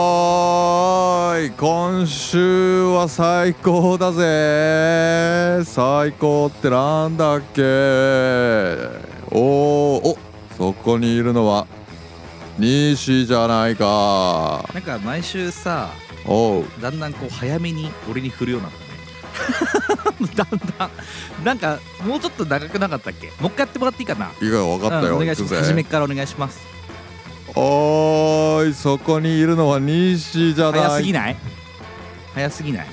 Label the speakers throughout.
Speaker 1: おーい今週は最高だぜ最高ってなんだっけおーおそこにいるのは西じゃないか
Speaker 2: なんか毎週さ
Speaker 1: おう
Speaker 2: だんだんこう早めに俺に振るようになったね だんだんなんかもうちょっと長くなかったっけもう一回やってもらっていいかない
Speaker 1: いか分かったよ、
Speaker 2: うんお願いし
Speaker 1: 行く
Speaker 2: ます
Speaker 1: ぜ
Speaker 2: 初めからお願いします
Speaker 1: おーいそこにいるのは西じゃない
Speaker 2: 早すぎない早すぎない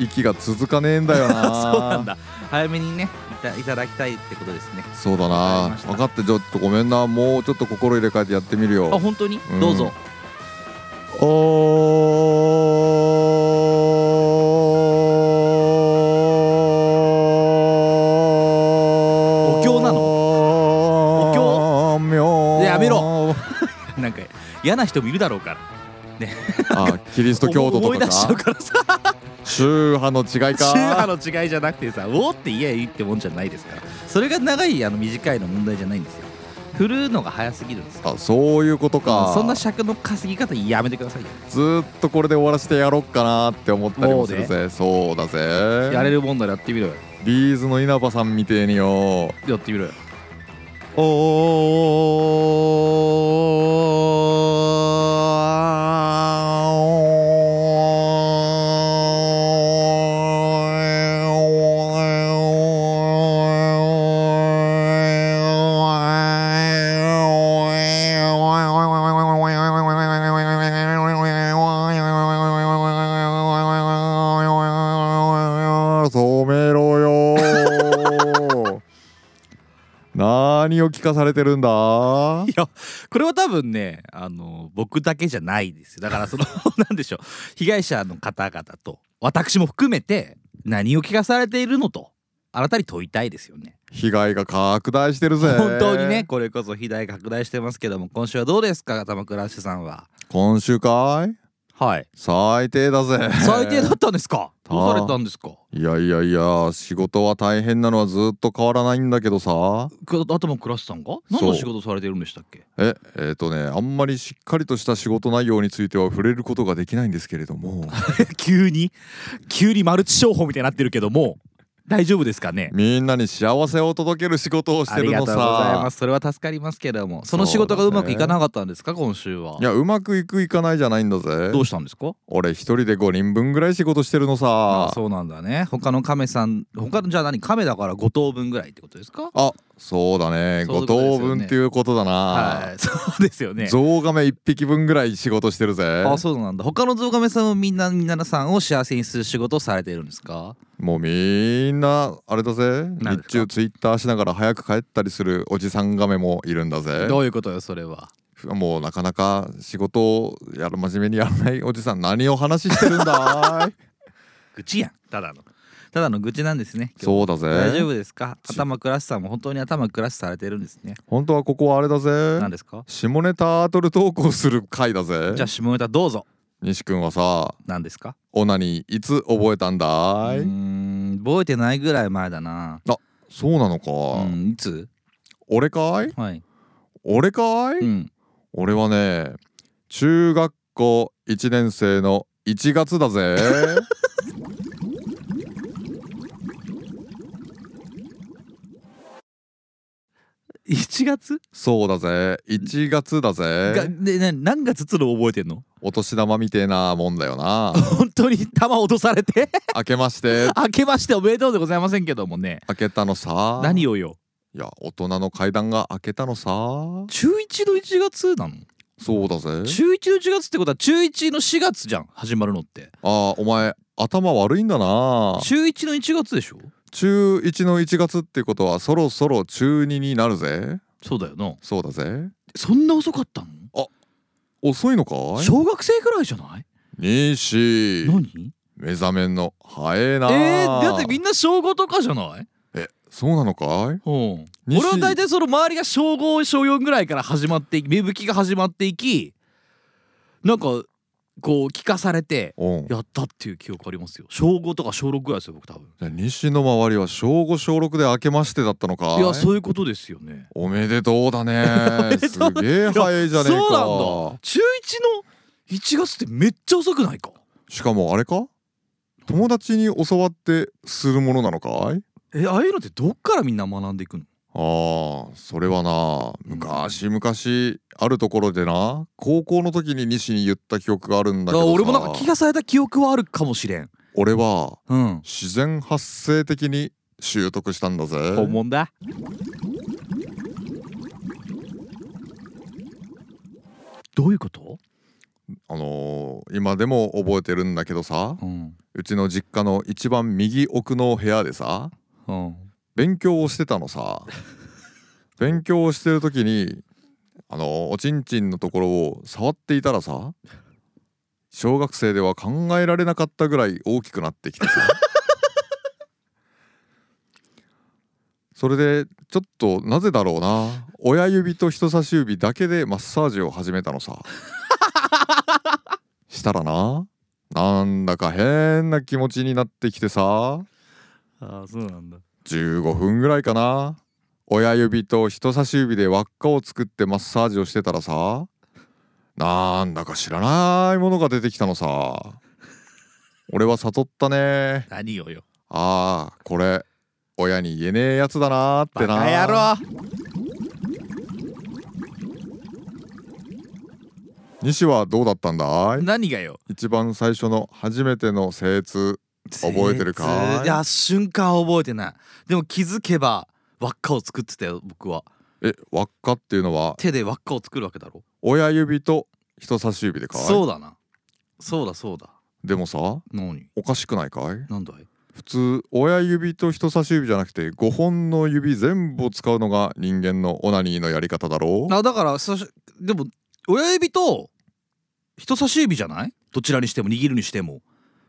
Speaker 1: 息が続かねえんだよな
Speaker 2: そうなんだ早めにねいたいただきたいってことですね
Speaker 1: そうだ
Speaker 2: わか
Speaker 1: な
Speaker 2: りました
Speaker 1: 分かってちょっとごめんなもうちょっと心入れ替えてやってみるよ
Speaker 2: あ本当に、
Speaker 1: うん
Speaker 2: どうぞ
Speaker 1: お
Speaker 2: 経なの
Speaker 1: お経
Speaker 2: やめろなんか嫌な人もいるだろうから
Speaker 1: あキリスト教徒と
Speaker 2: 思い
Speaker 1: か
Speaker 2: 出しちゃう
Speaker 1: か
Speaker 2: からさ
Speaker 1: 宗派の違いか
Speaker 2: 宗派の違いじゃなくてさ「おー」って言えばいいってもんじゃないですからそれが長いあの短いの問題じゃないんですよ振るのが早すぎるんですか
Speaker 1: あそういうことか、
Speaker 2: そんな尺の稼ぎ方やめてくださいよ
Speaker 1: ずーっとこれで終わらせてやろっかなって思ったりもする
Speaker 2: も
Speaker 1: ぜそうだぜ
Speaker 2: やれるもんならやってみろよ
Speaker 1: ビーズの稲葉さんみてえによ
Speaker 2: やってみろよ
Speaker 1: 止めろよ何を聞かされてるんだ
Speaker 2: いやこれは多分ねあの僕だけじゃないですよだからそ のなんでしょう被害者の方々と私も含めて何を聞かされているのと改めて問いたいですよね
Speaker 1: 被害が拡大してるぜ
Speaker 2: 本当にねこれこそ肥大拡大してますけども今週はどうですか玉倉氏さんは
Speaker 1: 今週かい
Speaker 2: はい
Speaker 1: 最低だぜ
Speaker 2: 最低だったんですかどうされたんですか
Speaker 1: いやいやいや仕事は大変なのはずっと変わらないんだけどさ
Speaker 2: く頭倉氏さんが何の仕事されてるんでしたっけ
Speaker 1: ええーとねあんまりしっかりとした仕事内容については触れることができないんですけれど も
Speaker 2: 急に急にマルチ商法みたいになってるけども大丈夫ですかね
Speaker 1: みんなに幸せを届ける仕事をし
Speaker 2: あ
Speaker 1: て
Speaker 2: り
Speaker 1: る
Speaker 2: がと
Speaker 1: の
Speaker 2: うございま
Speaker 1: さ
Speaker 2: すそれは助かりますけどもその仕事がうまくいかなかったんですか今週はい
Speaker 1: やうまくいくいかないじゃないんだぜ
Speaker 2: どうしたんですか
Speaker 1: 俺一人で5人分ぐらい仕事してるのさ
Speaker 2: あそうなんだね他の亀さん他のじゃあ何亀だから5等分ぐらいってことですか
Speaker 1: あそうだね
Speaker 2: そうい
Speaker 1: 5
Speaker 2: うことですよね
Speaker 1: 等分っていうことだな、
Speaker 2: はい そうですよね
Speaker 1: ゾウガメ1匹分ぐらい仕事してるぜ
Speaker 2: あそうなんだ他のゾウガメさんもみんなみんなさんを幸せにする仕事をされているんですか
Speaker 1: もうみんなあれだぜ
Speaker 2: 何
Speaker 1: 日
Speaker 2: ですか
Speaker 1: 中ツイッターしながら早く帰ったりするおじさんガメもいるんだぜ
Speaker 2: どういうことよそれは
Speaker 1: もうなかなか仕事をやる真面目にやらないおじさん何を話してるんだ い
Speaker 2: 愚痴やんただのただの愚痴なんですね今
Speaker 1: そ
Speaker 2: 日
Speaker 1: うだ
Speaker 2: 大丈
Speaker 1: ぜ
Speaker 2: 夫ですか
Speaker 1: ち
Speaker 2: 頭クラしさんも本当に頭クラしされてるんですね
Speaker 1: 本当はここはあれだ
Speaker 2: 何
Speaker 1: ぜ
Speaker 2: ですか
Speaker 1: 下ネタアートル投稿する回だぜ
Speaker 2: じゃあ下ネタどうぞ
Speaker 1: 西君はさ
Speaker 2: 何ですか
Speaker 1: オナニーいつ覚えたんだ
Speaker 2: うー
Speaker 1: い
Speaker 2: ん覚えてないぐらい前だな
Speaker 1: そうなのか、
Speaker 2: うんいつ
Speaker 1: 俺かい
Speaker 2: はい
Speaker 1: 俺かい、
Speaker 2: うん
Speaker 1: 俺はね中学校1年生の1月だ ぜ
Speaker 2: 1月
Speaker 1: そうだぜ1月だ
Speaker 2: が
Speaker 1: ぜ
Speaker 2: でな何月つる覚えてんの
Speaker 1: お年玉みてえなもんだよな
Speaker 2: 本当に玉落とされて
Speaker 1: 明けまして
Speaker 2: 明けましておめでとうでございませんけどもね
Speaker 1: 開けたのさ
Speaker 2: 何
Speaker 1: を
Speaker 2: をよ
Speaker 1: いや大人の階段が開けたのさ
Speaker 2: 中1の1月なの
Speaker 1: そうだぜ
Speaker 2: 中1の1月ってことは中1の4月じゃん始まるのって
Speaker 1: あーお前頭悪いんだな
Speaker 2: 中1の1月でしょ
Speaker 1: 中1の1月ってことはそろそろ中2になるぜ
Speaker 2: そうだよな
Speaker 1: そうだぜ
Speaker 2: そんな遅かったの
Speaker 1: 遅いのかい
Speaker 2: 小学生くらいじゃない
Speaker 1: 西
Speaker 2: 何
Speaker 1: 目覚めんの早えな
Speaker 2: えー、だってみ
Speaker 1: ん
Speaker 2: んな小5とかじゃない
Speaker 1: えそうなのかい
Speaker 2: うん
Speaker 1: 西
Speaker 2: 俺は大体その周りが小5小4ぐらいから始まっていき芽吹きが始まっていきなんかこう聞かされて
Speaker 1: うん
Speaker 2: やったっていう記憶ありますよ小5とか小6ぐらいですよ僕多分
Speaker 1: じゃあ西の周りは小5小6で明けましてだったのか
Speaker 2: いやそういうことですよね
Speaker 1: おめでとうだ ね
Speaker 2: で
Speaker 1: す
Speaker 2: とう
Speaker 1: げえ早いじゃねえか
Speaker 2: そうなんだ中1の1月ってめっちゃ遅くないか
Speaker 1: しかもあれか友達に教わってするものなのかい
Speaker 2: えああいうのってどっからみんな学んでいくの
Speaker 1: ああそれはな昔昔あるところでな高校の時に西に言った記憶があるんだけどさ
Speaker 2: 俺もなんか聞かされた記憶はあるかもしれん
Speaker 1: 俺は
Speaker 2: うん
Speaker 1: 自然発生的に習得したんだぜ
Speaker 2: 本物だどういうこと、
Speaker 1: あのー今でも覚えてるんだけどさ
Speaker 2: うん
Speaker 1: うちの実家の一番右奥の部屋でさ
Speaker 2: うん、
Speaker 1: 勉強をしてたのさ勉強をしてる時にあのおちんちんのところを触っていたらさ小学生では考えられなかったぐらい大きくなってきてさそれでちょっとなぜだろうな親指と人差し指だけでマッサージを始めたのさしたらななんだか変な気持ちになってきてさ
Speaker 2: ああそうなんだ
Speaker 1: 15分ぐらいかな親指と人差し指で輪っかを作ってマッサージをしてたらさなんだか知らないものが出てきたのさ俺は悟ったね
Speaker 2: 何よよ
Speaker 1: ああこれ親に言えねえやつだなーって
Speaker 2: バ
Speaker 1: な
Speaker 2: カ野郎
Speaker 1: 西はどうだったんだい
Speaker 2: 何がよ
Speaker 1: 一番最初の初めての精通覚えてるかい
Speaker 2: いや瞬間は覚えてないでも気づけば輪っかを作ってたよ僕は
Speaker 1: え輪っかっていうのは
Speaker 2: 手で輪っかを作るわけだろ
Speaker 1: 親指と人差し指でかい
Speaker 2: そうだなそうだそうだ
Speaker 1: でもさ
Speaker 2: 何
Speaker 1: おかしくないかい
Speaker 2: なんだい
Speaker 1: 普通親指と人差し指じゃなくて5本の指全部を使うのが人間のオナニーのやり方だろ
Speaker 2: あだからそしでも親指と人差し指じゃないどちらにしても握るにしても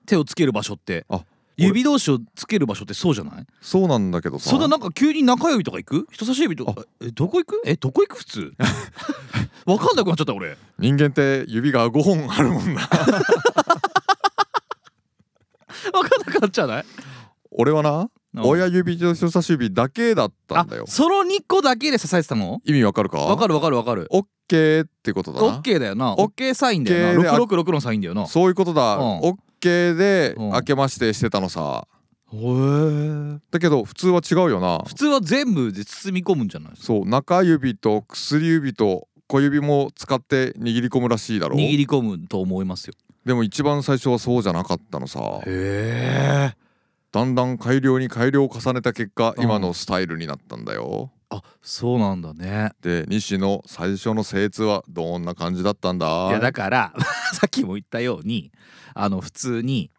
Speaker 2: 手をつける場所って
Speaker 1: あ
Speaker 2: 指同士をつける場所ってそうじゃない
Speaker 1: そうなんだけどさ
Speaker 2: そんななんか急に中指とか行く人差し指とかえどこ行くえどこ行く普通 わかんなくなっちゃった俺
Speaker 1: 人間って指が5本あるもんな
Speaker 2: わかんなくなっちゃわ ない
Speaker 1: 俺はな親指と人差し指だけだったんだよ
Speaker 2: あその2個だけで支えてたの
Speaker 1: 意味わかるか
Speaker 2: わか
Speaker 1: る
Speaker 2: るわかるわかる
Speaker 1: オッケーってことだ
Speaker 2: オ
Speaker 1: な
Speaker 2: ッケーだよな
Speaker 1: オ
Speaker 2: オ
Speaker 1: ッ
Speaker 2: ッケーサインだ
Speaker 1: オ
Speaker 2: よ
Speaker 1: ッケー
Speaker 2: な
Speaker 1: で
Speaker 2: 666のサインだよなへ
Speaker 1: そういうことだ、
Speaker 2: うん
Speaker 1: オッケーで
Speaker 2: うん
Speaker 1: 明けましてしてたのさ
Speaker 2: え
Speaker 1: だけど普通は違うよな
Speaker 2: 普通は全部で包み込むんじゃないですか
Speaker 1: そう中指と薬指と小指も使って握り込むらしいだろ
Speaker 2: 握り込むと思いますよ
Speaker 1: でも一番最初はそうじゃなかったのさ
Speaker 2: へえ
Speaker 1: だんだん改良に改良を重ねた結果
Speaker 2: うん
Speaker 1: 今のスタイルになったんだよ
Speaker 2: あそうなんだね
Speaker 1: で西の最初の精通はどんな感じだったんだ
Speaker 2: いやだから さっきも言ったようにあの普通に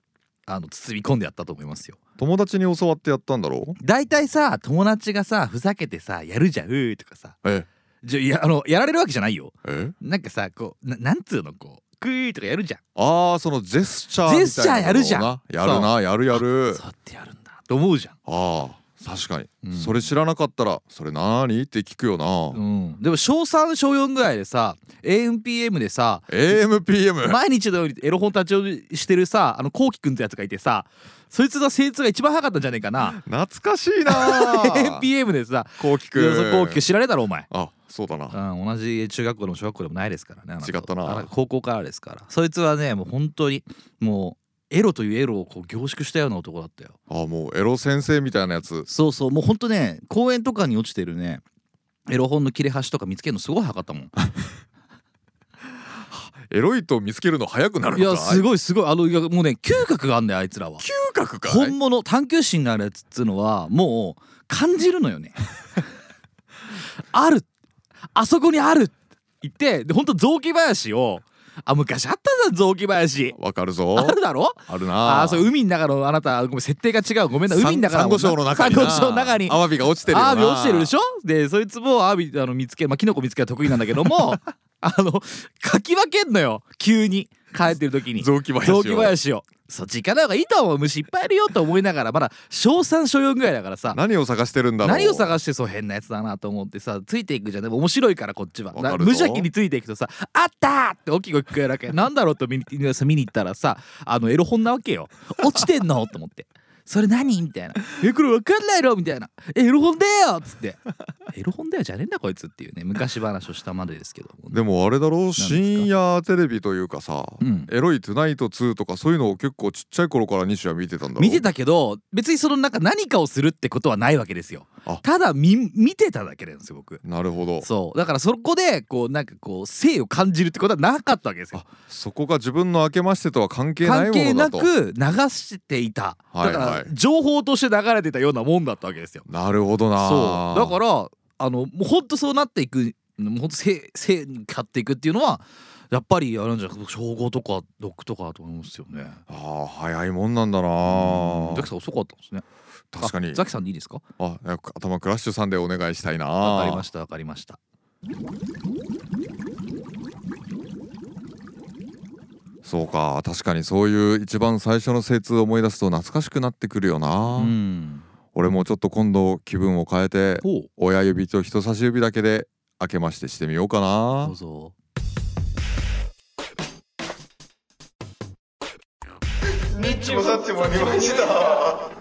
Speaker 2: あの包み込んでやったと思いますよ
Speaker 1: 友達に教わってやったんだろ
Speaker 2: 大体さ友達がさふざけてさやるじゃんうーとかさ
Speaker 1: え
Speaker 2: じゃいやあのやられるわけじゃないよ
Speaker 1: え
Speaker 2: なんかさこうななんつうのこうクーとかやるじゃん
Speaker 1: ああそのジェスチャーみたいな
Speaker 2: ジェスチャーやるじゃん
Speaker 1: のをなやるなやるやる
Speaker 2: そうやってやるんだと思うじゃん、
Speaker 1: ああ確かに、
Speaker 2: うん
Speaker 1: それ知らなかったらそれ何って聞くよな、
Speaker 2: うん、でも小3小4ぐらいでさ AMPM でさ
Speaker 1: AMPM
Speaker 2: 毎日のようにエロ本立ち寄りしてるさあのこうきくんってやつがいてさそいつの精通が一番早かったんじゃねえかな
Speaker 1: 懐かしいな
Speaker 2: AMPM でさ
Speaker 1: こうき
Speaker 2: いやそうこうきく
Speaker 1: く
Speaker 2: ん知られたろお前、
Speaker 1: あそうだな
Speaker 2: うん、同じ中学校でも小学校でもないですからねあな
Speaker 1: 違ったな
Speaker 2: あな高校からですからそいつはねもう本当にもうエロというエロをこう凝縮したような男だったよ
Speaker 1: ああもうエロ先生みたいなやつ
Speaker 2: そうそうもうほんとね公園とかに落ちてるねエロ本の切れ端とか見つけるのすごい早かったもん
Speaker 1: エロいと見つけるの早くなる
Speaker 2: い
Speaker 1: のか
Speaker 2: やす
Speaker 1: い
Speaker 2: ごいすごいあのいやもうね嗅覚があんだよあいつらは
Speaker 1: 嗅覚かい
Speaker 2: 本物探求心のあるやつっつうのはもう感じるのよ ねあるあそこにあるって言ってでほんと雑木林をあ昔あったんだ雑木林
Speaker 1: わかるぞ
Speaker 2: あるだろ
Speaker 1: ある
Speaker 2: あ
Speaker 1: な
Speaker 2: あーそう海の中のあなたごめん設定が違うごめんな海の中
Speaker 1: サンゴ礁の中にな
Speaker 2: サンゴ礁の中に
Speaker 1: アワビが落ちてるよな
Speaker 2: アワビ落ちてるでしょでそいつもアワビ あの見つけまあキノコ見つけは得意なんだけどもあのかき分けんのよ急に帰ってる時に
Speaker 1: 雑木林を
Speaker 2: 雑木林をそっち行かない方がいいと思う虫いっぱいいるよと思いながらまだ小3小4ぐらいだからさ
Speaker 1: 何を探してるんだろう
Speaker 2: 何を探してそう変なやつだなと思ってさついていくじゃんでも面白いからこっちは
Speaker 1: わ
Speaker 2: な
Speaker 1: かるぞ
Speaker 2: 無邪気についていくとさ「あった!」って大きい声聞こえるわけなんだろうと見に見に見に行ったらさあのエロ本なわけよ落ちてんのと思って「それ何?」みたいな「えこれわかんないろ」みたいな「えエロ本だよ!」っつって「エロ本だよじゃねえんだこいつ」っていうね昔話をしたまでですけども、
Speaker 1: でもあれだろ
Speaker 2: すか
Speaker 1: 深夜テレビというかさ、
Speaker 2: うん
Speaker 1: エロい「トゥナイト2」とかそういうのを結構ちっちゃい頃から西は見てたんだろ
Speaker 2: 見てたけど別にそのなんか何かをするってことはないわけですよ
Speaker 1: あ
Speaker 2: ただ見見てただけなんですよ僕
Speaker 1: なるほどそ
Speaker 2: そうだからそこでこうなんかこう性を感じるってことはなかったわけですよ
Speaker 1: こが自分の明けましてとは関係ない
Speaker 2: 関
Speaker 1: も
Speaker 2: 係
Speaker 1: のだ
Speaker 2: な
Speaker 1: と
Speaker 2: く流していた
Speaker 1: はいは
Speaker 2: だ
Speaker 1: い
Speaker 2: から情報として流れてたようなもんだったわけですよ
Speaker 1: なるほどな
Speaker 2: そうだからあのもうほんとそうなっていくもうほんと性性に勝っていくっていうのはやっぱりあれなんじゃない小5とか6とかだと思いますよね
Speaker 1: あー早いもんなんだな
Speaker 2: ザキさん遅かったんですね
Speaker 1: 確かに
Speaker 2: あザキさんでいいですか
Speaker 1: あなんか頭クラッシュさんでお願いしたいな
Speaker 2: わかりましたわかりました
Speaker 1: そうか確かにそういう一番最初の精通を思い出すと懐かしくなってくるよな、
Speaker 2: うん
Speaker 1: 俺もちょっと今度気分を変えて
Speaker 2: ほう
Speaker 1: 親指と人差し指だけで開けましてしてみようか
Speaker 2: ど
Speaker 1: な
Speaker 2: うぞ
Speaker 3: ニッチもサッチもありました。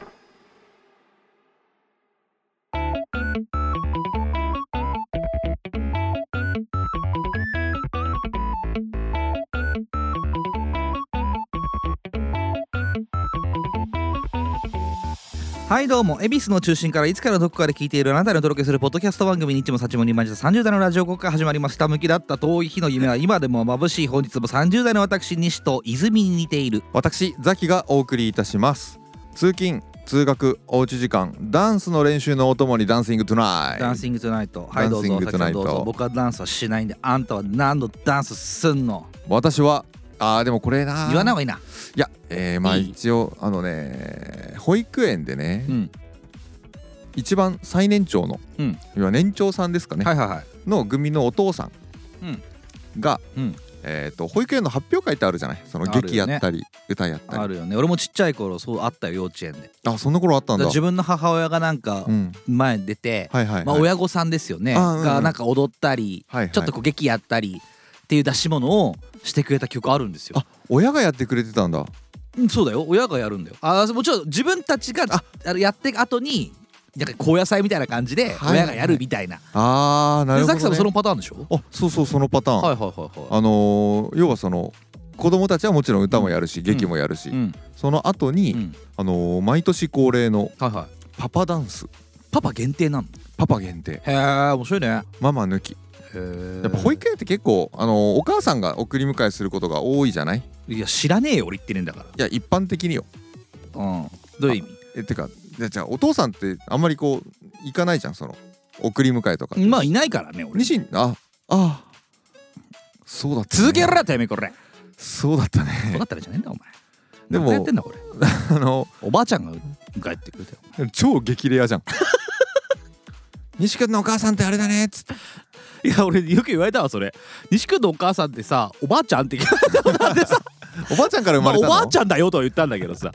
Speaker 2: はいどうも恵比寿の中心からいつからどこかで聞いているあなたにお届けするポッドキャスト番組「にっちもさちもにまじた30代のラジオ国が始まりました向きだった遠い日の夢は今でも眩しい本日も30代の私西と泉に似ている
Speaker 1: 私ザキがお送りいたします通勤通学おうち時間ダンスの練習のお供にダンシングトゥナイ
Speaker 2: ダンシングトゥナイトはいどう
Speaker 1: ダ
Speaker 2: ぞ
Speaker 1: ンシングトゥナイト
Speaker 2: さきさんどうぞ僕はダンスはしないんであんたは何度ダンスすんの
Speaker 1: 私はあーでもこれな
Speaker 2: 言わない方がいいない
Speaker 1: や、えーまあ
Speaker 2: いい
Speaker 1: 一応あのね保育園でね、
Speaker 2: うん
Speaker 1: 一番最年長の、
Speaker 2: うん
Speaker 1: 要は年長さんですかね、
Speaker 2: はいはいはい
Speaker 1: の組のお父さんが、
Speaker 2: うん
Speaker 1: えー、と保育園の発表会ってあるじゃないその
Speaker 2: あるよね
Speaker 1: 劇やったり、歌やった
Speaker 2: あ
Speaker 1: り
Speaker 2: るよね俺もちっちゃい頃そうあったよ幼稚園で
Speaker 1: あそんな頃あったん
Speaker 2: だから
Speaker 1: だ
Speaker 2: 自分の母親がなんか
Speaker 1: うん、
Speaker 2: 前に出て、
Speaker 1: はいはいはい、
Speaker 2: まあ、親御さんですよね、
Speaker 1: あうんうん
Speaker 2: がなんか踊ったり、
Speaker 1: はいはい
Speaker 2: ちょっとこう劇やったりっていう出し物をしてくれた曲あるんですよ。
Speaker 1: あ親がやってくれてたんだ
Speaker 2: うんそうだよ親がやるんだよ。あもちろん自分たちが
Speaker 1: あ
Speaker 2: あのやって後になんか高野菜みたいな感じで
Speaker 1: はい
Speaker 2: 親がやるみたいな。
Speaker 1: あーなる
Speaker 2: で
Speaker 1: ほど、
Speaker 2: ザ
Speaker 1: ね、
Speaker 2: キさんもそのパターンでしょ
Speaker 1: あそうそうそのパターン、
Speaker 2: はいはいはいはい。
Speaker 1: あのー要はその子供たちはもちろん歌もやるし、劇もやるし、
Speaker 2: うん
Speaker 1: その後に、
Speaker 2: うん
Speaker 1: あのー毎年恒例の
Speaker 2: はいはい。
Speaker 1: パパダンス
Speaker 2: パパ限定なの
Speaker 1: パパ限定
Speaker 2: へえ面白いね。や
Speaker 1: ママ抜きやっぱ保育園って結構、あのーお母さんが送り迎えすることが多いじゃない
Speaker 2: いや知らねえよ俺言ってねえんだか
Speaker 1: いや一般的によ
Speaker 2: ら。うん、どういう意味
Speaker 1: えてかじゃあじゃあお父さんってあんまりこう行かないじゃんその送り迎えとか
Speaker 2: まあいないからね俺。
Speaker 1: 西ああそうだったね、
Speaker 2: 続けろやてめえこれ。
Speaker 1: そうだった
Speaker 2: そう
Speaker 1: ね
Speaker 2: だったらじゃねえんだお前。
Speaker 1: でも
Speaker 2: 何やってんだこれ。
Speaker 1: あの
Speaker 2: おばあちゃんが迎えてくれたよ。
Speaker 1: 超激レアじ ゃん西君のお母さんってあれだねっつって
Speaker 2: いや俺よく言われたわそれ西君のお母さんってさおばあちゃんって言われたことあってさ
Speaker 1: おばあちゃんから生ま
Speaker 2: まあ
Speaker 1: れ
Speaker 2: お
Speaker 1: たの、
Speaker 2: ばあちゃんだよとは言ったんだけどさ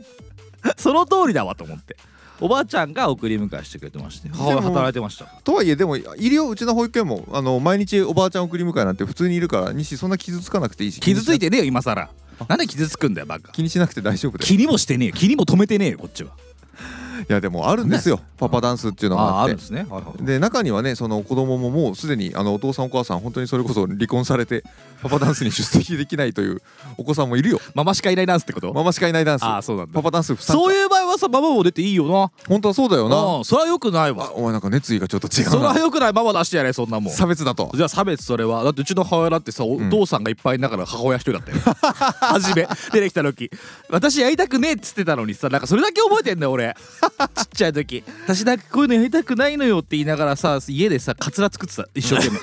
Speaker 2: その通りだわと思っておばあちゃんが送り迎えしてくれてまして母親
Speaker 1: でも
Speaker 2: 働いてました
Speaker 1: とはいえでもいるようちの保育園もあの毎日おばあちゃん送り迎えなんて普通にいるから西そんな傷つかなくていいし
Speaker 2: 傷つい
Speaker 1: て
Speaker 2: てねえよ今更なんで傷つくんだよバカ
Speaker 1: 気にしなくて大丈夫だよ
Speaker 2: 気にもしてねえよ気にも止めてねえよこっちはい
Speaker 1: やでもあるんですよパパダンスっていうのがあ
Speaker 2: あ
Speaker 1: って
Speaker 2: るんですねはいはい
Speaker 1: で中にはねその子供ももうすでにあのお父さんお母さん本当にそれこそ離婚されてパパダンスに出席できないというお子さんもいる よ
Speaker 2: ママしかいないダンスってこと
Speaker 1: ママしかいないダンス
Speaker 2: ああそうなんだ
Speaker 1: パパダンス不参加
Speaker 2: そういう場合はさママも出ていいよな
Speaker 1: 本当はそうだよな
Speaker 2: うんそれはよくない
Speaker 1: あ
Speaker 2: わ
Speaker 1: お前なんか熱意がちょっと違
Speaker 2: そうれは
Speaker 1: な
Speaker 2: よくないママ出してやれそんなもん
Speaker 1: 差別だと
Speaker 2: じゃあ差別それはだってうちの母親だってさお
Speaker 1: ん
Speaker 2: 父さんがいっぱいいながら母親一人だ ったよ初め出てきた時私やりたくねえっつってたのにさなんかそれだけ覚えてんだよ俺ちっちゃい時 私なんかこういうのやりたくないのよって言いながらさ家でさカツラ作ってた一生懸命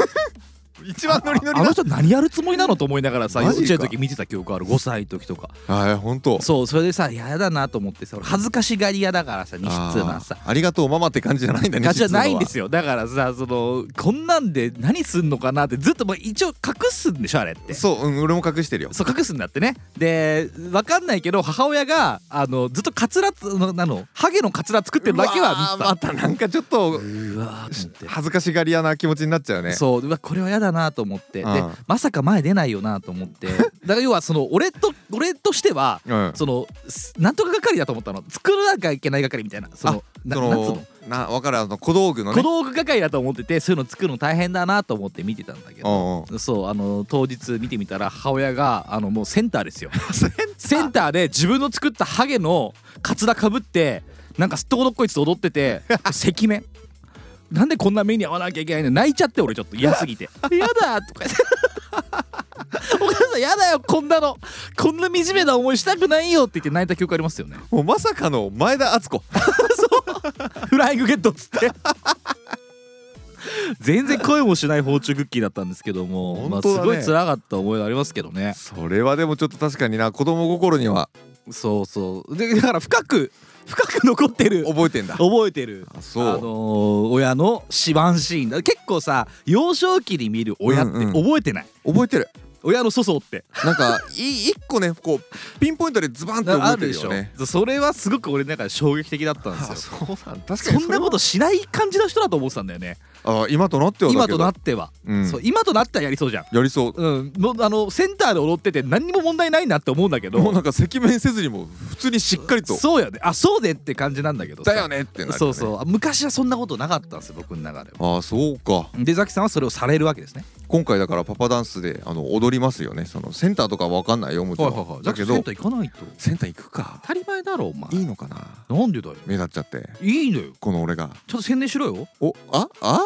Speaker 1: 一番ノリノリ
Speaker 2: あの人何やるつもりなのと思いながらさ幼
Speaker 1: マジ
Speaker 2: 稚
Speaker 1: か
Speaker 2: 園の時見てた記憶ある5歳の時とか
Speaker 1: だあ本当
Speaker 2: そうそれでさ嫌だなと思ってさ俺恥ずかしがり屋だからさ西通なんさ
Speaker 1: あーありがとうママって感じじゃないんだね
Speaker 2: ガチじゃないんで
Speaker 1: よ
Speaker 2: すよだからさそのこんなんで何すんのかなってずっともう一応隠すんでしょあれって
Speaker 1: そう、うん、俺も隠してるよ
Speaker 2: そう隠すんだってねで分かんないけど母親があのずっとカツラつのなのハゲのカツラ作ってるだけは
Speaker 1: うわーま
Speaker 2: 見て
Speaker 1: たなんかちょっと
Speaker 2: たうわーと思って
Speaker 1: 恥ずかしがり屋な気持ちになっちゃうね
Speaker 2: そううわこれは嫌だなと思って、
Speaker 1: うん
Speaker 2: でまさか前出ないよなと思っ てだから要はその俺と俺としては
Speaker 1: うん
Speaker 2: そのすなんとか係だと思ったの作らなきゃいけない係みたいなそのな
Speaker 1: そ
Speaker 2: なんつう
Speaker 1: の
Speaker 2: の
Speaker 1: な分かるあの小道具のね
Speaker 2: 小道具係だと思っててそういうの作るの大変だなと思って見てたんだけど。
Speaker 1: うんうん
Speaker 2: そうあの当日見てみたら母親があのもうセンターですよ センターで自分の作ったハゲのカツラかぶってなんかすっとこどっこいつと踊って て赤面なんでこんな目に遭わなきゃいけないの泣いちゃって俺ちょっと嫌すぎて「嫌だ!」とか言って「 お母さん嫌だよこんなのこんな惨めな思いしたくないよ」って言って泣いた記憶ありますよね
Speaker 1: もうまさかの前田敦子
Speaker 2: フライングゲットっつって全然声もしないフォーチュンクッキーだったんですけども、ま
Speaker 1: 本
Speaker 2: あ、
Speaker 1: 当
Speaker 2: す
Speaker 1: だね
Speaker 2: ごい辛かった思いがありますけどね
Speaker 1: それはでもちょっと確かにな子供心には
Speaker 2: そうそうでだから深く深く残ってる
Speaker 1: 覚えてんだ
Speaker 2: 覚えてる
Speaker 1: あ
Speaker 2: あの
Speaker 1: そう
Speaker 2: ー親のシワンシーンだ結構さ幼少期に見る親って
Speaker 1: うんうん
Speaker 2: 覚えてない、
Speaker 1: 覚えてる
Speaker 2: 親の粗相って
Speaker 1: なんかい一個ねこうピンポイントでズバンって覚
Speaker 2: あ
Speaker 1: えて
Speaker 2: る
Speaker 1: る
Speaker 2: でし
Speaker 1: よ
Speaker 2: ょ、
Speaker 1: ね
Speaker 2: それはすごく俺の中で衝撃的だったん
Speaker 1: あ
Speaker 2: です
Speaker 1: そ
Speaker 2: よ
Speaker 1: うなん確か
Speaker 2: そ
Speaker 1: に
Speaker 2: んなことしない感じの人だと思ってたんだよね
Speaker 1: とあ今となってはだ
Speaker 2: 今
Speaker 1: けど
Speaker 2: となっては、
Speaker 1: うん
Speaker 2: そう今となってはやりそうじゃん
Speaker 1: やりそう
Speaker 2: うん、もうあのセンターで踊ってて何にも問題ないなって思うんだ け
Speaker 1: もうな
Speaker 2: ど
Speaker 1: んか赤面せずにもう普通にしっかりと
Speaker 2: そうやねあそうでって感じなんだけどさ
Speaker 1: だよねってなるよね
Speaker 2: そうそう昔はそんなことなかったんですよ僕の中では
Speaker 1: ああそうか
Speaker 2: でザキさんはそれをされるわけですね
Speaker 1: 今回だからパパダンスであの踊りますよねそのセンターとかわかんないよもちろん、だけど
Speaker 2: センター行かないと
Speaker 1: センター行くか
Speaker 2: 当たり前だろお前
Speaker 1: いいのかな
Speaker 2: なんでだよ
Speaker 1: 目立っちゃって
Speaker 2: いいのよ
Speaker 1: この俺が
Speaker 2: ちょっと宣伝しろよ
Speaker 1: おああ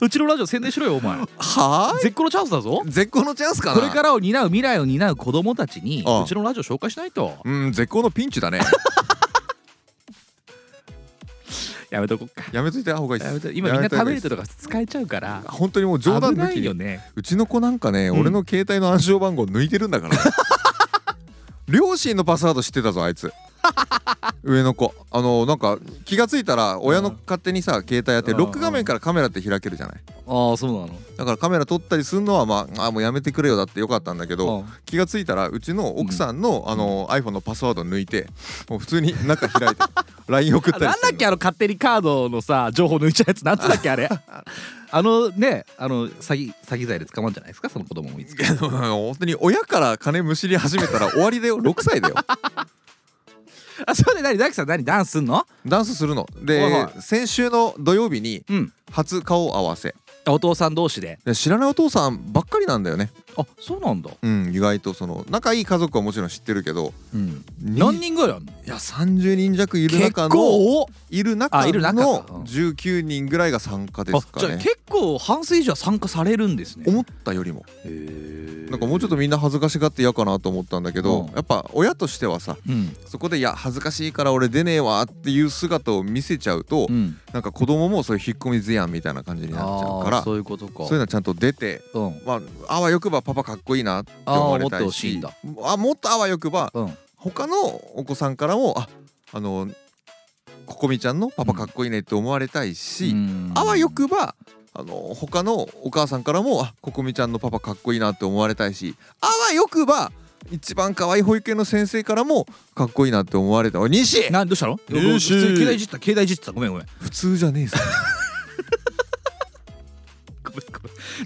Speaker 2: うちのラジオ宣伝しろよお前
Speaker 1: は
Speaker 2: 絶好のチャンスだぞ
Speaker 1: あ絶好のチャンスかな
Speaker 2: これからを担う未来を担う子供たちに
Speaker 1: ああ
Speaker 2: うちのラジオ紹介しないと
Speaker 1: うん絶好のピンチだ ね
Speaker 2: やめとこっか
Speaker 1: やめといた方がいいっ
Speaker 2: やめ
Speaker 1: す
Speaker 2: と今みんな食べる
Speaker 1: と
Speaker 2: ととか使えちゃうから
Speaker 1: 本当にもう冗談
Speaker 2: 危
Speaker 1: 抜
Speaker 2: な
Speaker 1: き
Speaker 2: いよ
Speaker 1: に
Speaker 2: ね
Speaker 1: うちの子なんかね、
Speaker 2: うん
Speaker 1: 俺の携帯の暗証番号抜いてるんだ からね両親のパスワード知ってたぞあい つ上の子あのなんか気がついたら親の勝手にさ携帯やって
Speaker 2: うん
Speaker 1: ロック画面からカメラって開けるじゃない
Speaker 2: ああそうなの
Speaker 1: だからカメラ撮ったりするのはまああもうやめてくれよだってよかったんだけど気がついたらうちの奥さんの、あの iPhone のパスワード抜いてもう普通に中開い て LINE 送った
Speaker 2: あ
Speaker 1: り
Speaker 2: な
Speaker 1: し
Speaker 2: ん
Speaker 1: て
Speaker 2: だ
Speaker 1: る
Speaker 2: っけあの勝手にカードのさ情報抜いちゃうやつなんつうんだっけ あれあのねあの詐欺詐欺罪で捕まんじゃないですかその子供もいつ か
Speaker 1: いやでも本当に親から金むしり始めたら終わりだ よ6歳だよ
Speaker 2: あそれで何ザキさん何ダンスすんの
Speaker 1: ダンスするの
Speaker 2: はい
Speaker 1: で
Speaker 2: は
Speaker 1: 先週の土曜日に
Speaker 2: うん
Speaker 1: 初顔合わせ
Speaker 2: お父さん同士で
Speaker 1: で知らないお父さんばっかりなんだよね
Speaker 2: あそうなんだ、
Speaker 1: うん意外とその仲いい家族はもちろん知ってるけど
Speaker 2: うん、
Speaker 1: に
Speaker 2: 何人ぐらいあんの
Speaker 1: いや30人弱いる
Speaker 2: 結
Speaker 1: 中の
Speaker 2: 構
Speaker 1: いる中
Speaker 2: あいる中か
Speaker 1: の
Speaker 2: うん
Speaker 1: 19人ぐらいが参加で
Speaker 2: あ
Speaker 1: す
Speaker 2: じ
Speaker 1: か
Speaker 2: ゃあ
Speaker 1: ね
Speaker 2: 結構半数以上は参加されるんですね
Speaker 1: 思ったよりも
Speaker 2: へ
Speaker 1: なんかもうちょっとみんな恥ずかしがって嫌かなと思ったんだけど、
Speaker 2: うん
Speaker 1: やっぱ親としてはさ
Speaker 2: うん
Speaker 1: そこで「いや恥ずかしいから俺出ねえわ」っていう姿を見せちゃうと、
Speaker 2: うん
Speaker 1: なんか子供もそういう引っ込み思案みたいな感じになっちゃうから
Speaker 2: あー
Speaker 1: そう
Speaker 2: そういうことか
Speaker 1: いうのはちゃんと出て、
Speaker 2: うん
Speaker 1: まあ、あわよくばパパかっこいいなって思われたいし
Speaker 2: あー思っ
Speaker 1: あもっとあわよくば
Speaker 2: うん
Speaker 1: 他のお子さんからも「ああのここみちゃんのパパかっこいいね」って思われたいし。
Speaker 2: うん
Speaker 1: あわよくばあの他のお母さんからも「あここみちゃんのパパかっこいいな」って思われたいしあわよくば一番可愛い保育園の先生からもかっこいいなって思われたおい西
Speaker 2: なんどうしたの
Speaker 1: よー
Speaker 2: 普
Speaker 1: し
Speaker 2: 通に携帯いじってた携帯いじってたごめんごめん
Speaker 1: 普通じゃねえさ
Speaker 2: ごめんごめん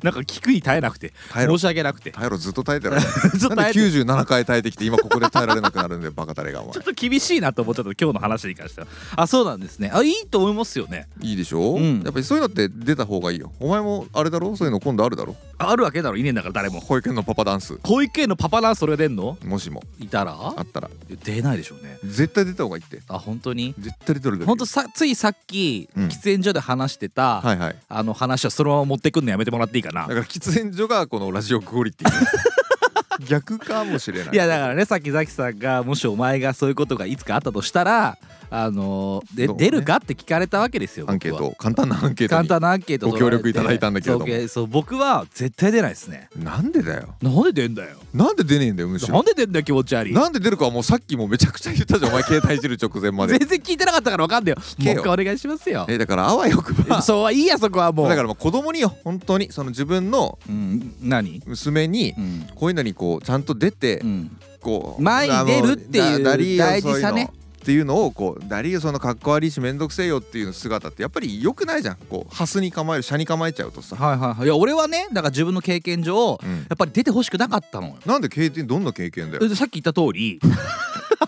Speaker 2: なんか聞くに耐えなくて
Speaker 1: 耐えろ
Speaker 2: 申し訳なくてち
Speaker 1: 耐えろずっと耐えて るなんで
Speaker 2: ょっと耐えて
Speaker 1: 97回耐えてきて今ここで耐えられなくなるんでバカタレがお
Speaker 2: ち
Speaker 1: 前
Speaker 2: ょっと厳しいなと思っちゃった今日の話に関してはあそうなんですねあいいと思いますよね
Speaker 1: いいでしょ、
Speaker 2: うん
Speaker 1: やっぱりそういうのって出た方がいいよお前もあれだろそういうの今度あるだろ
Speaker 2: ああるわけだろいねえんだから誰も
Speaker 1: 保育園のパパダンス
Speaker 2: 保育園のパパなそれが出んの
Speaker 1: もしも
Speaker 2: いたら
Speaker 1: あったら
Speaker 2: 出ないでしょうね
Speaker 1: 絶対出た方がいいって
Speaker 2: あ本当に
Speaker 1: 絶対出てる
Speaker 2: 本当さついさっき、
Speaker 1: うん
Speaker 2: 喫煙所で話してた、
Speaker 1: はいはい
Speaker 2: あの話をそのまま持ってくんのやめてもらっていいかな
Speaker 1: だから喫煙所がこのラジオクオリティ逆かもしれない
Speaker 2: いやだからねさっきザキさんがもしお前がそういうことがいつかあったとしたらあので、
Speaker 1: そうね
Speaker 2: 出るかって聞かれたわけですよ
Speaker 1: アンケー
Speaker 2: 僕は
Speaker 1: ト簡単なアンケート
Speaker 2: 簡
Speaker 1: に
Speaker 2: 単なアンケート
Speaker 1: ご協力いただいたんだけれども
Speaker 2: そうそう僕は絶対出ないですね
Speaker 1: なんでだよ
Speaker 2: なんで出んだよ
Speaker 1: なんで出ねえんだよむし
Speaker 2: な
Speaker 1: ろ
Speaker 2: んで出んだよ気持ち悪い
Speaker 1: なんで出るかはもうさっきもめちゃくちゃ言ったじゃんお前携帯いじる直前ま
Speaker 2: 全
Speaker 1: で
Speaker 2: 然聞いてなかったからわかんないよ
Speaker 1: け
Speaker 2: もう
Speaker 1: よ
Speaker 2: 一回お願いしますよ
Speaker 1: えだからあわよくば
Speaker 2: そうはいいやそこはもう
Speaker 1: だからもう子供によ本当にその自分の
Speaker 2: うん何
Speaker 1: 娘に
Speaker 2: うん
Speaker 1: こういうのにこうちゃんと出て、
Speaker 2: うん
Speaker 1: こう
Speaker 2: 前に出るっていう
Speaker 1: あのだだりーよ
Speaker 2: 大事さ
Speaker 1: そうい
Speaker 2: ね
Speaker 1: うのっていうのをこうダリーよそのかっこ悪いし面倒くせえよっていう姿ってやっぱり良くないじゃんこうハスに構える車に構えちゃうとさ、
Speaker 2: はいはいはいいや俺はねだから自分の経験上
Speaker 1: うん
Speaker 2: やっぱり出てほしくなかったのよ
Speaker 1: なんで経験どんな経験だよ
Speaker 2: でさっき言った通り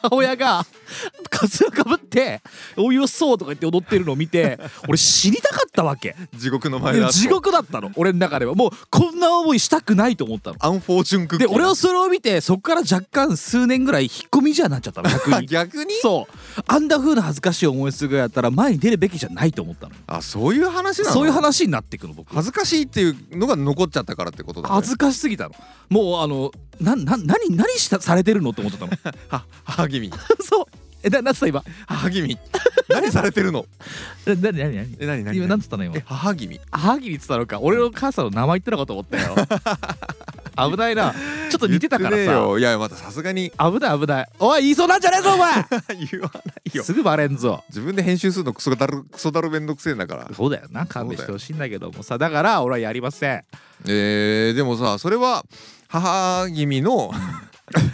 Speaker 2: 母親がカツラかぶって「およそう」とか言って踊ってるのを見て俺死にたかったわけ
Speaker 1: 地獄の前
Speaker 2: で
Speaker 1: だと
Speaker 2: 地獄だったの俺の中ではもうこんな思いしたくないと思ったの
Speaker 1: アンフォーチュンクッキ
Speaker 2: で
Speaker 1: ー
Speaker 2: 俺はそれを見てそこから若干数年ぐらい引っ込みじゃなっちゃった の逆に
Speaker 1: 逆に
Speaker 2: そうあんな風な恥ずかしい思いするぐらいやったら前に出るべきじゃないと思ったのよ
Speaker 1: あそういう話なの
Speaker 2: そういう話になってくの僕
Speaker 1: 恥ずかしいっていうのが残っちゃったからってことだね
Speaker 2: 恥ずかしすぎたのもうあのなな何何したされてるのって思ってたの
Speaker 1: ははぎみ
Speaker 2: そうえななんつった今
Speaker 1: はぎみ何されてるの
Speaker 2: え な何何何
Speaker 1: え何何
Speaker 2: 今なんつったの今
Speaker 1: えはぎみ
Speaker 2: 歯切りつったのか俺の母さんの名前言ってのかと思った よ危ないなちょっと似てたから
Speaker 1: 言ってねえ
Speaker 2: さ
Speaker 1: よいやまたさすが に
Speaker 2: 危ない危ないおい 言いそうなんじゃねえぞお前
Speaker 1: 言わないよ
Speaker 2: すぐバレんぞ
Speaker 1: 自分で編集するのクソだるクソだるめんどくせえんだから
Speaker 2: そうだよな勘弁してほしいんだけどもさだから俺はやりません
Speaker 1: えー、でもさそれは母君 の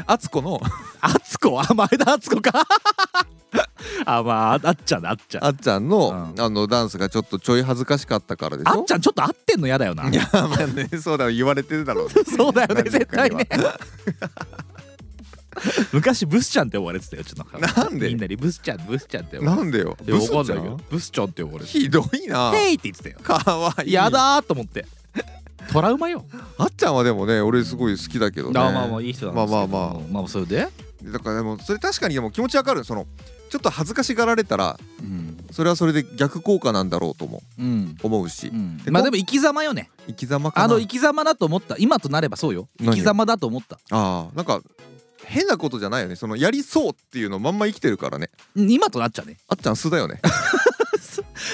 Speaker 1: 敦子の
Speaker 2: 敦子あ前田敦子か あまああっちゃんだあっちゃん
Speaker 1: あっちゃんの,、
Speaker 2: うん
Speaker 1: あのダンスがちょっとちょい恥ずかしかったからでし
Speaker 2: あ
Speaker 1: ょ
Speaker 2: っちゃんちょっと合ってんの嫌だよない
Speaker 1: やまあねそうだよ言われてるだ ろうね
Speaker 2: そうだよね
Speaker 1: 何人
Speaker 2: 絶
Speaker 1: か
Speaker 2: 対
Speaker 1: には
Speaker 2: ね昔ブスちゃんって呼ばれてたよちょっと
Speaker 1: なんで
Speaker 2: みんなにブスちゃんブスちゃんって呼ばれてた
Speaker 1: なんでよ
Speaker 2: いや
Speaker 1: ブスち
Speaker 2: わ
Speaker 1: ゃ
Speaker 2: かんないけど
Speaker 1: ん
Speaker 2: ブスちゃんって呼ばれて
Speaker 1: ひどいな
Speaker 2: 「ヘイ!」って言ってたよ
Speaker 1: かわいい
Speaker 2: やだーと思ってトラウマよ
Speaker 1: あっちゃんはでもね俺すごい好きだけどね
Speaker 2: まあまあまあいい人なんですけど
Speaker 1: まあまあま
Speaker 2: まあそれで、
Speaker 1: だからでもそれ確かにでも気持ちわかるそのちょっと恥ずかしがられたら
Speaker 2: うん
Speaker 1: それはそれで逆効果なんだろうとも
Speaker 2: うん
Speaker 1: 思うし、で
Speaker 2: まあ
Speaker 1: こ
Speaker 2: で
Speaker 1: う
Speaker 2: も生き様よね
Speaker 1: 生き様かな
Speaker 2: あの生き様だと思った今となればそうよ
Speaker 1: 何を
Speaker 2: 生き様だと思った
Speaker 1: ああなんか変なことじゃないよねそのやりそうっていうのまんま生きてるからね
Speaker 2: うん今となっちゃう ね
Speaker 1: あっちゃん素だよね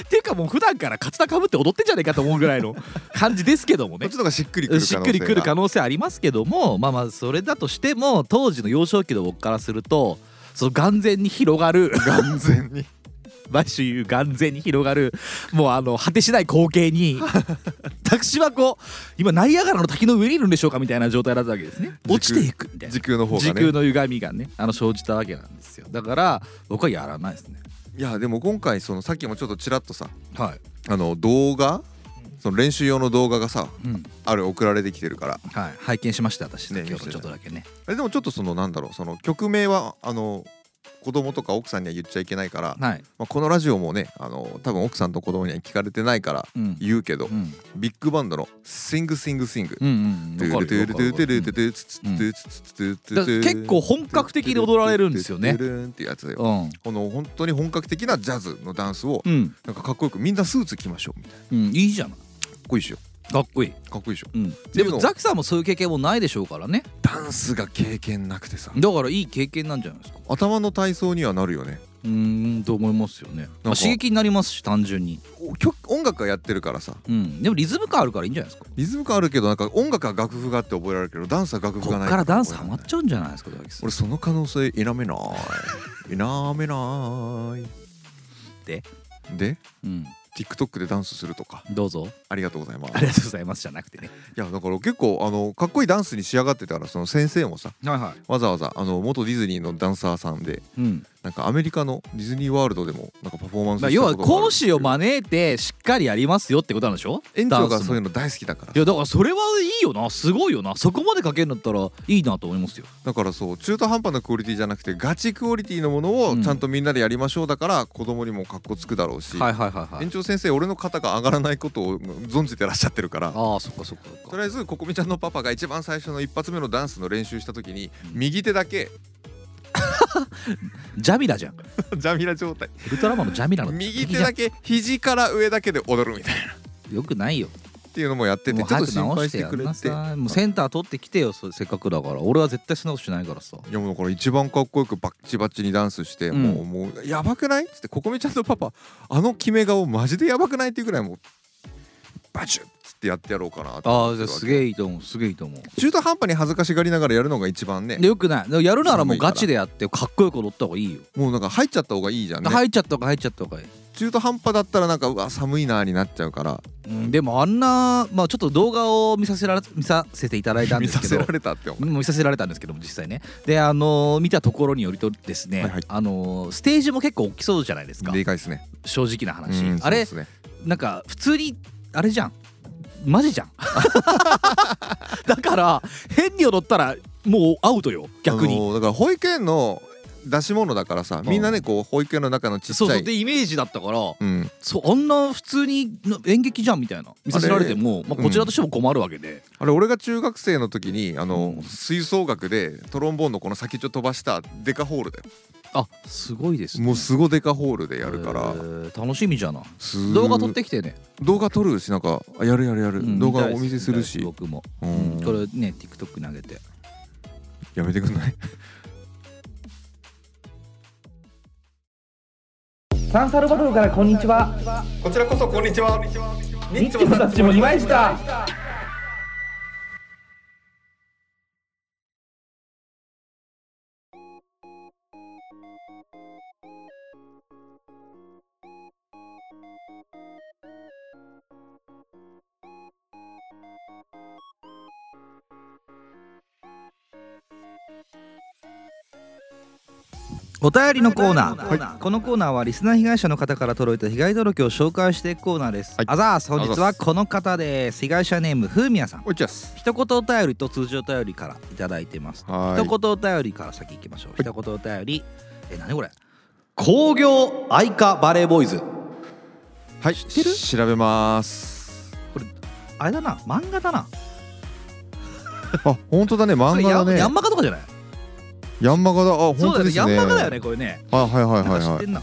Speaker 2: っていうかもう普段からカツラかぶって踊ってんじゃねえかと思うぐら いの感じですけども
Speaker 1: こっ
Speaker 2: ね
Speaker 1: ちの方がしっくりくる可能
Speaker 2: し
Speaker 1: 性
Speaker 2: っ
Speaker 1: が
Speaker 2: くりくる可能性ありますけどもまあまあそれだとしても当時の幼少期の僕からするとその眼前に広がる
Speaker 1: 完全に
Speaker 2: 毎週言う眼前に広がるもうあの果てしない光景 に私はこう今ナイアガラの滝の上にいるんでしょうかみたいな状態だったわけですね
Speaker 1: 時空
Speaker 2: 落ちていくみたいな
Speaker 1: 時空の方がね
Speaker 2: 時空の歪みがねあの生じたわけなんですよだから僕はやらないですね
Speaker 1: いやでも今回そのさっきもちょっとちらっとさ
Speaker 2: はい、
Speaker 1: あの動画その練習用の動画がさ
Speaker 2: うん
Speaker 1: ある送られてきてるから
Speaker 2: はい、拝見しました私
Speaker 1: ね
Speaker 2: 先ほど
Speaker 1: 見
Speaker 2: ち
Speaker 1: せ
Speaker 2: ょ
Speaker 1: た
Speaker 2: ってとだけね
Speaker 1: えでもちょっとそのなんだろうその曲名はあの子供とか奥さんには言っちゃいけないから、
Speaker 2: はい
Speaker 1: まあ、このラジオもねあの多分奥さんと子供には聞かれてないから
Speaker 2: うん
Speaker 1: 言うけど、
Speaker 2: うん
Speaker 1: ビッグバンドの「シングシングシング」
Speaker 2: うんうんわかるよわかるよだから結
Speaker 1: 結
Speaker 2: 構本格的に踊られるんですよね
Speaker 1: ってやつだよ
Speaker 2: うん
Speaker 1: この本当に本格的なジャズのダンスを
Speaker 2: うん、
Speaker 1: なんかかっこよくみんなスーツ着ましょうみたいなか
Speaker 2: うん、いいじゃない
Speaker 1: っこいいっしょ
Speaker 2: かっこいい、
Speaker 1: かっこいいっしょ
Speaker 2: うん、
Speaker 1: てい
Speaker 2: で
Speaker 1: うの
Speaker 2: もザキさんもそういう経験もないでしょうからね
Speaker 1: ダンスが経験なくてさ
Speaker 2: だからいい経験なんじゃないですか
Speaker 1: 頭の体操にはなるよね
Speaker 2: うーんと思いますよね、ま
Speaker 1: なん
Speaker 2: あ、
Speaker 1: か
Speaker 2: 刺激になりますし単純に、
Speaker 1: お曲音楽がやってるからさ
Speaker 2: うん、でもリズム感あるからいいんじゃないですか
Speaker 1: リズム感あるけどなんか音楽は楽譜があって覚えられるけどダンスは楽譜
Speaker 2: こ
Speaker 1: がな
Speaker 2: っ
Speaker 1: い
Speaker 2: からダンスハ
Speaker 1: 覚えら
Speaker 2: マっ
Speaker 1: れない
Speaker 2: ちゃうんじゃないですか大吉さん
Speaker 1: 俺その可能性否めない否めない
Speaker 2: で
Speaker 1: で
Speaker 2: うん、
Speaker 1: TikTok でダンスするとか
Speaker 2: どうぞ
Speaker 1: ありがとうございます
Speaker 2: ありがとうございますじゃなくてね
Speaker 1: いやだから結構あのかっこいいダンスに仕上がってたらその先生もさ
Speaker 2: はいは
Speaker 1: わざわざあの元ディズニーのダンサーさんで
Speaker 2: い、うん
Speaker 1: なんかアメリカのディズニーワールドでもなんかパフォーマンス
Speaker 2: まあ、
Speaker 1: した
Speaker 2: 要
Speaker 1: こ
Speaker 2: は
Speaker 1: とがある
Speaker 2: 講師を招いてしっかりやりますよってことなんでしょ
Speaker 1: 園長がそうい
Speaker 2: いう
Speaker 1: の大好きだから
Speaker 2: やだからそれはいいよなすごいよなそこまでかけるんだったらいいなと思いますよ
Speaker 1: だからそう中途半端なクオリティじゃなくてガチクオリティのものを
Speaker 2: うん
Speaker 1: ちゃんとみんなでやりましょうだから子供にもかっこつくだろうし、
Speaker 2: はいはいはいは
Speaker 1: 園
Speaker 2: い
Speaker 1: 長先生俺の肩が上がらないことを存じてらっしゃってるから
Speaker 2: ああそっかそっかそっか
Speaker 1: とりあえずここみちゃんのパパが一番最初の一発目のダンスの練習した時に
Speaker 2: うん
Speaker 1: 右手だけ
Speaker 2: ジャミラじゃん
Speaker 1: ジャミラ状態
Speaker 2: ウルトラマンのジャミラの
Speaker 1: 右
Speaker 2: 敵
Speaker 1: 手
Speaker 2: じゃん
Speaker 1: だけ肘から上だけで踊るみたいな
Speaker 2: よくないよ
Speaker 1: っっていうのもやってて
Speaker 2: もう
Speaker 1: ちょっ
Speaker 2: 早
Speaker 1: と
Speaker 2: く
Speaker 1: 心
Speaker 2: 直
Speaker 1: 配
Speaker 2: し
Speaker 1: してて
Speaker 2: や
Speaker 1: く
Speaker 2: ん
Speaker 1: れ
Speaker 2: な
Speaker 1: ていや
Speaker 2: さいもうセンター取ってきてよそせっかくだから俺は絶対そんなことしないからさ
Speaker 1: もうだから一番かっこよくバッチバッチにダンスして、
Speaker 2: うん
Speaker 1: もうもうやばくないっつってここみちゃんとパパあの決め顔マジでやばくないっていうぐらいもうバチュッつってやってやろうかな
Speaker 2: ああじゃあす
Speaker 1: え
Speaker 2: げえいいと思うすげえいいと思う
Speaker 1: 中途半端に恥ずかしがりながらやるのが一番ね
Speaker 2: でよくないでもやるならもうガチでやってかっこよく踊った方がいいよ、
Speaker 1: もうなんか入っちゃった方がいいじゃんね、
Speaker 2: 入っちゃった方が入っちゃった方がいい、
Speaker 1: 中途半端だったらなんかうわ寒いなーになっちゃうから
Speaker 2: うん、でもあんなまあちょっと動画を見させられ見させていただいた ん
Speaker 1: 見
Speaker 2: です
Speaker 1: さ
Speaker 2: け
Speaker 1: せ
Speaker 2: ど
Speaker 1: られたって思う
Speaker 2: もう見させられたんですけども実際ねであのー見たところによりとですね、
Speaker 1: はいはい
Speaker 2: あのーステージも結構大きそうじゃないですか
Speaker 1: でかいですね
Speaker 2: 正直な話、
Speaker 1: うん
Speaker 2: あれ
Speaker 1: そうっすね
Speaker 2: なんか普通にあれじゃんマジじ ゃん だから変に踊ったらもうアウトよ逆
Speaker 1: あ
Speaker 2: に、
Speaker 1: のーだから保育園の出し物だからさ
Speaker 2: うん
Speaker 1: みんなねこう保育園の中のちっちゃ
Speaker 2: そ
Speaker 1: いう
Speaker 2: そうでイメージだったから
Speaker 1: うん、
Speaker 2: そうあんな普通にな演劇じゃんみたいな見させられてもまあ、
Speaker 1: うん
Speaker 2: こちらとしても困るわけで、
Speaker 1: あれ俺が中学生の時にあの、
Speaker 2: うん
Speaker 1: 吹奏楽でトロンボーンのこの先っちょ飛ばしたデカホールだよ
Speaker 2: あすごいですね
Speaker 1: もうすごデカホールでやるか
Speaker 2: へ
Speaker 1: ら
Speaker 2: ー楽しみじゃない
Speaker 1: すー
Speaker 2: 動画撮ってきてね、
Speaker 1: 動画撮るしなんかあやるやるやる、
Speaker 2: うん
Speaker 1: 動画
Speaker 2: 見たい
Speaker 1: お見せするし
Speaker 2: 見たい僕も、
Speaker 1: うん
Speaker 2: うんこれね TikTok 投げて
Speaker 1: やめてくん ない
Speaker 4: サンサルバドルからこんにちは。
Speaker 3: こちらこそこんにちは
Speaker 4: ニッチもサッチもいました。
Speaker 2: お便りのコーナー、このコーナーはリスナー被害者の方から届いた被害届を紹介していくコーナーです、
Speaker 1: はい
Speaker 2: あざーす
Speaker 1: あ
Speaker 2: 本
Speaker 1: ざ
Speaker 2: 日
Speaker 1: ー
Speaker 2: は
Speaker 1: す
Speaker 2: この方です被害者ネームふうみやさん
Speaker 1: おいっちゃっす
Speaker 2: 一言お便りと通常お便りからいただいてます
Speaker 1: はーい
Speaker 2: 一言お便りから先行きましょう一言お便りえ何これ工業愛花バレーボーイズ
Speaker 1: はい
Speaker 2: ってる
Speaker 1: 調べます
Speaker 2: あれだな漫画だな
Speaker 1: あ本当だ ね漫画だ
Speaker 2: これ
Speaker 1: ね
Speaker 2: ヤンヤンマガとかじゃない
Speaker 1: ヤンマガだあ
Speaker 2: そ
Speaker 1: 本
Speaker 2: うだ
Speaker 1: 当
Speaker 2: よ
Speaker 1: で
Speaker 2: ね
Speaker 1: すね
Speaker 2: ヤンマガだよねこれね
Speaker 1: あはいはいはい
Speaker 2: なんか知っ
Speaker 1: は
Speaker 2: て
Speaker 1: い
Speaker 2: んな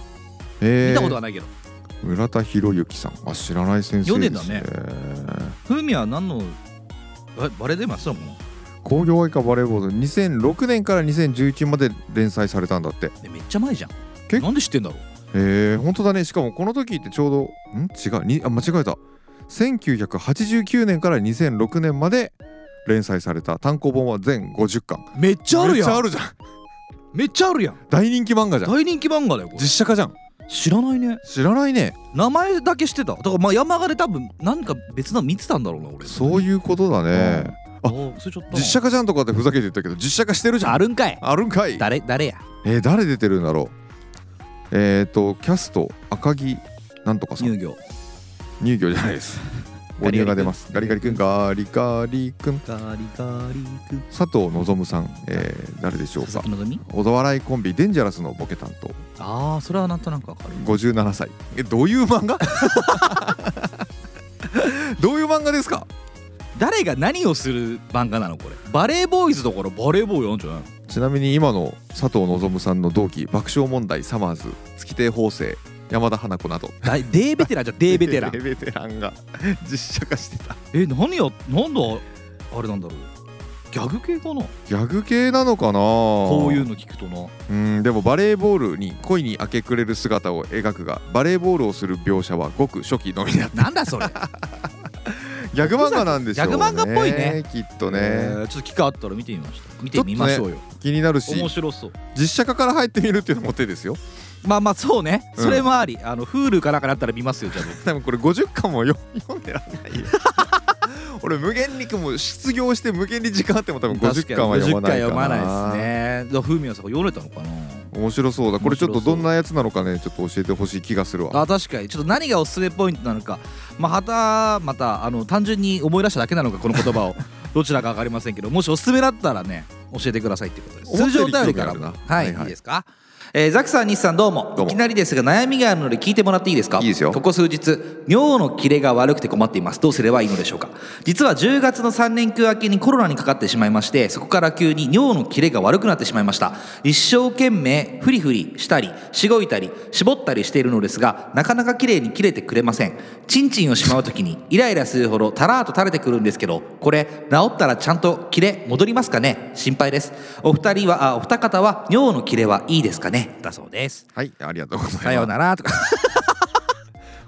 Speaker 1: えー
Speaker 2: 見たことはないけど
Speaker 1: 村田博之さんあ知らない先生です、ね、
Speaker 2: 読んでふうみは何のあバレーで今そうもん
Speaker 1: 工業愛花バレーボール2006年から2011まで連載されたんだって
Speaker 2: えめっちゃ前じゃ
Speaker 1: け
Speaker 2: んなんで知ってんだろう
Speaker 1: えー、本当だねしかもこの時ってちょうどん違うにあ間違えた1989年から2006年まで連載された単行本は全50巻
Speaker 2: めっちゃある
Speaker 1: めっ
Speaker 2: や
Speaker 1: ちゃあ
Speaker 2: ん
Speaker 1: るじゃん
Speaker 2: めっちゃあるやん
Speaker 1: 大人気漫画じゃん
Speaker 2: 大人気漫画だよこ
Speaker 1: 実
Speaker 2: れ
Speaker 1: 写化じゃん
Speaker 2: 知らないね
Speaker 1: 知らないね
Speaker 2: 名前だけ知ってただからまあ山がで多分何か別の見てたんだろうな俺
Speaker 1: そういうことだね
Speaker 2: あ忘れちゃったな
Speaker 1: 実写化じゃんとかってふざけて言ったけど実写化してるじゃん
Speaker 2: あるんかい
Speaker 1: あるんかい
Speaker 2: 誰誰や
Speaker 1: えー、誰出てるんだろうえっ、ー、とキャスト赤木なんとかさん
Speaker 2: 乳業
Speaker 1: 乳業じゃないです。母乳が出ます。ガリガリ君、ガリガリ君、
Speaker 2: ガリガリ君
Speaker 1: 佐藤望さん、えー、誰でしょう
Speaker 2: 佐
Speaker 1: か
Speaker 2: 々。木希
Speaker 1: 小田原コンビデンジャラスのボケ担当、
Speaker 2: ああそれはなんとなくわかる
Speaker 1: 57歳。え、どういう漫画？ どういう漫画ですか？
Speaker 2: 誰が何をする漫画なのこれバレーボーイズだからバレーボーイなんじゃないの
Speaker 1: ちなみに今の佐藤望さんの同期、爆笑問題、サマーズ、月亭法政、山田花子など。
Speaker 2: だデーベテランじゃんデーベテラン
Speaker 1: デー ベテランが実写化してた。
Speaker 2: え何やなんだあれなんだろうギャグ系かな
Speaker 1: ギャグ系なのかな？こ
Speaker 2: こういうの聞くとな
Speaker 1: うんでもバレーボールに恋に明け暮れる姿を描くがバレーボールをする描写はごく初期のみだ
Speaker 2: なんだ それ
Speaker 1: ギャグ漫画なんでしょうね
Speaker 2: ギャグ漫画っぽいね
Speaker 1: きっとね、
Speaker 2: えーちょっと機会あったら見てみました見てみましょうよ、
Speaker 1: 気になるし
Speaker 2: 面白そう
Speaker 1: 実写化から入ってみるっていうのも手ですよ
Speaker 2: まあまあそうね
Speaker 1: うん
Speaker 2: それもあり、あの Hulu かなんかだったら見ますよじゃあ僕
Speaker 1: 多分これ50巻もよ読んでらんない よ俺無限にもう失業して無限に時間あっても多分
Speaker 2: 確
Speaker 1: 50
Speaker 2: かに
Speaker 1: 巻は読まないかな
Speaker 2: 50巻読まないですねふみやさんが読めたのかな
Speaker 1: 面白そうだこれちょっと
Speaker 2: 面白
Speaker 1: ど
Speaker 2: そうん
Speaker 1: なやつなのかねちょっと教えてほしい気がするわ
Speaker 2: あ確かにちょっと何がおすすめポイントなのか、まあ、はたまたあの単純に思い出しただけなのかこの言葉 をどちらか分かりませんけどもしおすすめだったらね教えてくださいってことです
Speaker 1: 思っ
Speaker 2: 通
Speaker 1: たより
Speaker 2: 常お便りから
Speaker 1: 興味あ
Speaker 2: も
Speaker 1: るな
Speaker 2: はい、
Speaker 1: はい
Speaker 2: い
Speaker 1: はい
Speaker 2: い、ですか、えーザクさん西さんどうも
Speaker 1: どうも
Speaker 2: いきなりですが悩みがあるので聞いてもらっていいですか
Speaker 1: いいですよ
Speaker 2: ここ数日尿の切れが悪くて困っていますどうすればいいのでしょうか実は10月の3連休明けにコロナにかかってしまいましてそこから急に尿の切れが悪くなってしまいました一生懸命フリフリしたりしごいたり絞ったりしているのですがなかなか綺麗に切れてくれませんチンチンをしまう時にイライラするほどタラーっと垂れてくるんですけどこれ治ったらちゃんと切れ戻りますかね心配ですお二人はあお二方は尿の切れはいいですかねだそうです
Speaker 1: はいありがとうございます
Speaker 2: さようならとか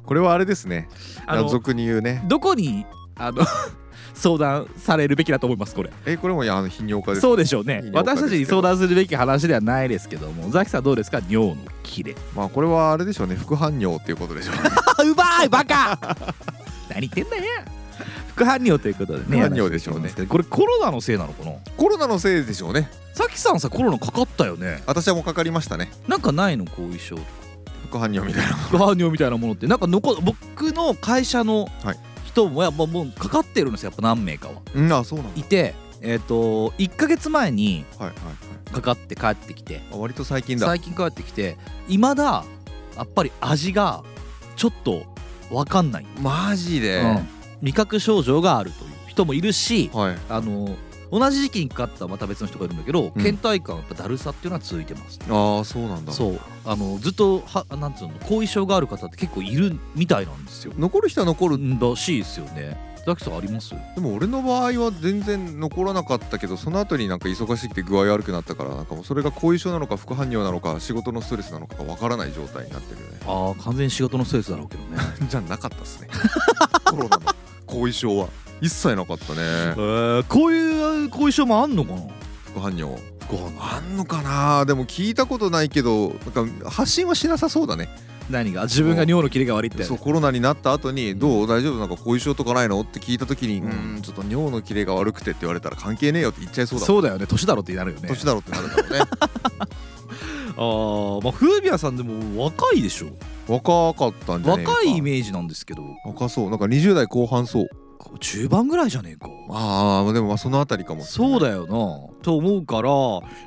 Speaker 1: これはあれですね
Speaker 2: あの
Speaker 1: 俗に言うね
Speaker 2: どこにあの 相談されるべきだと思いますこれ
Speaker 1: えこれもいやあの頻尿化です
Speaker 2: そうでしょうね
Speaker 1: いい了解です
Speaker 2: 私たちに相談するべき話ではないですけどもザキさんどうですか尿の キレ
Speaker 1: まあこれはあれでしょうね副反尿っていうことでしょうね
Speaker 2: あうまいバカ 何言ってんだよ副反応ということでね
Speaker 1: 副反応でしょうね
Speaker 2: 話していきますけどこれコロナのせいなのかな
Speaker 1: コロナのせいでしょうね
Speaker 2: ザキさんさコロナかかったよね
Speaker 1: 私はもうかかりましたね
Speaker 2: なんかないの後遺症
Speaker 1: 副反尿みた いな
Speaker 2: 副反応みたいなものってなんか残僕の会社の
Speaker 1: はい
Speaker 2: 人もやっぱもうかかってるんですよやっぱ何名かは
Speaker 1: うんあそうなんだ
Speaker 2: いてえっ、と1ヶ月前に
Speaker 1: はいはいはい
Speaker 2: かかって帰ってきて
Speaker 1: あ割と最近だ
Speaker 2: 最近帰ってきていまだやっぱり味がちょっと分かんない、
Speaker 1: マジで
Speaker 2: うん味覚症状があるという人もいるし
Speaker 1: はい
Speaker 2: あの同じ時期にかかったまた別の人がいるんだけど、
Speaker 1: うん
Speaker 2: 倦怠感やっぱだるさっていうのは続いてます
Speaker 1: ああそうなんだ
Speaker 2: そうあのずっとはなんつうの後遺症がある方って結構いるみたいなんですよ
Speaker 1: 残る人は残る
Speaker 2: んらしいですよねザキさんあります
Speaker 1: でも俺の場合は全然残らなかったけどその後になんか忙しくて具合悪くなったからなんかもうそれが後遺症なのか副反応なのか仕事のストレスなのかがわからない状態になってるよね
Speaker 2: ああ完全に仕事のストレスだろうけどね
Speaker 1: じゃなかったっすね コロナの後遺症は一切なかった
Speaker 2: え
Speaker 1: ね
Speaker 2: ー、こういう後遺症もあんのかな
Speaker 1: 副反応
Speaker 2: ご飯
Speaker 1: あんのかなでも聞いたことないけどなんか発信はしなさそうだね
Speaker 2: 何が自分が尿のキレが悪いって
Speaker 1: そうコロナになった後に「どう大丈夫なんか後遺症とかないの?」って聞いた時に「う
Speaker 2: うん
Speaker 1: ーんちょっと尿のキレが悪くて」って言われたら関係ねえよって言っちゃいそうだもん
Speaker 2: そうだよね年だろってなるよね
Speaker 1: 年だろってなるからね
Speaker 2: ああまあフービアさんでも若いでしょ
Speaker 1: 若かったんじゃねえか
Speaker 2: 若いイメージなんですけど
Speaker 1: 若そうなんか20代後半そう
Speaker 2: 中盤ぐらいじゃねえか
Speaker 1: ああでもまあそのあたりかも
Speaker 2: そう
Speaker 1: だ
Speaker 2: だよなと思うから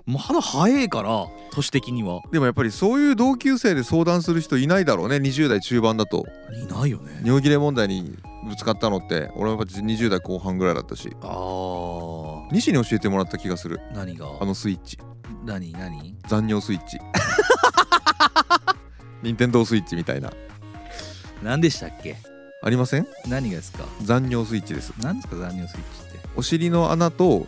Speaker 2: まだ早いから年的には
Speaker 1: でもやっぱりそういう同級生で相談する人いないだろうね20代中盤だと
Speaker 2: いないよね
Speaker 1: 尿切れ問題にぶつかったのって俺はやっぱ20代後半ぐらいだったし
Speaker 2: あー
Speaker 1: 西に教えてもらった気がする
Speaker 2: 何が
Speaker 1: あのスイッチ
Speaker 2: 何何
Speaker 1: 残尿スイッ チ 任天堂スイッチみたいな
Speaker 2: 何でしたっけ
Speaker 1: ありません
Speaker 2: 何がですか
Speaker 1: 残尿スイッチです
Speaker 2: 何ですか残尿スイッチって
Speaker 1: お尻の穴と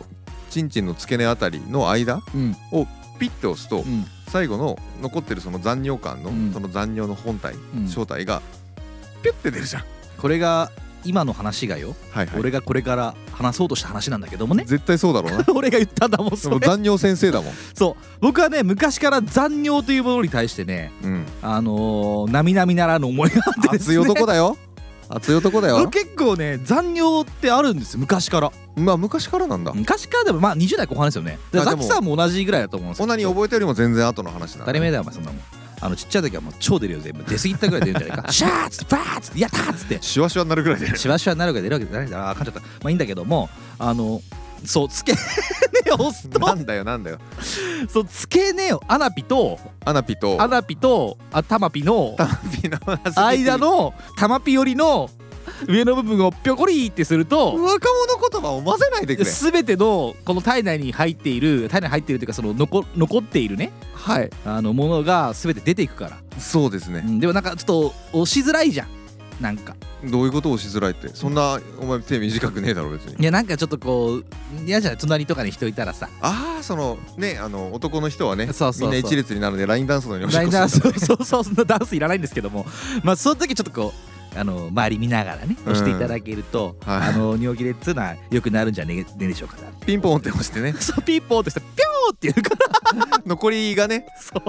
Speaker 1: チンチンの付け根あたりの間
Speaker 2: うん
Speaker 1: をピッて押すと、
Speaker 2: うん
Speaker 1: 最後の残ってるその残尿感の、
Speaker 2: うん
Speaker 1: その残尿の本体、
Speaker 2: うん
Speaker 1: 正体がピュッて出るじゃん、
Speaker 2: これが今の話がよ、
Speaker 1: はいはい、
Speaker 2: 俺がこれから話そうとした話なんだけどもね
Speaker 1: 絶対そうだろうな
Speaker 2: 俺が言ったんだもん
Speaker 1: で
Speaker 2: そ
Speaker 1: も
Speaker 2: れ
Speaker 1: 残尿先生だもん、
Speaker 2: そう僕はね昔から残尿というものに対してね
Speaker 1: うん、
Speaker 2: あのー、並々ならぬ思いがあってで
Speaker 1: 熱
Speaker 2: す、ね、
Speaker 1: い男だよ熱い男だよ
Speaker 2: 僕結構ね残尿ってあるんですよ昔から
Speaker 1: まあ昔からなんだ、
Speaker 2: 昔からでもまあ20代後半ですよねだ
Speaker 1: あで
Speaker 2: からザ
Speaker 1: も
Speaker 2: キさんも同じぐらいだと思うんです
Speaker 1: そんなに覚えたよりも全然後の話なん
Speaker 2: 当
Speaker 1: だ
Speaker 2: たり前だよお前そんなもんあのちっちゃい時はもう超出るよ全部出過ぎたぐらい出るんじゃない かシャーッつって バーッつってやったーっつって
Speaker 1: シワシワになるぐらいで
Speaker 2: しわしわになるぐらい出るわけじゃないんだなあかんちゃったまあいいんだけどもあのそう付け根を押すと
Speaker 1: なんだよなんだよ
Speaker 2: そう付け根をアナピと
Speaker 1: アナピと
Speaker 2: アナピとあタマピの
Speaker 1: タピの話
Speaker 2: 間の玉ピよりの上の部分をぴょこりってする
Speaker 1: 若
Speaker 2: と
Speaker 1: 者言葉を混ぜないでくれ
Speaker 2: 全てのこの体内に入っている体内に入っているというかその残残っているね
Speaker 1: はい
Speaker 2: あのものが全て出ていくから、
Speaker 1: そうです
Speaker 2: う
Speaker 1: ね
Speaker 2: んでもなんかちょっと押しづらいじゃんなんか
Speaker 1: どういうことをしづらいってそんなお前手短くねえだろ別に
Speaker 2: いやなんかちょっとこう嫌じゃない隣とかに人いたらさ
Speaker 1: ああそのねあの男の人はね
Speaker 2: そうそうそう
Speaker 1: みんな一列になるのでラインダンスのようにおし
Speaker 2: ラ
Speaker 1: っ
Speaker 2: イ
Speaker 1: こ
Speaker 2: ンダンス
Speaker 1: する
Speaker 2: そ
Speaker 1: んだ
Speaker 2: う
Speaker 1: ね
Speaker 2: そうそうそんなダンスいらないんですけどもまあその時ちょっとこうあの周り見ながらね押していただけると、
Speaker 1: うんはい
Speaker 2: あ の尿切れっつうのは良くなるんじゃねえでしょうかな
Speaker 1: ピンポンって押して ね
Speaker 2: そうピーポーってしたらピョーって言うから
Speaker 1: 残りがね
Speaker 2: そう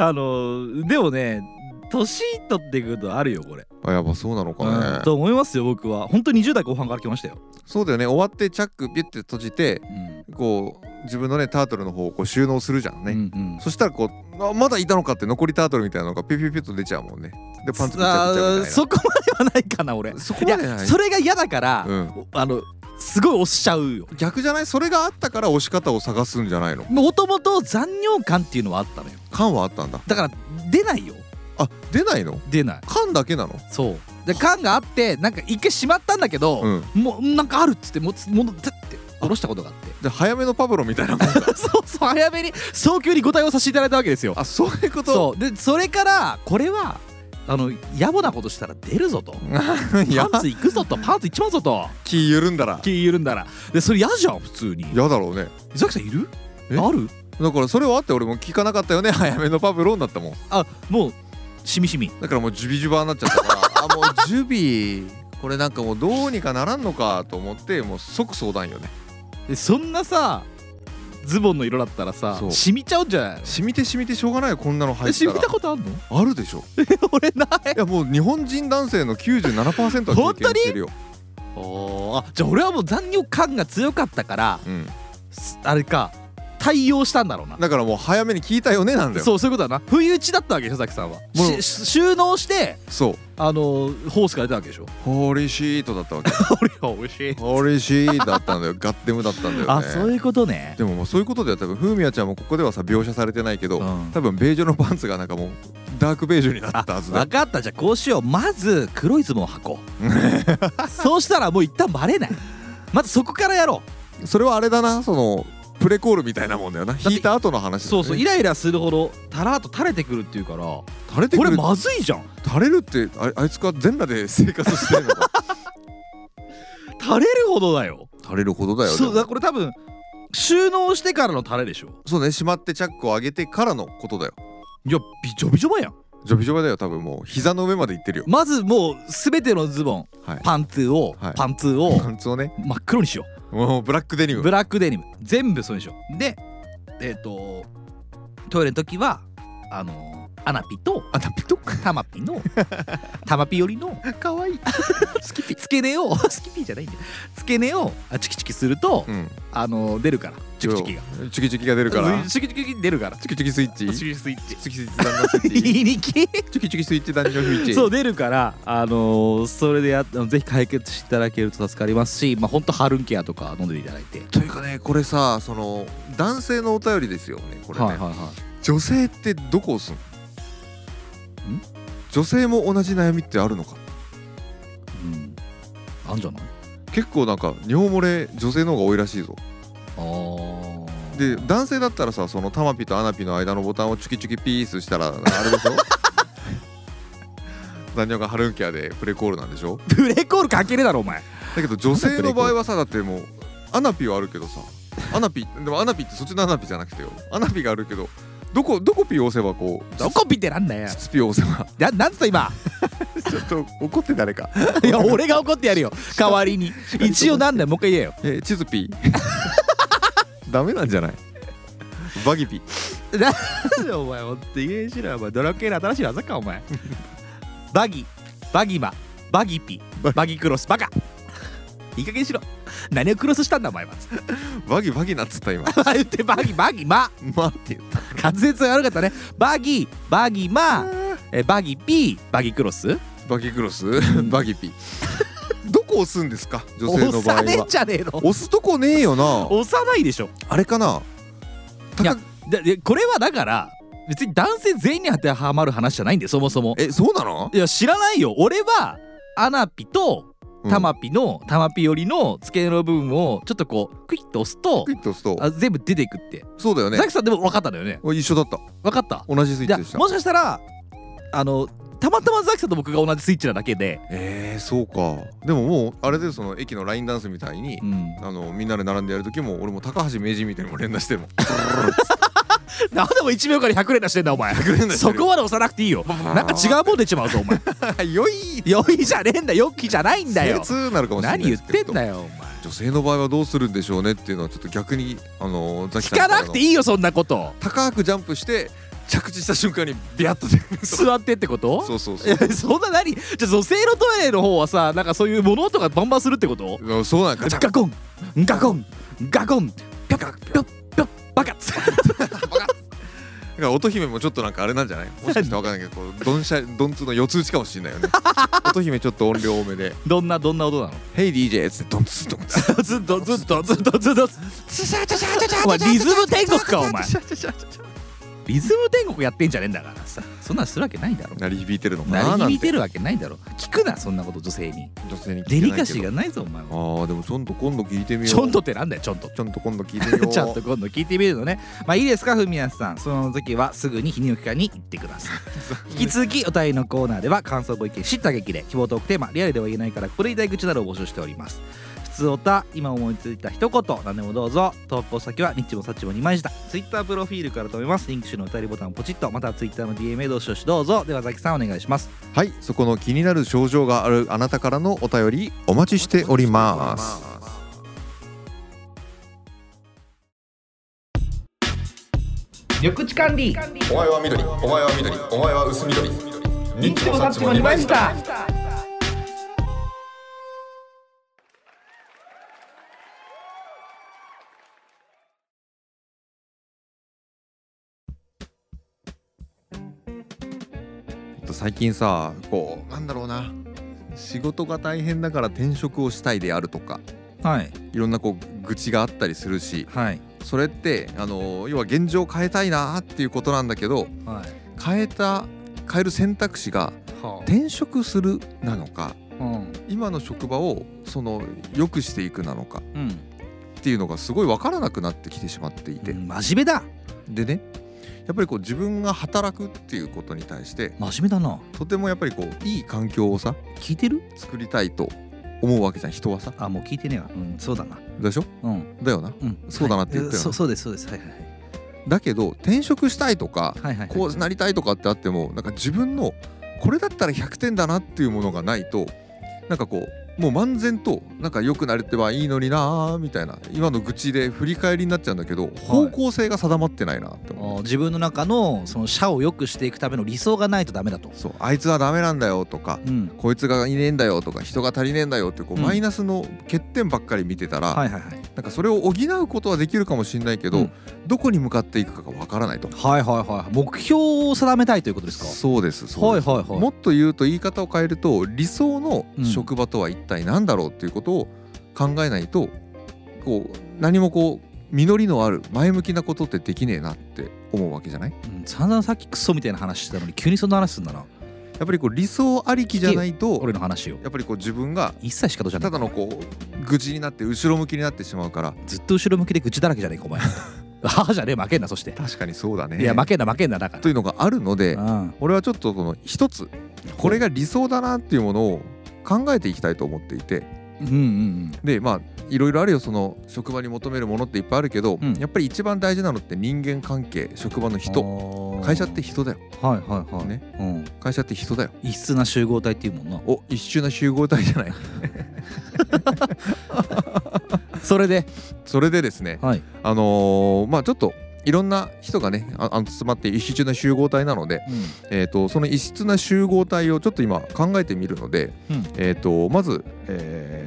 Speaker 2: あのでもね年取ってくるとあるよこれ、
Speaker 1: あやっぱそうなの
Speaker 2: うん
Speaker 1: かね
Speaker 2: と思いますよ僕は本当に20代後半から来ましたよ、
Speaker 1: そうだよね終わってチャックピュッて閉じてこう自分のねタートルの方をこう収納するじゃん
Speaker 2: う
Speaker 1: ね、
Speaker 2: んうん
Speaker 1: そしたらこうあまだいたのかって残りタートルみたいなのがピュピュピュッと出ちゃうもんねでパンツピチャピチャみたい
Speaker 2: あー
Speaker 1: な
Speaker 2: そこまではないかな俺
Speaker 1: そこ
Speaker 2: い
Speaker 1: までじゃ
Speaker 2: や
Speaker 1: ない
Speaker 2: それが嫌だから、
Speaker 1: うん
Speaker 2: あのすごい押しちゃうよ
Speaker 1: 逆じゃないそれがあったから押し方を探すんじゃないの
Speaker 2: もともと残尿感っていうのはあったのよ
Speaker 1: 缶はあったんだ
Speaker 2: だから出ないよ
Speaker 1: あ出ないの
Speaker 2: 出ない
Speaker 1: 缶だけなの
Speaker 2: そうで缶があってなんか一回しまったんだけど、
Speaker 1: うん
Speaker 2: もうなんかあるっつってもつものてって下ろしたことがあって
Speaker 1: じゃあ早めのパブロみたいなもん
Speaker 2: そうそう早めに早急にご対応させていただいたわけですよ
Speaker 1: あそういうこと
Speaker 2: そうでそれからこれはあの野暮なことしたら出るぞと
Speaker 1: いや
Speaker 2: パン ツいくぞとパンツいっちまうぞと
Speaker 1: 気緩んだら
Speaker 2: 気緩んだらでそれ嫌じゃん普通に
Speaker 1: 嫌だろうね
Speaker 2: 伊崎さんいる
Speaker 1: え
Speaker 2: ある
Speaker 1: だからそれはあって俺も聞かなかったよね早めのパブロになったもん
Speaker 2: あもうしみしみ
Speaker 1: だからもうジュビジュバーになっちゃったから あもうジュビこれなんかもうどうにかならんのかと思ってもう即相談よね
Speaker 2: でそんなさズボンの色だったらさ
Speaker 1: そう
Speaker 2: しみちゃうんじゃないの
Speaker 1: 染みて染みてしょうがないよこんなの入
Speaker 2: え
Speaker 1: っ
Speaker 2: 染
Speaker 1: た
Speaker 2: みた
Speaker 1: ら
Speaker 2: ことあんの
Speaker 1: あるでしょ
Speaker 2: 俺ない
Speaker 1: いやもう日本人男性の97%は経験してるよ、
Speaker 2: おーあじゃあ俺はもう残尿感が強かったから
Speaker 1: うん、
Speaker 2: すあれか対応したんだろうな
Speaker 1: だからもう早めに聞いたよねなんだよ
Speaker 2: そうそういうことだな不意打ちだったわけでしょ佐々木さん
Speaker 1: も
Speaker 2: は
Speaker 1: う
Speaker 2: しし収納して
Speaker 1: そう
Speaker 2: あのホースから出たわけ でしょ
Speaker 1: ホーリーシートだったわけ
Speaker 2: 俺は美味しい
Speaker 1: ホーリーシートだったんだよガッテムだったんだよね
Speaker 2: あそういうことね
Speaker 1: でももうそういうことでは多分ふみやちゃんもここではさ描写されてないけど、
Speaker 2: うん
Speaker 1: 多分ベージュのパンツがなんかもうダークベージュになったはずだよ
Speaker 2: 分かったじゃあこうしようまず黒いズボンを履こ うそうしたらもう一旦バレないまずそこからやろう
Speaker 1: それはあれだなそのプレコールみたいなもんだよな
Speaker 2: って
Speaker 1: 引いた後の話だ
Speaker 2: そ
Speaker 1: よ
Speaker 2: う
Speaker 1: ね
Speaker 2: そうイライラするほどタラーと垂れてくるっていうからこ
Speaker 1: 垂れてく
Speaker 2: れ
Speaker 1: る
Speaker 2: まずいじゃん
Speaker 1: 垂れるってああいつか全裸で生活してるのか
Speaker 2: 垂れるほどだよ
Speaker 1: 垂れるほどだよ
Speaker 2: そうだ
Speaker 1: でも
Speaker 2: からこれ多分収納してからの垂れでしょ
Speaker 1: そうねしまってチャックを上げてからのことだよ
Speaker 2: いやびちょびちょばやん
Speaker 1: ジョビジョバだよ多分もう膝の上までいってるよ
Speaker 2: まずもう全てのズボン
Speaker 1: はい
Speaker 2: パンツーを、
Speaker 1: はい
Speaker 2: パンツーを
Speaker 1: パンツをね
Speaker 2: 真っ黒にしよ
Speaker 1: もうブラックデニ
Speaker 2: う
Speaker 1: ム
Speaker 2: ブラックデニム全部それにしようでえっ、とトイレの時はあのアナピと
Speaker 1: あたピト
Speaker 2: タマ ピのタマピ寄りの
Speaker 1: かわいい
Speaker 2: スキピ付け根を スキピじゃないんだよ付け根をあチキチキすると、
Speaker 1: うん
Speaker 2: あの出るからチキチキが
Speaker 1: チキチキが出るから
Speaker 2: チキチキ出るから
Speaker 1: チキチキスイッチ
Speaker 2: チキ
Speaker 1: チ
Speaker 2: チキスイッ
Speaker 1: キ
Speaker 2: チ
Speaker 1: チキスイッチ旦那スイッチ
Speaker 2: 言いにき
Speaker 1: チキチキスイッチ男女スイッチ
Speaker 2: そう出るから、あのーそれでやっぜひ解決していただけると助かりますし、まあ、ほんとハルンケアとか飲んでいただいて、
Speaker 1: というかねこれさその男性のお便りですよねこれね、
Speaker 2: はいはいは
Speaker 1: 女性ってどこ押すの
Speaker 2: ん
Speaker 1: 女性も同じ悩みってあるのか
Speaker 2: い、うん、あんじゃない
Speaker 1: 結構なんか尿漏れ女性の方が多いらしいぞ
Speaker 2: あー
Speaker 1: で男性だったらさそのタマピとアナピの間のボタンをチュキチュキピースしたらあれ でしょ残尿がハルンケアでプレコールなんでしょ
Speaker 2: プレコールかけるだろお前
Speaker 1: だけど女性の場合はさだってもうアナピはあるけどさアナピでもアナピってそっちのアナピじゃなくてよアナピがあるけどどこどこピを押せばこう
Speaker 2: どこ見てなんだよ
Speaker 1: スピを押せば
Speaker 2: ななんつった 今
Speaker 1: ちょっと怒って誰か
Speaker 2: いや俺が怒ってやるよ代わりに一応なんだよもう一回言えよ
Speaker 1: えー、チズピ ーダメなんじゃないバギピ
Speaker 2: なんでお前ほんと言えんしろお前ドラクエの新しい技かお前バギバギマバギピバギクロスバカいい加減にしろ何をクロスしたんだお前は
Speaker 1: バギバギなっつった今
Speaker 2: あ言ってバギバギマ
Speaker 1: まあって言った
Speaker 2: 滑舌が悪かったねバギバギマえバギピバギクロス
Speaker 1: バギクロスバギピどこ押すんですか女性の
Speaker 2: 押
Speaker 1: 場合
Speaker 2: さねえん
Speaker 1: は
Speaker 2: じゃねえの
Speaker 1: 押すとこねえよな
Speaker 2: 押さないでしょ
Speaker 1: あれかない
Speaker 2: や
Speaker 1: 高
Speaker 2: だいやこれはだから別に男性全員に当てはまる話じゃないんでそもそも
Speaker 1: えそうなの
Speaker 2: いや知らないよ俺はアナピと
Speaker 1: うん
Speaker 2: タマピの、タマピ寄りの付け根の部分をちょっとこうクイッと押すと
Speaker 1: クイッと押すと
Speaker 2: あ全部出ていくって、
Speaker 1: そうだよ
Speaker 2: ザ
Speaker 1: ね
Speaker 2: ザキさんでも分かったんだよね
Speaker 1: お一緒だった
Speaker 2: 分かった
Speaker 1: 同じスイッ
Speaker 2: じゃ
Speaker 1: チでした
Speaker 2: もしかしたらあのたまたまザキさんと僕が同じスイッチなだけで、
Speaker 1: えー、そうかでももうあれでその駅のラインダンスみたいに、
Speaker 2: うん、
Speaker 1: あのみんなで並んでやる時も俺も高橋名人みたいにも連打しても
Speaker 2: なんでも1秒から100連打してんだお前
Speaker 1: 連打してるよ
Speaker 2: そこまで押さなくていいよなんか違うもん出ちまうぞ お前
Speaker 1: よい
Speaker 2: よいじゃねえんだよっきじゃないんだよ
Speaker 1: 精通なるかもしれないで
Speaker 2: 何言っ
Speaker 1: すけ
Speaker 2: て
Speaker 1: ど
Speaker 2: んだよお前
Speaker 1: 女性の場合はどうするんでしょうねっていうのはちょっと逆にあのザキ
Speaker 2: 聞かなくて
Speaker 1: い
Speaker 2: いいよそんなこと
Speaker 1: 高くジャンプして着地した瞬間にビャッと出る
Speaker 2: 座ってってこと
Speaker 1: そうそうそ
Speaker 2: いうやそんな何じゃあ女性のトイレの方はさなんかそういう物音がバンバンするってこと
Speaker 1: うんそうなんか
Speaker 2: ガコン ガコンガコンピョッピョッピョッピョッバカッ
Speaker 1: から乙姫もちょっとなんかあれなんじゃないもしかしたら分かんないけどこうどんしゃどんつの四つ打ちかもしれないよね乙姫ちょっと音量多めで
Speaker 2: どんなどんな音なの
Speaker 1: 「ヘイ DJ」っつってドンツドンツ
Speaker 2: ずっとずっとずっとずっとお前リズム天国かお前リズム天国やってんじゃねえんだからさそんなんするわけないだろ
Speaker 1: 鳴り響いてるのかな
Speaker 2: 鳴り
Speaker 1: な
Speaker 2: 響
Speaker 1: ん
Speaker 2: い
Speaker 1: て
Speaker 2: てるわけないだろ聞くなそんなこと女性に
Speaker 1: 女性に聞いてないけ
Speaker 2: デ
Speaker 1: ど
Speaker 2: リカシーがないぞお前は
Speaker 1: ああでもちょんと今度聞いてみよう
Speaker 2: ちょんとってなんだよちょんとって
Speaker 1: ちょんと今度聞いてみ よう
Speaker 2: ちゃんと今度聞いてみるのねまあいいですかふみやさんその時はすぐに泌尿器科に行ってください引き続きお便りのコーナーでは感想ご意見知った激励希望トークテーマリアルでは言えないからこれ言いたい口などを募集しております普通おた今思いついた一言何でもどうぞ投稿先はニッチもサッチも2枚下ツイッタープロフィールから飛べますリンク集のお便りボタンをポチッとまたはツイッターの DM へどしどしどうぞではザキさんお願いします
Speaker 1: はいそこの気になる症状があるあなたからのお便りお待ちしております
Speaker 4: 緑地管理
Speaker 5: お前は緑お前は緑お前は薄緑ニッチもサッチも
Speaker 4: 二
Speaker 5: 二枚
Speaker 4: 枚
Speaker 5: 舌
Speaker 4: 下
Speaker 1: 最近さこうなんだろうな仕事が大変だから転職をしたいであるとか
Speaker 2: はい
Speaker 1: いろんなこう愚痴があったりするし
Speaker 2: はい
Speaker 1: それってあの要は現状を変えたいなっていうことなんだけど
Speaker 2: はい
Speaker 1: 変えた変える選択肢が
Speaker 2: は
Speaker 1: 転職するなのか
Speaker 2: あうん
Speaker 1: 今の職場をその良くしていくなのか
Speaker 2: うん
Speaker 1: っていうのがすごい分からなくなってきてしまっていて、
Speaker 2: 真面目だ
Speaker 1: でねやっぱりこう自分が働くっていうことに対して
Speaker 2: 真面目だな
Speaker 1: とてもやっぱりこういい環境をさ
Speaker 2: 聞いてる
Speaker 1: 作りたいと思うわけじゃん人はさ
Speaker 2: あもう聞いてねえわうんそうだな
Speaker 1: でしょ
Speaker 2: うん
Speaker 1: だよな
Speaker 2: うん
Speaker 1: そうだなって言ったよな
Speaker 2: はいえーそうそうですそうですはいはいはい
Speaker 1: だけど転職したいとか
Speaker 2: はいはいはい
Speaker 1: こうなりたいとかってあってもなんか自分のこれだったら100点だなっていうものがないとなんかこうもう漫然となんか良くなれてばいいのになーみたいな今の愚痴で振り返りになっちゃうんだけど方向性が定まってないなって
Speaker 2: あ
Speaker 1: 思う、
Speaker 2: ー自分の中のその社を良くしていくための理想がないとダメだと
Speaker 1: そうあいつはダメなんだよとか
Speaker 2: うん
Speaker 1: こいつがいねえんだよとか人が足りねえんだよってこう、
Speaker 2: うん
Speaker 1: マイナスの欠点ばっかり見てたら、
Speaker 2: はいはいはい
Speaker 1: なんかそれを補うことはできるかもしれないけど、
Speaker 2: うん
Speaker 1: どこに向かっていくかがわからないと。
Speaker 2: はいはいはい目標を定めたいということですか
Speaker 1: そうですそう
Speaker 2: はい
Speaker 1: です
Speaker 2: はいはい
Speaker 1: もっと言うと言い方を変えると理想の
Speaker 2: うん
Speaker 1: 職場とは一体何だろうっていうことを考えないと、こう何もこう実りのある前向きなことってできねえなって思うわけじゃないや
Speaker 2: うん散々さっきクソみたいな話してたのに急にそんな話すんだな
Speaker 1: っぱりこう理想ありきじゃないと
Speaker 2: 俺の話を
Speaker 1: やっぱりこう自分が
Speaker 2: 一切仕方じゃな
Speaker 1: ただ
Speaker 2: い
Speaker 1: のこう愚痴になって後ろ向きになってしまうから
Speaker 2: ずっと後ろ向きで愚痴だらけじゃねえ かお前ああじゃねえ負けんなそして
Speaker 1: 確かにそうだね
Speaker 2: いや負けんな負けんなだから
Speaker 1: というのがあるので
Speaker 2: うん
Speaker 1: 俺はちょっとこの一つこれが理想だなっていうものを考えていきたいと思っていて
Speaker 2: うんうん
Speaker 1: でまあいろいろあるよその職場に求めるものっていっぱいあるけど、
Speaker 2: うん
Speaker 1: やっぱり一番大事なのって人間関係職場の人
Speaker 2: 人
Speaker 1: 会社って人だよ
Speaker 2: はいはいはい
Speaker 1: ね
Speaker 2: うん
Speaker 1: 会社って人だよ
Speaker 2: 異質な集合体っていうもんな
Speaker 1: お一瞬な集合体じゃない
Speaker 2: それで
Speaker 1: それでですね
Speaker 2: はい
Speaker 1: あのーまあちょっといろんな人がねああの集まって一室な集合体なので、えー、とその異質な集合体をちょっと今考えてみるので、
Speaker 2: うん
Speaker 1: えー、とまず、えー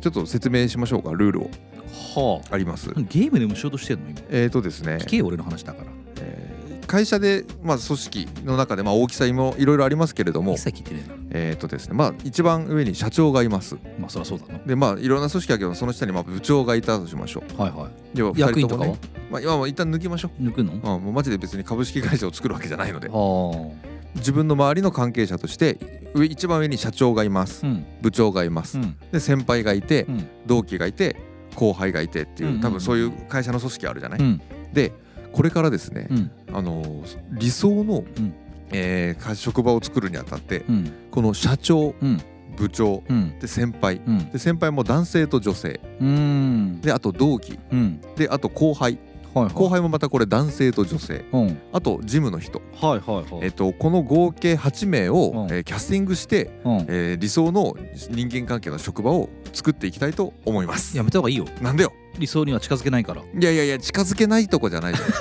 Speaker 1: ちょっと説明しましょうかルールを
Speaker 2: は
Speaker 1: あります。
Speaker 2: あゲームでもしようとしてんの今
Speaker 1: えーとですね、
Speaker 2: 聞けよ俺の話だから
Speaker 1: えー会社で、まあ、組織の中で、まあ、大きさもいろいろありますけれども
Speaker 2: 一、切聞いてねえ
Speaker 1: えーとですねまあ、一番上に社長がいます
Speaker 2: なまあそりゃそうだな
Speaker 1: で、まあ、いろんな組織だけどその下にまあ部長がいたとしましょう
Speaker 2: はいは
Speaker 1: 要は二
Speaker 2: 役員
Speaker 1: 人
Speaker 2: と
Speaker 1: とも
Speaker 2: かは
Speaker 1: ねまあ、今はもう一旦抜きましょう。
Speaker 2: 抜くの
Speaker 1: あもうマジで別に株式会社を作るわけじゃないので
Speaker 2: は
Speaker 1: 自分の周りの関係者として上一番上に社長がいます
Speaker 2: あうん
Speaker 1: 部長がいます
Speaker 2: ん
Speaker 1: で先輩がいて
Speaker 2: うん
Speaker 1: 同期がいて後輩がいてって
Speaker 2: うんう
Speaker 1: い
Speaker 2: んうん
Speaker 1: う多分そういう会社の組織あるじゃない、
Speaker 2: ん
Speaker 1: でこれからですね、
Speaker 2: うん
Speaker 1: あのー理想の、
Speaker 2: ん
Speaker 1: えー会職場を作るにあたって
Speaker 2: うん
Speaker 1: この社長
Speaker 2: うん
Speaker 1: 部長
Speaker 2: うん
Speaker 1: で先輩
Speaker 2: うん
Speaker 1: で先輩も男性と女性
Speaker 2: うん
Speaker 1: であと同期
Speaker 2: うん
Speaker 1: であと後輩
Speaker 2: はいはい
Speaker 1: 後輩もまたこれ男性と女性
Speaker 2: うん
Speaker 1: あと事務の人、
Speaker 2: はいはいは
Speaker 1: えっ
Speaker 2: い
Speaker 1: と、この合計8名を、
Speaker 2: うん
Speaker 1: えーキャスティングして、
Speaker 2: うん
Speaker 1: えー理想の人間関係の職場を作っていきたいと思います
Speaker 2: やめた方がいいよ
Speaker 1: なんでよ
Speaker 2: 理想には近づけないから
Speaker 1: いやいやいや近づけないとこじゃ ないじゃん一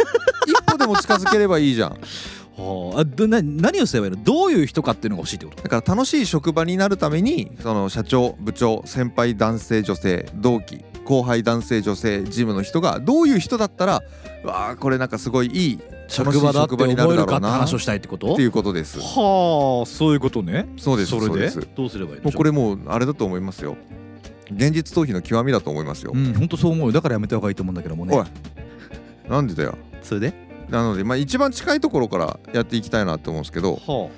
Speaker 1: 歩でも近づければいいじゃん
Speaker 2: はあどな何をすればいいのどういう人かっていうのが欲しいってこと
Speaker 1: だから楽しい職場になるためにその社長部長先輩男性女性同期後輩男性女性ジムの人がどういう人だったらうわあこれなんかすごいいい楽し
Speaker 2: 職
Speaker 1: い
Speaker 2: 場だって
Speaker 1: 職場にな
Speaker 2: 思
Speaker 1: るだ
Speaker 2: え
Speaker 1: ろ
Speaker 2: るか
Speaker 1: う
Speaker 2: って
Speaker 1: なっ
Speaker 2: 話をしたいってこと
Speaker 1: ていうことです。
Speaker 2: はあそういうことね
Speaker 1: そうです
Speaker 2: それで
Speaker 1: そうです
Speaker 2: どうすればいいの
Speaker 1: もうこれもうあれだと思いますよ。現実逃避の極みだと思いますよ。
Speaker 2: うん本当そう思うよだからやめた方がいいと思うんだけどもね
Speaker 1: おいなんでだよ。
Speaker 2: それで
Speaker 1: なのでまあ一番近いところからやっていきたいなと思うんですけど、
Speaker 2: は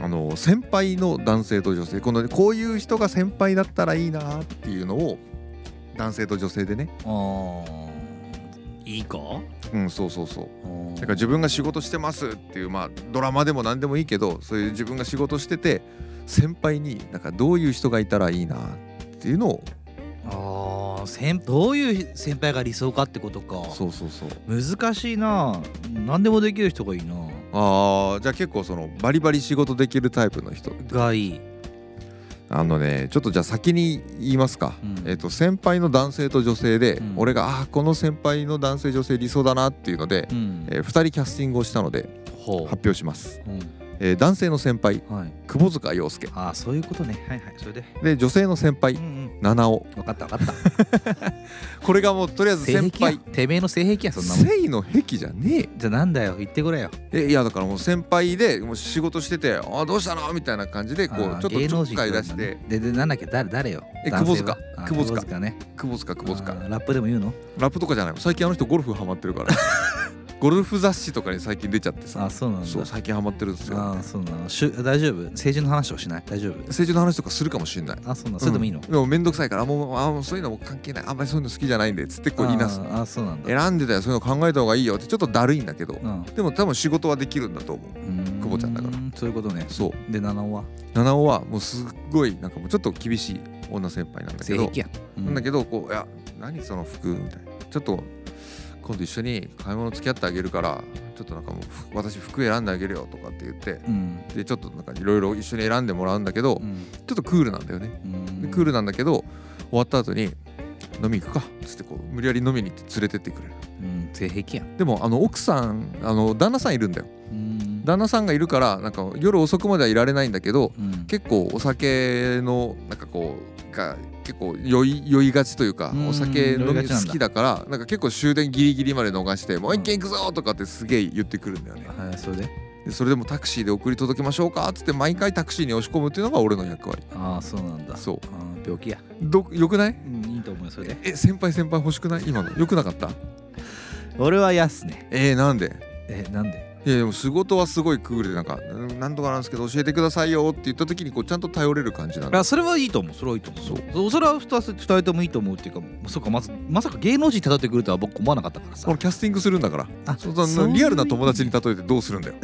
Speaker 1: あの先輩の男性と女性このねこういう人が先輩だったらいいなっていうのを男性と女性でね。
Speaker 2: ああいいか
Speaker 1: うんそうそうそう。だ
Speaker 2: だ
Speaker 1: から自分が仕事してますっていうまあドラマでも何でもいいけどそういう自分が仕事してて先輩になんかどういう人がいたらいいなっていうのを
Speaker 2: ああ先どういう先輩が理想かってことか
Speaker 1: そうそうそう
Speaker 2: 難しいな何でもできる人がいいな
Speaker 1: あーじゃあ結構そのバリバリ仕事できるタイプの人
Speaker 2: がいい
Speaker 1: あのねちょっとじゃあ先に言いますか、
Speaker 2: うん
Speaker 1: えっと先輩の男性と女性で、
Speaker 2: うん
Speaker 1: 俺があーこの先輩の男性女性理想だなっていうので、
Speaker 2: うん
Speaker 1: えー、2人キャスティングをしたので
Speaker 2: ほ
Speaker 1: 発表します、
Speaker 2: う、
Speaker 1: えー男性の先輩
Speaker 2: うん、はい
Speaker 1: 窪塚洋介
Speaker 2: ああそういうことねはいはいそれで
Speaker 1: で女性の先輩
Speaker 2: うんうん
Speaker 1: 七尾
Speaker 2: 分かった分かった
Speaker 1: これがもうとりあえず
Speaker 2: 性
Speaker 1: 先
Speaker 2: 癖や
Speaker 1: 輩
Speaker 2: てめえの性癖やそんなもん
Speaker 1: 誠意の癖じゃね
Speaker 2: じゃあなんだよ言ってくれよ
Speaker 1: ええいやだからもう先輩でもう仕事してて「あーどうしたの?」みたいな感じでこう
Speaker 2: あー
Speaker 1: ちょっと
Speaker 2: 芸
Speaker 1: ち
Speaker 2: 能
Speaker 1: ょっ
Speaker 2: 人
Speaker 1: かい出
Speaker 2: と
Speaker 1: し
Speaker 2: かね
Speaker 1: て
Speaker 2: ででなんだっけ誰誰よ
Speaker 1: え
Speaker 2: 男性
Speaker 1: 窪
Speaker 2: は
Speaker 1: 塚
Speaker 2: あー
Speaker 1: 窪塚
Speaker 2: 窪塚ね
Speaker 1: 「窪塚窪塚
Speaker 2: あーラップでも言うの
Speaker 1: ラップとかじゃない最近あの人ゴルフハマってる からゴルフ雑誌とかに最近出ちゃって
Speaker 2: あ
Speaker 1: さ
Speaker 2: ーそうなんだ
Speaker 1: そう最近ハマってるんですよ
Speaker 2: あーそうなのしゅ大丈夫政治の話をしない大丈夫
Speaker 1: 政治の話とかするかもしれない
Speaker 2: あそうなのそれでもいいの、
Speaker 1: うんでも面倒くさいからあもうあもうそういうのも関係ないあんまりそういうの好きじゃないんでつってこう言いなす
Speaker 2: あーあーそうなんだ
Speaker 1: 選んでたよそういうの考えた方がいいよってちょっとだるいんだけど
Speaker 2: うん
Speaker 1: でも多分仕事はできるんだと思う
Speaker 2: 久
Speaker 1: 久保ちゃんだから
Speaker 2: そういうことね
Speaker 1: そう
Speaker 2: で七尾は
Speaker 1: 七尾はもうすっごいなんかもうちょっと厳しい女先輩なんだけ
Speaker 2: 性
Speaker 1: ど
Speaker 2: 癖やう
Speaker 1: なんだけどこういや何その服みたいなちょっと今度一緒に買い物付き合ってあげるからちょっとなんかもう服私服選んであげるよとかって言って
Speaker 2: うん
Speaker 1: でちょっとなんかいろいろ一緒に選んでもらうんだけど、
Speaker 2: う
Speaker 1: ち
Speaker 2: ん
Speaker 1: ょっとクールなんだよね、
Speaker 2: うん
Speaker 1: でクールなんだけど終わった後に飲み行くかっつってこう無理やり飲みに行って連れてってくれる
Speaker 2: うん性癖や
Speaker 1: でもあの奥さんあの旦那さんいるんだよ
Speaker 2: うん
Speaker 1: 旦那さんがいるからなんか夜遅くまではいられないんだけど
Speaker 2: うん
Speaker 1: 結構お酒のなんかこうが結構酔い酔いがちというか
Speaker 2: うん
Speaker 1: お酒飲
Speaker 2: 酔いが
Speaker 1: み
Speaker 2: ちなんだ
Speaker 1: 好きだからなんか結構終電ギリギリまで逃して「もう一軒行くぞ!」とかってすげえ言ってくるんだよね。
Speaker 2: はいそれで
Speaker 1: でそれでもタクシーで送り届けましょうかっつって毎回タクシーに押し込むっていうのが俺の役割
Speaker 2: ああそうなんだ
Speaker 1: そう
Speaker 2: あー病気や
Speaker 1: どよくない
Speaker 2: うんいいと思うよそれで
Speaker 1: え先輩先輩欲しくない今のよくなかった
Speaker 2: 俺は安ね
Speaker 1: えー、なんで
Speaker 2: えなんで
Speaker 1: いやでも仕事はすごいクールでなんかうんなんとかなんですけど教えてくださいよって言った時にこうちゃんと頼れる感じなんだ
Speaker 2: あそれはいいと思うそれはいいと思うそうそれは二つ二人ともいいと思うっていうかそうかまずまさか芸能人たたってくるとは僕思わなかったからさ
Speaker 1: 俺キャスティングするんだから
Speaker 2: あ
Speaker 1: そうだ
Speaker 2: そういう意味
Speaker 1: リアルな友達に例えてどうするん だよ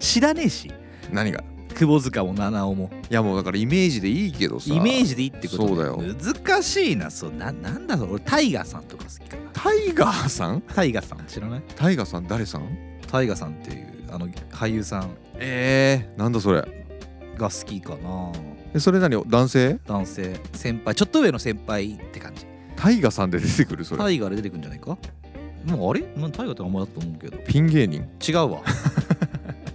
Speaker 2: 知らねえし
Speaker 1: 何が
Speaker 2: 窪塚も七尾も
Speaker 1: いやもうだからイメージでいいけどさ
Speaker 2: イメージでいいってことね
Speaker 1: そうだよ
Speaker 2: 難しいなそうななんだろう俺タイガーさんとか好きかな
Speaker 1: タイガーさん
Speaker 2: タイガーさん知らない
Speaker 1: タイガーさん誰さん
Speaker 2: タイガさんっていうあの俳優さん
Speaker 1: えー、なんだそれ
Speaker 2: が好きかな
Speaker 1: えそれ何男性
Speaker 2: 男性先輩ちょっと上の先輩って感じ
Speaker 1: タイガーさんで出てくるそれ、
Speaker 2: タイガーで出てくるんじゃないかもうあれもうタイガーって名前だと思うけど
Speaker 1: ピン芸人
Speaker 2: 違う わ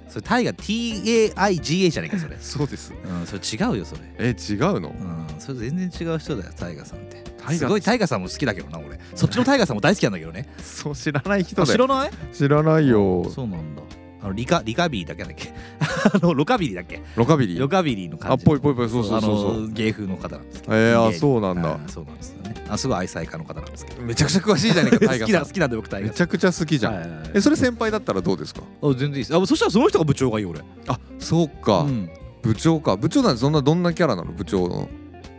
Speaker 2: それタイガー TAIGA じゃないかそれ
Speaker 1: そうです
Speaker 2: うんそれ違うよそれ
Speaker 1: え違うの
Speaker 2: うんそれ全然違う人だよタイガーさんって
Speaker 1: タイガー
Speaker 2: すごいタイガーさんも好きだけどな俺そっちのタイガーさんも大好きなんだけどね
Speaker 1: そう知らない人
Speaker 2: あ
Speaker 1: だ
Speaker 2: 知
Speaker 1: よ
Speaker 2: らない
Speaker 1: 知らないよ
Speaker 2: そうなんだあのリカリカビリだっけなんだっけ あのロカビリだっけ
Speaker 1: ロカビリ
Speaker 2: ロ
Speaker 1: ー
Speaker 2: カビリの
Speaker 1: あ
Speaker 2: 感
Speaker 1: っ
Speaker 2: じ
Speaker 1: ぽいぽいぽいそうそうそう
Speaker 2: あ
Speaker 1: そ
Speaker 2: の
Speaker 1: う
Speaker 2: 芸風の方なんですけど
Speaker 1: えー、あ
Speaker 2: 芸
Speaker 1: そうなんだ
Speaker 2: あーそうなんですよねあすごい愛妻家の方なんですけど
Speaker 1: めちゃくちゃ詳しいじゃねえかタイ
Speaker 2: 好
Speaker 1: ガ
Speaker 2: き
Speaker 1: ー
Speaker 2: だ
Speaker 1: さ
Speaker 2: 好きなんで僕タイ
Speaker 1: ん
Speaker 2: ガ
Speaker 1: め
Speaker 2: ー
Speaker 1: ちゃくちゃ好きじゃん、
Speaker 2: はいはいはい
Speaker 1: えそれ先輩だったらどうですか
Speaker 2: あ全然いいですあそしたらその人が部長がいい俺
Speaker 1: あそうか、
Speaker 2: うん
Speaker 1: 部長か部長なんてそんなどんなキャラなの部長の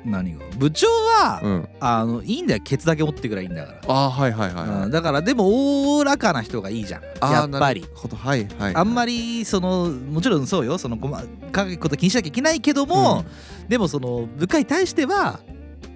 Speaker 2: 何が部長は、
Speaker 1: うん
Speaker 2: あのいいんだよケツだけ持ってくらいいいんだから、
Speaker 1: あーはいはいはい、は
Speaker 2: う
Speaker 1: い
Speaker 2: ん、だからでもおおらかな人がいいじゃん
Speaker 1: あー
Speaker 2: やっぱり
Speaker 1: なるほどはいはいはい
Speaker 2: あんまりそのもちろんそうよその細かいこと気にしなきゃいけないけども、でもその部下に対しては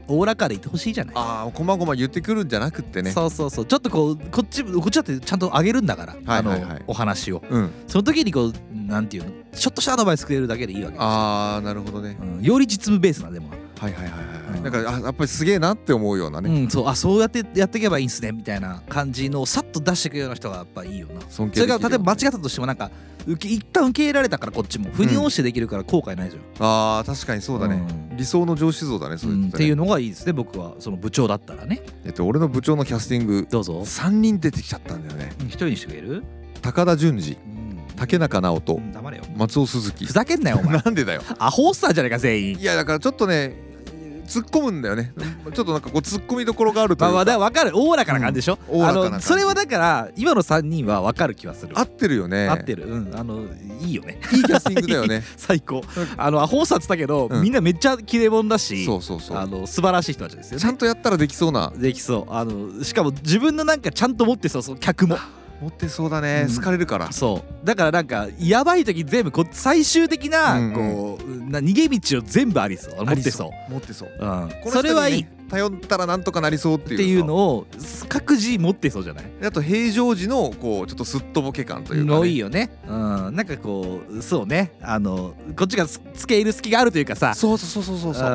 Speaker 2: おおらかでいてほしいじゃない
Speaker 1: ああこまごま言ってくるんじゃなくってね
Speaker 2: そうそうそうちょっとこうこっちこっちだってちゃんとあげるんだから、
Speaker 1: はいはいはい
Speaker 2: あのお話を
Speaker 1: うん
Speaker 2: その時にこうなんていうのちょっとしたアドバイスくれるだけでいいわけですよ
Speaker 1: ああなるほどね
Speaker 2: うん、より実務ベースなでも、
Speaker 1: はいはいはいはいはい
Speaker 2: うん
Speaker 1: なんかあやっぱりすげえなって思うような
Speaker 2: う
Speaker 1: ね、
Speaker 2: ん、そうあそうやってやっていけばいいんすねみたいな感じのをさっと出してくるような人がやっぱいいよな
Speaker 1: 尊敬
Speaker 2: そ
Speaker 1: で
Speaker 2: れ
Speaker 1: きるよ
Speaker 2: が
Speaker 1: ね
Speaker 2: 例えば間違ったとしてもなんか受け一旦受け入れられたからこっちも腑に応じてできるから後悔ないじゃん、
Speaker 1: あー確かにそうだね、
Speaker 2: うん
Speaker 1: 理想の上司像だねそうれ
Speaker 2: ん
Speaker 1: っ
Speaker 2: ってて
Speaker 1: ね
Speaker 2: いうのがいいですね僕はその部長だったらね
Speaker 1: えっと俺の部長のキャスティング
Speaker 2: どうぞ
Speaker 1: 3人出てきちゃったんだよね
Speaker 2: 一人にしてくれる、
Speaker 1: 高田純次
Speaker 2: うん
Speaker 1: 竹中直
Speaker 2: う
Speaker 1: 人
Speaker 2: ん黙れよ
Speaker 1: 松尾鈴木
Speaker 2: ふざけんなよ お前
Speaker 1: なんでだよ
Speaker 2: アホおっさんじゃないか全員
Speaker 1: いやだからちょっとね突っ込むんだよねちょっとなんかこう突っ込みどころがあるとい
Speaker 2: まあ
Speaker 1: う
Speaker 2: ま
Speaker 1: か
Speaker 2: あだから分かるおおらかな感じでしょ、
Speaker 1: うんおおらかな
Speaker 2: あ
Speaker 1: 感
Speaker 2: の
Speaker 1: じ
Speaker 2: それはだから今の3人は分かる気はする
Speaker 1: 合ってるよね
Speaker 2: 合ってるうんあのいいよね
Speaker 1: いいキャスティングだよ ね
Speaker 2: 最高あのアホおっさんっつったけど、
Speaker 1: うん
Speaker 2: みんなめっちゃ切れ者だし
Speaker 1: そうそうそう
Speaker 2: あの素晴らしい人たちですよね
Speaker 1: ちゃんとやったらできそうな
Speaker 2: できそうあのしかも自分のなんかちゃんと持ってそうその客も
Speaker 1: 持ってそうだね、
Speaker 2: うん
Speaker 1: 好かれるから
Speaker 2: そうだからなんかやばい時全部こう最終的な
Speaker 1: うんうん
Speaker 2: こう、な逃げ道を全部ありそう持ってそう
Speaker 1: う持ってそう
Speaker 2: うん
Speaker 1: この人にね
Speaker 2: それはいいっ
Speaker 1: 頼ったらなんとかなりそうっていう
Speaker 2: ていうのを各自持ってそうじゃない
Speaker 1: あと平常時のこうちょっとすっとぼけ感というか、
Speaker 2: のいい
Speaker 1: ね、
Speaker 2: よね、うん、なんかこうそうねあのこっちがつつけ入る隙があるというかさ
Speaker 1: そうそうそうそうそうそう
Speaker 2: う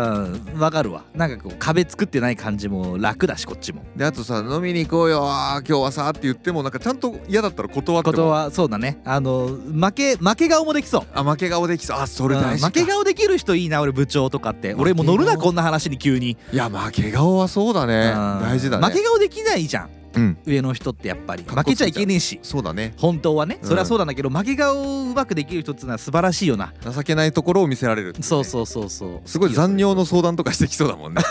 Speaker 2: んわかるわなんかこう壁作ってない感じも楽だしこっちも
Speaker 1: であとさ飲みに行こうよあー今日はさって言ってもなんかちゃんと嫌だったら断っても
Speaker 2: ことはそうだねあの負け負け顔もできそう
Speaker 1: あ負け顔できそうあそれ
Speaker 2: うん
Speaker 1: 大事か
Speaker 2: 負け顔できる人いいな俺部長とかって俺もう乗る
Speaker 1: 負
Speaker 2: な
Speaker 1: け顔
Speaker 2: こんな話に急に、
Speaker 1: いや負け顔はそうだね
Speaker 2: うん
Speaker 1: 大事だね
Speaker 2: 負け顔できないじゃん
Speaker 1: うん
Speaker 2: 上の人ってやっぱり
Speaker 1: かっ
Speaker 2: 負
Speaker 1: こ
Speaker 2: け
Speaker 1: つ
Speaker 2: ちゃ
Speaker 1: け
Speaker 2: い
Speaker 1: ちゃう
Speaker 2: けねえし
Speaker 1: そうだね
Speaker 2: 本当はね
Speaker 1: うん
Speaker 2: それはそうなんだけど、負け顔をうまくできる人っていうのは素晴らしいよな
Speaker 1: 情けないところを見せられるっていね
Speaker 2: そうそうそうそう
Speaker 1: すごい残尿の相談とかしてきそうだも んね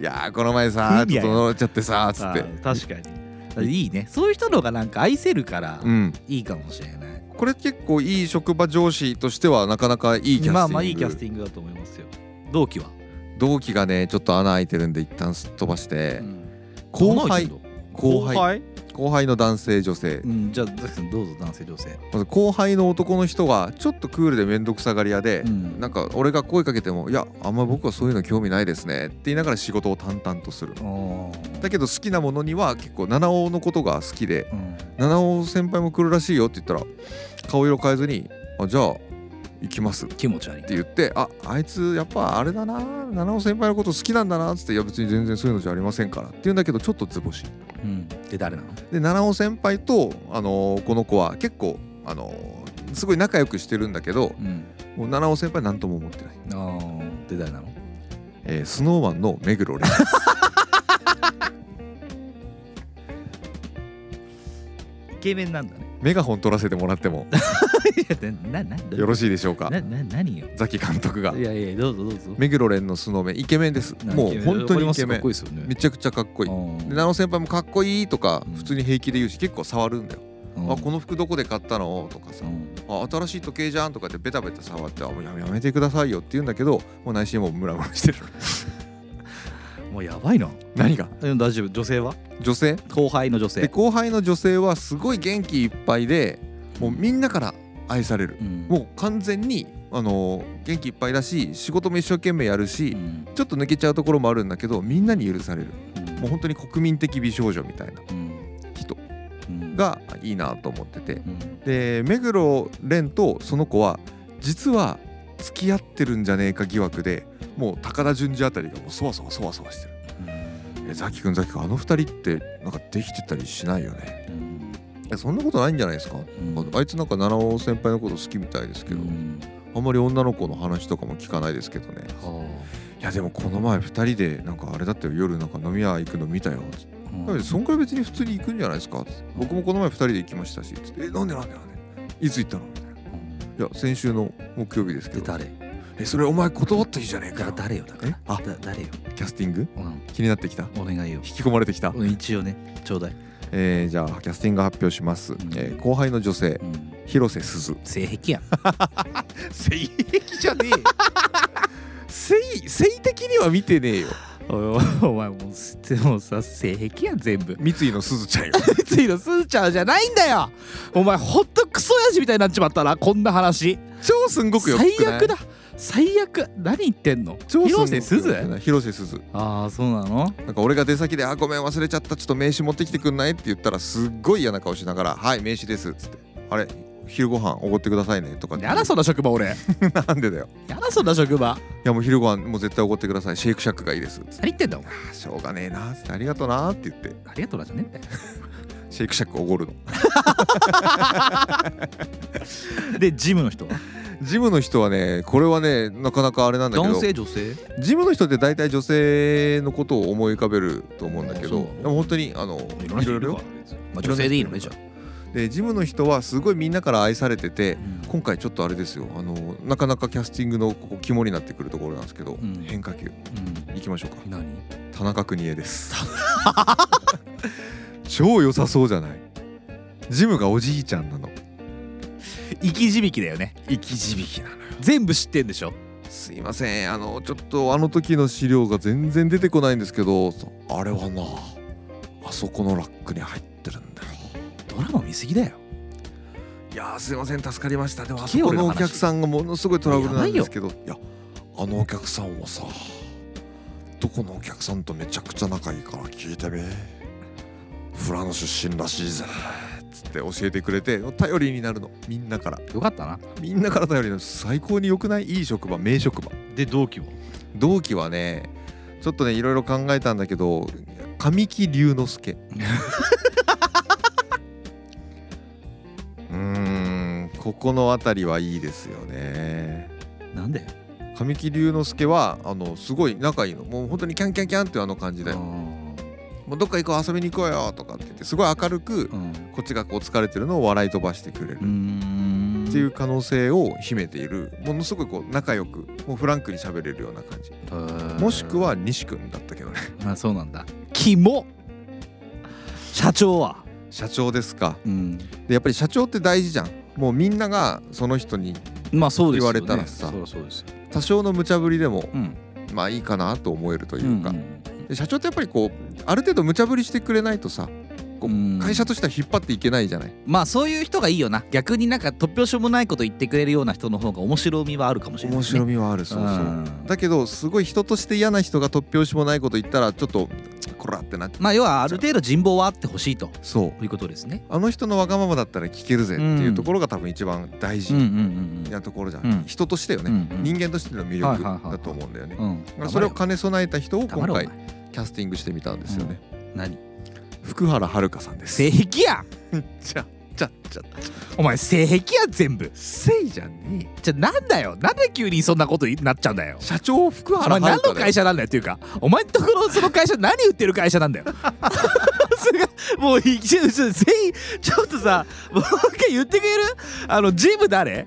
Speaker 1: いやーこの前さ
Speaker 2: 不
Speaker 1: ち
Speaker 2: 意味
Speaker 1: ょっと乗っ
Speaker 2: やよ
Speaker 1: ちゃってさつ
Speaker 2: あ
Speaker 1: って
Speaker 2: ー確かにいいねそういう人の方がなんか愛せるから
Speaker 1: うん
Speaker 2: いいかもしれない、
Speaker 1: これ結構いい職場上司としてはなかなかいいキャスティング
Speaker 2: まあまあいいキャスティングだと思いますよ同期は、
Speaker 1: 同期がねちょっと穴開いてるんで一旦すっ飛ばして、
Speaker 2: うん
Speaker 1: 後
Speaker 2: 同期
Speaker 1: 輩
Speaker 2: の
Speaker 1: 後輩
Speaker 2: 後輩、
Speaker 1: 後輩の男性女性、
Speaker 2: うん、じゃあザキさんどうぞ男性女性
Speaker 1: まず後輩の男の人がちょっとクールで面倒くさがり屋で、
Speaker 2: うん
Speaker 1: なんか俺が声かけても「いやあんま僕はそういうの興味ないですね」って言いながら仕事を淡々とするの。だけど好きなものには結構七尾のことが好きで
Speaker 2: うん
Speaker 1: 七尾先輩も来るらしいよって言ったら顔色変えずに「あじゃあ行きます」
Speaker 2: 気持ち悪い
Speaker 1: って言って「ああいつやっぱあれだな七尾先輩のこと好きなんだな」っつって「いや別に全然そういうのじゃありませんから」って言うんだけどちょっと図星
Speaker 2: うん、で誰なの
Speaker 1: で七尾先輩と、あのーこの子は結構、あのーすごい仲良くしてるんだけど
Speaker 2: うん
Speaker 1: もう七尾先輩何とも思ってない、
Speaker 2: あーで誰なの
Speaker 1: えー、スノーマンの目黒蓮
Speaker 2: イケメンなんだね
Speaker 1: メガホン取らせてもらっても
Speaker 2: いやななな
Speaker 1: よろしいでしょうか
Speaker 2: なな何よ
Speaker 1: ザキ監督が
Speaker 2: いやいやどうぞどうぞ
Speaker 1: 目黒蓮のスノーメンイケメンですもう本当にイケメン
Speaker 2: かっこいいですよね
Speaker 1: めちゃくちゃかっこいいで七尾先輩もかっこいいとか
Speaker 2: うん
Speaker 1: 普通に平気で言うし結構触るんだよ、
Speaker 2: うん
Speaker 1: あこの服どこで買ったのとかさ、
Speaker 2: うん
Speaker 1: あ新しい時計じゃんとかってベタベタ触ってあもうやめやめてくださいよって言うんだけどもう内心もうムラムラして る
Speaker 2: もうやばいな
Speaker 1: 何が
Speaker 2: うん大丈夫女性は
Speaker 1: 女性
Speaker 2: 後輩の女性
Speaker 1: で後輩の女性はすごい元気いっぱいでもうみんなから愛される
Speaker 2: うん
Speaker 1: もう完全に、あのー元気いっぱいだし仕事も一生懸命やるし、
Speaker 2: うん
Speaker 1: ちょっと抜けちゃうところもあるんだけどみんなに許される
Speaker 2: うん
Speaker 1: もう本当に国民的美少女みたいな
Speaker 2: うん
Speaker 1: 人
Speaker 2: うん
Speaker 1: がいいなと思ってて
Speaker 2: うん
Speaker 1: で目黒蓮とその子は実は付き合ってるんじゃねえか疑惑でもう高田純次あたりがもうそわそわそわそわしてる「えザキ君ザキ君あの二人ってなんかできてたりしないよね」
Speaker 2: うん
Speaker 1: えそんなことないんじゃないですか、
Speaker 2: ん
Speaker 1: ああいつなんか七尾先輩のこと好きみたいですけど、
Speaker 2: うん
Speaker 1: あんまり女の子の話とかも聞かないですけどねいやでもこの前二人でなんかあれだったよ夜なんか飲み屋行くの見たよつって
Speaker 2: うん
Speaker 1: そんくらい別に普通に行くんじゃないですかつって僕もこの前二人で行きましたしつってえなんでなんでなんでいつ行ったのみたいないや先週の木曜日ですけ
Speaker 2: で
Speaker 1: ど
Speaker 2: 誰
Speaker 1: えそれお前断った日じゃねえ
Speaker 2: だ
Speaker 1: かよ
Speaker 2: 誰よだから
Speaker 1: あ
Speaker 2: だ誰よ
Speaker 1: キャスティング
Speaker 2: うん
Speaker 1: 気になってきた
Speaker 2: お願いよ
Speaker 1: 引き込まれてきた、
Speaker 2: うん一応ねちょうだい
Speaker 1: えーじゃあキャスティング発表します、えー後輩の女性
Speaker 2: うん
Speaker 1: 広瀬すず
Speaker 2: 性癖 やん
Speaker 1: 性癖じゃねえ性性的には見てねえよ
Speaker 2: おいお前もうすもうさ性癖やん全部
Speaker 1: 三井のすずちゃんよ
Speaker 2: 三井のすーちゃんじゃないんだよお前ほんとクソやじみたいになっちまったなこんな話
Speaker 1: 超すんごくよくな
Speaker 2: 最
Speaker 1: い
Speaker 2: 悪だ最悪何言ってんの
Speaker 1: 超んご
Speaker 2: 広
Speaker 1: く
Speaker 2: 瀬
Speaker 1: 良
Speaker 2: す
Speaker 1: く
Speaker 2: ず
Speaker 1: ない広瀬すず
Speaker 2: ああそうなの
Speaker 1: なんか俺が出先で「あごめん忘れちゃったちょっと名刺持ってきてくんない?」って言ったらすっごい嫌な顔しながら「はい名刺です」っつって「あれ昼ご飯おごってくださいね」とかって
Speaker 2: やだそんな職場俺
Speaker 1: なんでだよ
Speaker 2: やだそんな職場
Speaker 1: いやもう昼ご飯もう絶対おごってくださいシェイクシャックがいいですっつって
Speaker 2: 何言ってんだお前
Speaker 1: あしょうがねえなっつってありがとうなって言って
Speaker 2: ありがとうなじゃねえんだ
Speaker 1: シェイクシャックおごるの
Speaker 2: よでジムの人は
Speaker 1: ジジムの人はねこれはねなかなかあれなんだけ
Speaker 2: 男
Speaker 1: ど
Speaker 2: 性女性
Speaker 1: ジムの人って大体女性のことを思い浮かべると思うんだけ
Speaker 2: あそう
Speaker 1: ど
Speaker 2: なの
Speaker 1: でも本当にあの
Speaker 2: いろんな人いるか
Speaker 1: よ
Speaker 2: まあ女性でいいのねじゃ
Speaker 1: でジムの人はすごいみんなから愛されてて
Speaker 2: あ、
Speaker 1: 今回ちょっとあれですよあのなかなかキャスティングのここ肝になってくるところなんですけど、
Speaker 2: ん
Speaker 1: 変化球
Speaker 2: うん
Speaker 1: いきましょうか
Speaker 2: 何
Speaker 1: 田中邦衛です 超良さそうじゃないジムがおじいちゃんなの
Speaker 2: 生き字引だよね生き字引なの全部知ってんでしょ
Speaker 1: すいませんあのちょっとあの時の資料が全然出てこないんですけどそあれはなあそこのラックに入ってるんだよ
Speaker 2: ドラマ見すぎだよ
Speaker 1: いやーすいません助かりましたでもあ
Speaker 2: 聞け
Speaker 1: そ
Speaker 2: よ
Speaker 1: このお
Speaker 2: 俺の話
Speaker 1: 客さんがものすごいトラブルなんですけどいやあのお客さんはさどこのお客さんとめちゃくちゃ仲いいから聞いてみフランス出身らしいぜつって教えてくれて頼りになるのみんなから
Speaker 2: よかったな
Speaker 1: みんなから頼りになる最高に良くないいい職場名職場
Speaker 2: で同期も
Speaker 1: 同期はねちょっとねいろいろ考えたんだけど神木隆之 介うーんここの辺りはいいですよね
Speaker 2: なんで
Speaker 1: 神木隆之介はあのすごい仲いいのもう本当にキャンキャンキャンっていうあの感じで
Speaker 2: う
Speaker 1: も
Speaker 2: ん
Speaker 1: うどっか行こう遊びに行こうよとかって言ってすごい明るく
Speaker 2: うん
Speaker 1: こっちがこう疲れてるのを笑い飛ばしてくれる
Speaker 2: うーん
Speaker 1: っていう可能性を秘めているものすごいこう仲良くもうフランクに喋れるような感じ
Speaker 2: へー
Speaker 1: もしくは西君だったけどね
Speaker 2: あそうなんだキモ社長は
Speaker 1: 社長ですか
Speaker 2: うん
Speaker 1: でやっぱり社長って大事じゃんもうみんながその人に
Speaker 2: まあそうですよね
Speaker 1: 言われたらさ
Speaker 2: そうそうですよ
Speaker 1: 多少の無茶ぶりでも
Speaker 2: うん
Speaker 1: まあいいかなと思えると
Speaker 2: う
Speaker 1: い
Speaker 2: ん
Speaker 1: うか、で社長ってやっぱりこうある程度無茶ぶりしてくれないとさこう
Speaker 2: うん
Speaker 1: 会社としては引っ張っていけないじゃない
Speaker 2: まあそういう人がいいよな逆になんか突拍子もないこと言ってくれるような人の方が面白みはあるかもしれない、ね、
Speaker 1: 面白みはあるそうそうだけどすごい人として嫌な人が突拍子もないこと言ったらちょっとこらってなっちゃう
Speaker 2: まあ要はある程度人望はあってほしいと
Speaker 1: そう
Speaker 2: いうことですね
Speaker 1: あの人のわがままだったら聞けるぜっていうところが多分一番大
Speaker 2: うん
Speaker 1: 事
Speaker 2: うん
Speaker 1: なところじゃん、
Speaker 2: うん
Speaker 1: 人としてよ
Speaker 2: う
Speaker 1: ね、
Speaker 2: んうん
Speaker 1: 人間としての魅
Speaker 2: はいはいはいは
Speaker 1: 力
Speaker 2: い
Speaker 1: だと思うんだよね、
Speaker 2: うん
Speaker 1: まあそれを兼ね備えた人を今
Speaker 2: 黙れお
Speaker 1: 回
Speaker 2: 前
Speaker 1: キャスティングしてみたんですよね、
Speaker 2: 何
Speaker 1: 福原遥さんです
Speaker 2: 性癖やん
Speaker 1: ちゃちゃちゃ
Speaker 2: お前性癖やん全部
Speaker 1: せいじゃねえ
Speaker 2: じゃあなんだよなんで急にそんなことになっちゃうんだよ
Speaker 1: 社長福
Speaker 2: お
Speaker 1: 原
Speaker 2: 前
Speaker 1: 遥
Speaker 2: 何
Speaker 1: 香だ
Speaker 2: の会
Speaker 1: よ
Speaker 2: 社なんだよっていうかお前んところその会社何売ってる会社なんだよそれがもういちょっと全員ちょっとさもう一回言ってくれるあのジム誰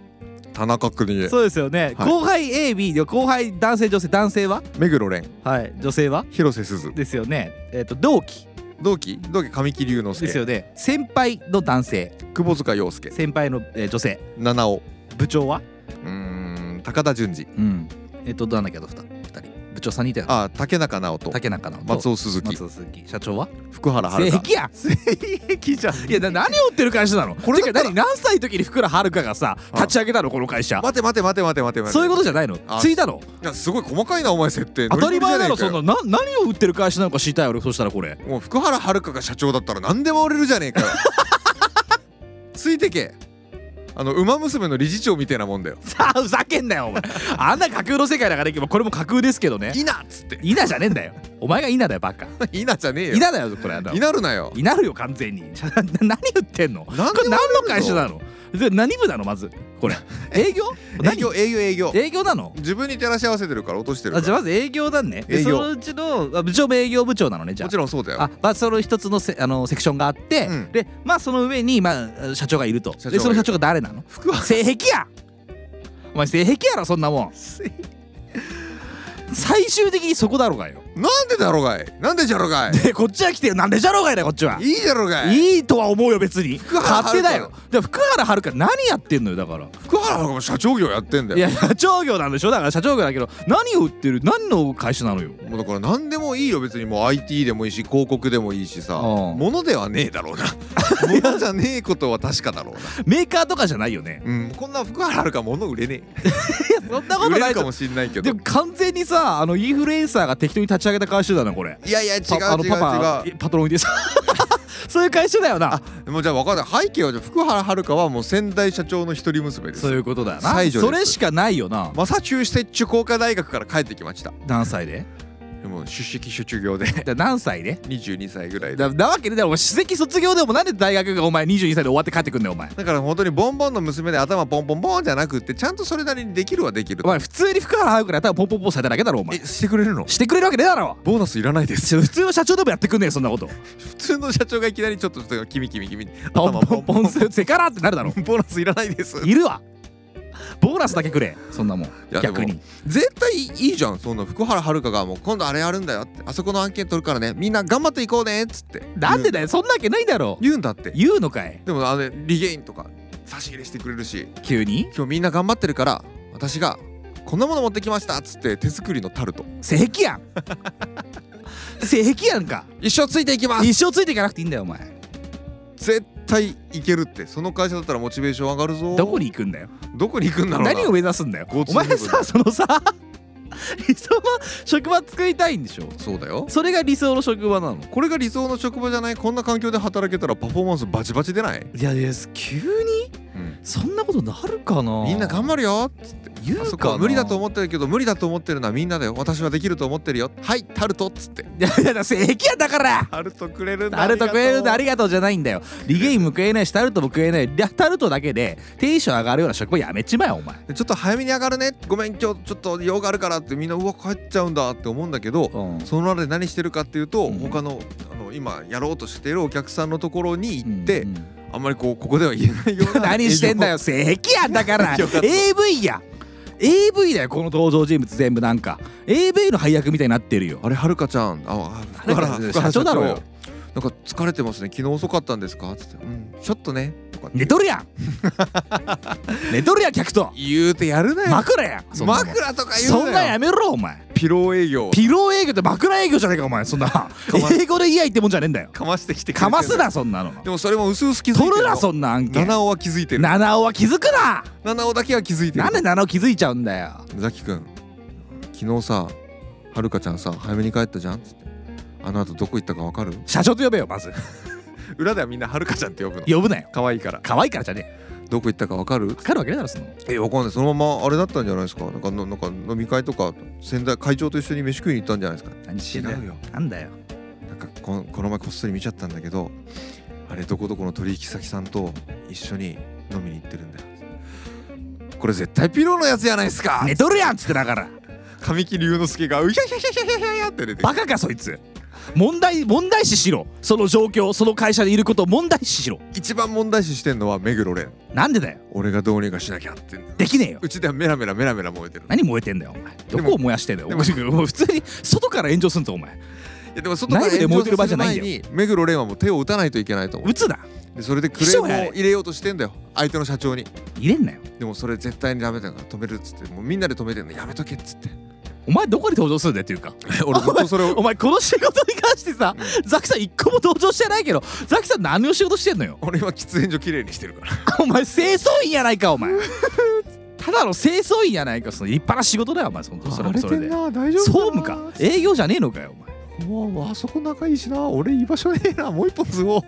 Speaker 1: 田中邦衛
Speaker 2: そうですよね、
Speaker 1: はい
Speaker 2: 後輩 AB で後輩男性女性男性は
Speaker 1: 目黒蓮
Speaker 2: はい女性は
Speaker 1: 広瀬すず
Speaker 2: ですよねえっ、と同期
Speaker 1: 同期同期神木隆之
Speaker 2: です
Speaker 1: 介
Speaker 2: よね先輩の男性
Speaker 1: 窪塚洋介
Speaker 2: 先輩の、えー女性
Speaker 1: 七尾
Speaker 2: 部長は
Speaker 1: うーん高田純次
Speaker 2: うんえっ、となんだっけあと 2, 二人部長さん人いたよな
Speaker 1: あ竹中直人
Speaker 2: 竹中の
Speaker 1: 松尾鈴木
Speaker 2: 松尾鈴木社長は
Speaker 1: 福原
Speaker 2: 性
Speaker 1: 遥香
Speaker 2: 癖や性癖じゃんいやな何を売ってる会社なのこれてか何何歳の時に福原遥がさ立ち上げたのこの会社
Speaker 1: 待て待て待て待て待て待て
Speaker 2: そういうことじゃないの
Speaker 1: あ
Speaker 2: 継いだの
Speaker 1: いやすごい細かいなお前設定
Speaker 2: 当たり前だ
Speaker 1: ノ
Speaker 2: ろ
Speaker 1: リ
Speaker 2: そ
Speaker 1: ノリ
Speaker 2: ん
Speaker 1: じゃね
Speaker 2: なな何を売ってる会社なのか知りたい俺そしたらこれ
Speaker 1: えかよもう福原遥が社長だったら何でも売れるじゃねえかよついてけあの馬娘の理事長みたいなもんだよ
Speaker 2: さあふざけんなよお前あんな架空の世界だからいいけどこれも架空ですけどね
Speaker 1: いなっつって
Speaker 2: 稲じゃねえんだよお前が稲だよバカ
Speaker 1: いなじゃねえよ
Speaker 2: 稲だよこれあんない
Speaker 1: なるなよ
Speaker 2: なるよ完全に 何言ってんのこれ
Speaker 1: なんでも
Speaker 2: 何の会社なので何部なのまずこれ営業
Speaker 1: 営業営業営業
Speaker 2: 何営業なの
Speaker 1: 自分に照らし合わせてるから落としてる
Speaker 2: あ
Speaker 1: か
Speaker 2: じゃあ
Speaker 1: ら
Speaker 2: まず営業だね
Speaker 1: 営
Speaker 2: でそ
Speaker 1: 業
Speaker 2: のうちのあ部長も営業部長なのねじゃ
Speaker 1: も
Speaker 2: あ
Speaker 1: ちろんそうだよ
Speaker 2: あまあその一つのせあのセクションがあって、
Speaker 1: うん
Speaker 2: でまあその上に、まあ、社長がいると
Speaker 1: 社長がい
Speaker 2: で
Speaker 1: る
Speaker 2: その社長が誰なの
Speaker 1: 福原
Speaker 2: 性癖やお前性癖やろそん なもん最終的にそこだろうがよ
Speaker 1: なんでだろうがいなんでじゃろうがい
Speaker 2: でこっちは来てよなんでじゃろうがいだよこっちはい
Speaker 1: いじゃろうがい
Speaker 2: いいとは思うよ別に
Speaker 1: 原遥
Speaker 2: 勝手だよで福原遥何やってんのよだから
Speaker 1: 福原遥も社長業やってんだ
Speaker 2: い
Speaker 1: よ
Speaker 2: や社長業なんでしょだから社長業だけど何を売ってる何の会社なのよ
Speaker 1: もうだから何でもいいよ別にもう IT でもいいし広告でもいいしさ
Speaker 2: うん
Speaker 1: ものではねえだ ろうなものじゃねえことは確かだろうな
Speaker 2: メーカーとかじゃないよね
Speaker 1: うんこんな福原遥もの売れね
Speaker 2: そんな
Speaker 1: え
Speaker 2: こ
Speaker 1: 売
Speaker 2: とな
Speaker 1: れる
Speaker 2: い
Speaker 1: か
Speaker 2: と
Speaker 1: もしんないけ
Speaker 2: で
Speaker 1: ど
Speaker 2: も完全にさあのインフルエンサーが適当に立ち上げた会社だなこれ
Speaker 1: いやいや違う違う違
Speaker 2: パあのパパ
Speaker 1: う
Speaker 2: えパトロンです そういう会社だよな
Speaker 1: もうじゃあ分かんない背景はじゃあ福原遥はもう先代社長の一人娘です
Speaker 2: そういうことだよ
Speaker 1: 西
Speaker 2: な
Speaker 1: 条です
Speaker 2: それしかないよな
Speaker 1: マサチューセッツ工科大学から帰ってきました
Speaker 2: 何歳で
Speaker 1: でも出席出業で
Speaker 2: だから何歳で
Speaker 1: 22歳ぐらいで
Speaker 2: だなわけねえだろお前史跡卒業でもなんで大学がお前22歳で終わって帰ってくんだよお前
Speaker 1: だから本当にボンボンの娘で頭ポンポンポンじゃなくってちゃんとそれなりにできるはできる
Speaker 2: お前普通に福原早くなったらポンポンポンされただけだろお前
Speaker 1: えしてくれるの
Speaker 2: してくれるわけねえだろ
Speaker 1: ボーナスいらないです
Speaker 2: ちょ普通の社長でもやってくんねえよそんなこと
Speaker 1: 普通の社長がいきなりちょっとキミキミキミ
Speaker 2: ポンポンポン
Speaker 1: ボ
Speaker 2: するせからってなるだろ
Speaker 1: ーナスいらないです
Speaker 2: いるわボーナスだけくれそんなもん
Speaker 1: やでも
Speaker 2: 逆に
Speaker 1: 絶対いいじゃんそんな福原遥がもう今度あれやるんだよってあそこの案件取るからねみんな頑張っていこうねっつって
Speaker 2: なんでだよそんなわけないだろ
Speaker 1: 言うんだって
Speaker 2: 言うのかい
Speaker 1: でもあれリゲインとか差し入れしてくれるし
Speaker 2: 急に
Speaker 1: 今日みんな頑張ってるから私がこんなもの持ってきましたっつって手作りのタルト
Speaker 2: 性癖やん性癖やんか
Speaker 1: 一生ついていきます
Speaker 2: 一生ついていかなくていいんだよお前
Speaker 1: 絶対いけるってその会社だったらモチベーション上がるぞ
Speaker 2: どこに行くんだよ
Speaker 1: どこに行くんだろうな
Speaker 2: 何を目指すんだよ
Speaker 1: 交通
Speaker 2: お前
Speaker 1: 部分
Speaker 2: さそのさ理想の職場作りたいんでしょ
Speaker 1: そうだよ
Speaker 2: それが理想の職場なの
Speaker 1: これが理想の職場じゃないこんな環境で働けたらパフォーマンスバチバチ出ない、
Speaker 2: いやです急に
Speaker 1: うん、
Speaker 2: そんなことなるかな
Speaker 1: みんな頑張るよ
Speaker 2: 言うか
Speaker 1: あ
Speaker 2: な
Speaker 1: そこは無理だと思ってるけど無理だと思ってるのはみんなだよ私はできると思ってるよはいタルトっつって
Speaker 2: いやいや性癖やだから
Speaker 1: タルトくれるんだ
Speaker 2: タルト食えるんだあ
Speaker 1: あり
Speaker 2: りがとうじゃないんだよリゲインも食えないしタルトも食えないいやタルトだけでテンション上がるような職場やめちまえお前
Speaker 1: がとうちょっと早めに上がるねごめん今日ちょっと用があるからってみんなうわ帰っちゃうんだって思うんだけど
Speaker 2: うん
Speaker 1: その中で何してるかっていうと、
Speaker 2: うん
Speaker 1: 他のあの今やろうとしているお客さんのところに行って、
Speaker 2: うん
Speaker 1: あんまりこうここでは言えないような
Speaker 2: 何してんだ
Speaker 1: よ
Speaker 2: よ性癖やだから
Speaker 1: よかった
Speaker 2: AV や AV だよこの登場人物全部なんか AV の配役みたいになってるよ
Speaker 1: あれはるかちゃんああ福 原
Speaker 2: はるか
Speaker 1: 福原
Speaker 2: 社長だろ
Speaker 1: なんか疲れてますね昨日遅かったんですか?」っつって「うんちょっとね」とかって
Speaker 2: 寝とるや ん寝とるやん客と
Speaker 1: 言うてやるなよ
Speaker 2: 枕やんそんなもん
Speaker 1: 枕とか言うなよ
Speaker 2: そんなんやめろお前
Speaker 1: ピロー営業
Speaker 2: ピロー営業って枕営業じゃねえかお前そんな
Speaker 1: ま
Speaker 2: 英語で言い合いってもんじゃねえんだよ
Speaker 1: かましてきてくれて
Speaker 2: か
Speaker 1: る
Speaker 2: ますなそんなの
Speaker 1: でもそれも薄々気づいて
Speaker 2: 取るなそ
Speaker 1: ん
Speaker 2: んな案件
Speaker 1: 七尾は気づいてる
Speaker 2: 七尾は気づくな
Speaker 1: 七尾だけは気づいてる
Speaker 2: なんで七尾気づいちゃうんだよ
Speaker 1: ザキ君昨日さはるかちゃんさ早めに帰ったじゃんっつってあの後どこ行ったかわかる
Speaker 2: 社長と呼べよまず
Speaker 1: 裏ではみんなはるかちゃんって呼ぶの
Speaker 2: 呼ぶなよ
Speaker 1: 可愛いから
Speaker 2: 可愛いからじゃね
Speaker 1: どこ行ったかわかる
Speaker 2: えわかるわけないだろその
Speaker 1: えわかんないそのままあれだったんじゃないですかなんかのなんか飲み会とか先代会長と一緒に飯食いに行ったんじゃないですか
Speaker 2: 何してんだ
Speaker 1: 違うよ
Speaker 2: よなんだよ
Speaker 1: なんかここの前こっそり見ちゃったんだけどあれどこどこの取引先さんと一緒に飲みに行ってるんだよこれ絶対ピローのやつじゃないですか
Speaker 2: 寝とるやんっつってだから
Speaker 1: 神木隆之介がうひゃひゃひゃひゃひゃひゃって出て
Speaker 2: バカかそいつ問題問題視しろその状況その会社にいることを問題視しろ
Speaker 1: 一番問題視してんのは目黒蓮
Speaker 2: なんでだよ
Speaker 1: 俺がどうにかしなきゃってんだ
Speaker 2: できねえよ
Speaker 1: うちではメラメラメラメラ燃えてる
Speaker 2: 何燃えてんだよお前どこを燃やしてんだよ
Speaker 1: で
Speaker 2: お
Speaker 1: も
Speaker 2: 前もう普通に外から炎上すんぞお前
Speaker 1: いやでも外から
Speaker 2: 内部で燃えてる場合じゃないんだよ
Speaker 1: 炎上する前に目黒蓮はもう手を打たないといけないと思
Speaker 2: 撃つな
Speaker 1: うでそれでクレームを入れようとしてんだよ相手の社長に
Speaker 2: 入れんなよ
Speaker 1: でもそれ絶対にダメだから止めるっつってもうみんなで止めてんのやめとけっつって
Speaker 2: お前どこに登場するんだよっていうか
Speaker 1: 俺ずっとそれを
Speaker 2: お前この仕事に関してさ、ザキさん一個も登場してないけどザキさん何を仕事してんのよ
Speaker 1: 俺今喫煙所きれいにしてるから
Speaker 2: お前清掃員やないか お前ただの清掃員やないかその立派な仕事だよお前そのそれもそれで
Speaker 1: な大
Speaker 2: 総務か営業じゃねえのかよお前
Speaker 1: もうあそこ仲いいしな俺居場所ねえなもう一本ずおう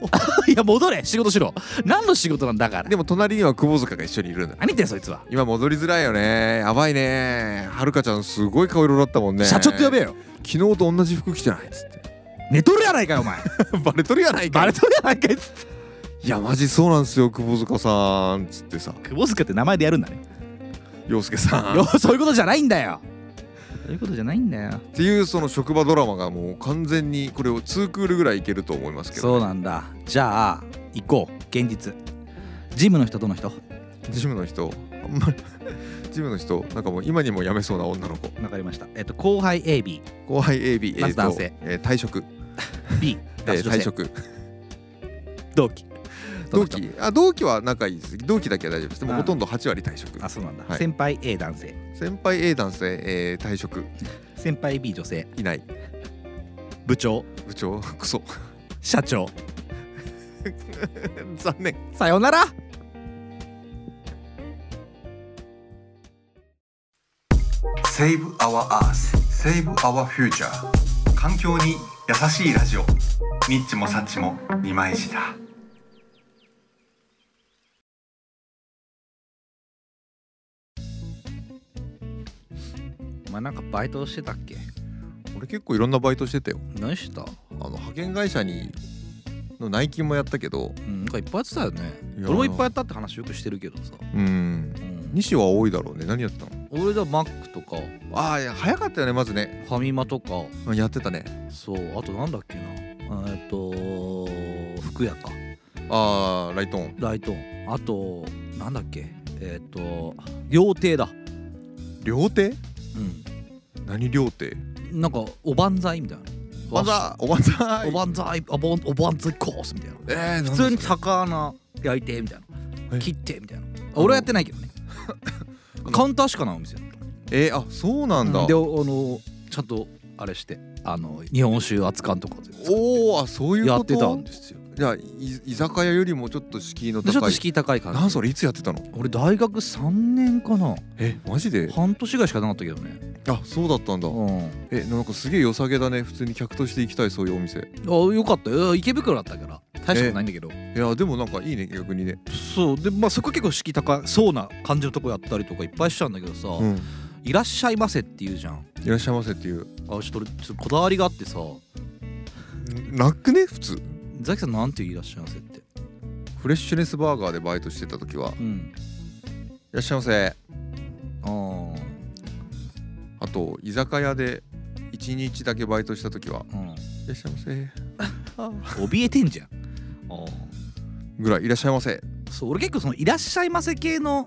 Speaker 2: いや戻れ仕事しろ何の仕事なんだから
Speaker 1: でも隣には久保塚が一緒にいるんだ
Speaker 2: 何言ってんそいつは、
Speaker 1: 今戻りづらいよねやばいねはるかちゃんすごい顔色だったもんね
Speaker 2: 社長って呼べ
Speaker 1: よ
Speaker 2: よ
Speaker 1: 昨日と同じ服着てないっつって
Speaker 2: 寝とるやないかよお前
Speaker 1: バレとるやない
Speaker 2: バ
Speaker 1: か
Speaker 2: レ
Speaker 1: い
Speaker 2: とるや ないかいっつって
Speaker 1: やマジそうなんすよ久保塚さんっつってさ
Speaker 2: 久保塚って名前でやるんだね
Speaker 1: 洋介さん
Speaker 2: よ
Speaker 1: っ
Speaker 2: そういうことじゃないんだよそういうことじゃないんだよ
Speaker 1: ていうその職場ドラマがもう完全にこれを2クールぐらいいけると思いますけど
Speaker 2: そうなんだじゃあ行こう現実ジムの人との人
Speaker 1: ジムの人あんまり ジムの人なんかもう今にも辞めそうな女の子
Speaker 2: わかりましたえっと後輩 ABB
Speaker 1: 後輩 AB え
Speaker 2: ま
Speaker 1: ー
Speaker 2: ず
Speaker 1: と
Speaker 2: 男性
Speaker 1: えー退職 えー
Speaker 2: 男
Speaker 1: 退
Speaker 2: 子女性
Speaker 1: 職
Speaker 2: 同期
Speaker 1: 同期あ同期は仲いいです同期だけは大丈夫ですでも
Speaker 2: あー
Speaker 1: ほとんど8割退職
Speaker 2: あそうなんだ、
Speaker 1: はい
Speaker 2: 先輩 A 男性
Speaker 1: 先輩 A 男性、えー退職
Speaker 2: 先輩 B 女性
Speaker 1: いない
Speaker 2: 部長
Speaker 1: 部長クソ
Speaker 2: 社長
Speaker 1: 残念
Speaker 2: さようなら
Speaker 5: セーブアワーアースセーブアワーフューチャー環境に優しいラジオニッチもサッチも二枚舌だ
Speaker 2: お前なんかバイトしてたっけ
Speaker 1: 俺結構いろんなバイトしてたよ
Speaker 2: 何した、
Speaker 1: あの派遣会社にの内勤もやったけど
Speaker 2: うん、なんかいっぱいやってたよね
Speaker 1: いや
Speaker 2: 俺もいっぱいやったって話よくしてるけどさ、
Speaker 1: うん
Speaker 2: うん、
Speaker 1: 西は多いだろうね何やってたの
Speaker 2: 俺じゃマックとか
Speaker 1: ああ早かったよねまずね
Speaker 2: ファミマとか
Speaker 1: うんやってたね
Speaker 2: そうあとなんだっけなえっと服屋か
Speaker 1: ああライトオン
Speaker 2: ライトーンあとなんだっけえっと料亭だ
Speaker 1: 料亭
Speaker 2: う
Speaker 1: 何料亭
Speaker 2: んなんかおばんざいみたいな
Speaker 1: おばんざおばんざ
Speaker 2: おばんざいおばんおばんざいコースみたいな
Speaker 1: えー、
Speaker 2: 普通に魚焼いてみたいな
Speaker 1: え
Speaker 2: 切ってみたいな俺はやってないけどねカウンターしかないお店
Speaker 1: えー、あそうなんだ、
Speaker 2: であのちゃんとあれしてあの日本酒扱うとか全部使って
Speaker 1: おおあそういうこと
Speaker 2: やってたんですよ
Speaker 1: じゃあい居酒屋よりもちょっと敷居の
Speaker 2: でちょっ
Speaker 1: 高
Speaker 2: と
Speaker 1: い
Speaker 2: 敷居高い感じ
Speaker 1: なんそれいつやってたの
Speaker 2: 俺大学3年かな
Speaker 1: えマジで
Speaker 2: 半年ぐらいしかなかったけどね
Speaker 1: あそうだったんだ
Speaker 2: う
Speaker 1: えなんかすげえ良さげだね普通に客として行きたいそういうお店
Speaker 2: んあよかったよ池袋だったから大したことないんだけど
Speaker 1: いやでもなんかいいね逆にね
Speaker 2: そうでまあそこ結構敷居高そうな感じのとこやったりとかいっぱいしちゃうんだけどさ「
Speaker 1: うん
Speaker 2: いらっしゃいませ」って言うじゃん
Speaker 1: いらっしゃいませっていうん
Speaker 2: あちょっと俺ちょっとこだわりがあってさ
Speaker 1: なくね普通
Speaker 2: ザキさんなんて言う「いらっしゃいませ」って
Speaker 1: フレッシュネスバーガーでバイトしてた時は
Speaker 2: うん
Speaker 1: いらっしゃいませ
Speaker 2: あー
Speaker 1: あと居酒屋で1日だけバイトした時は
Speaker 2: うん
Speaker 1: いらっしゃいませ
Speaker 2: 怯えてんじゃんあ
Speaker 1: ぐらいいらっしゃいませ
Speaker 2: そう俺結構その「いらっしゃいませ」系の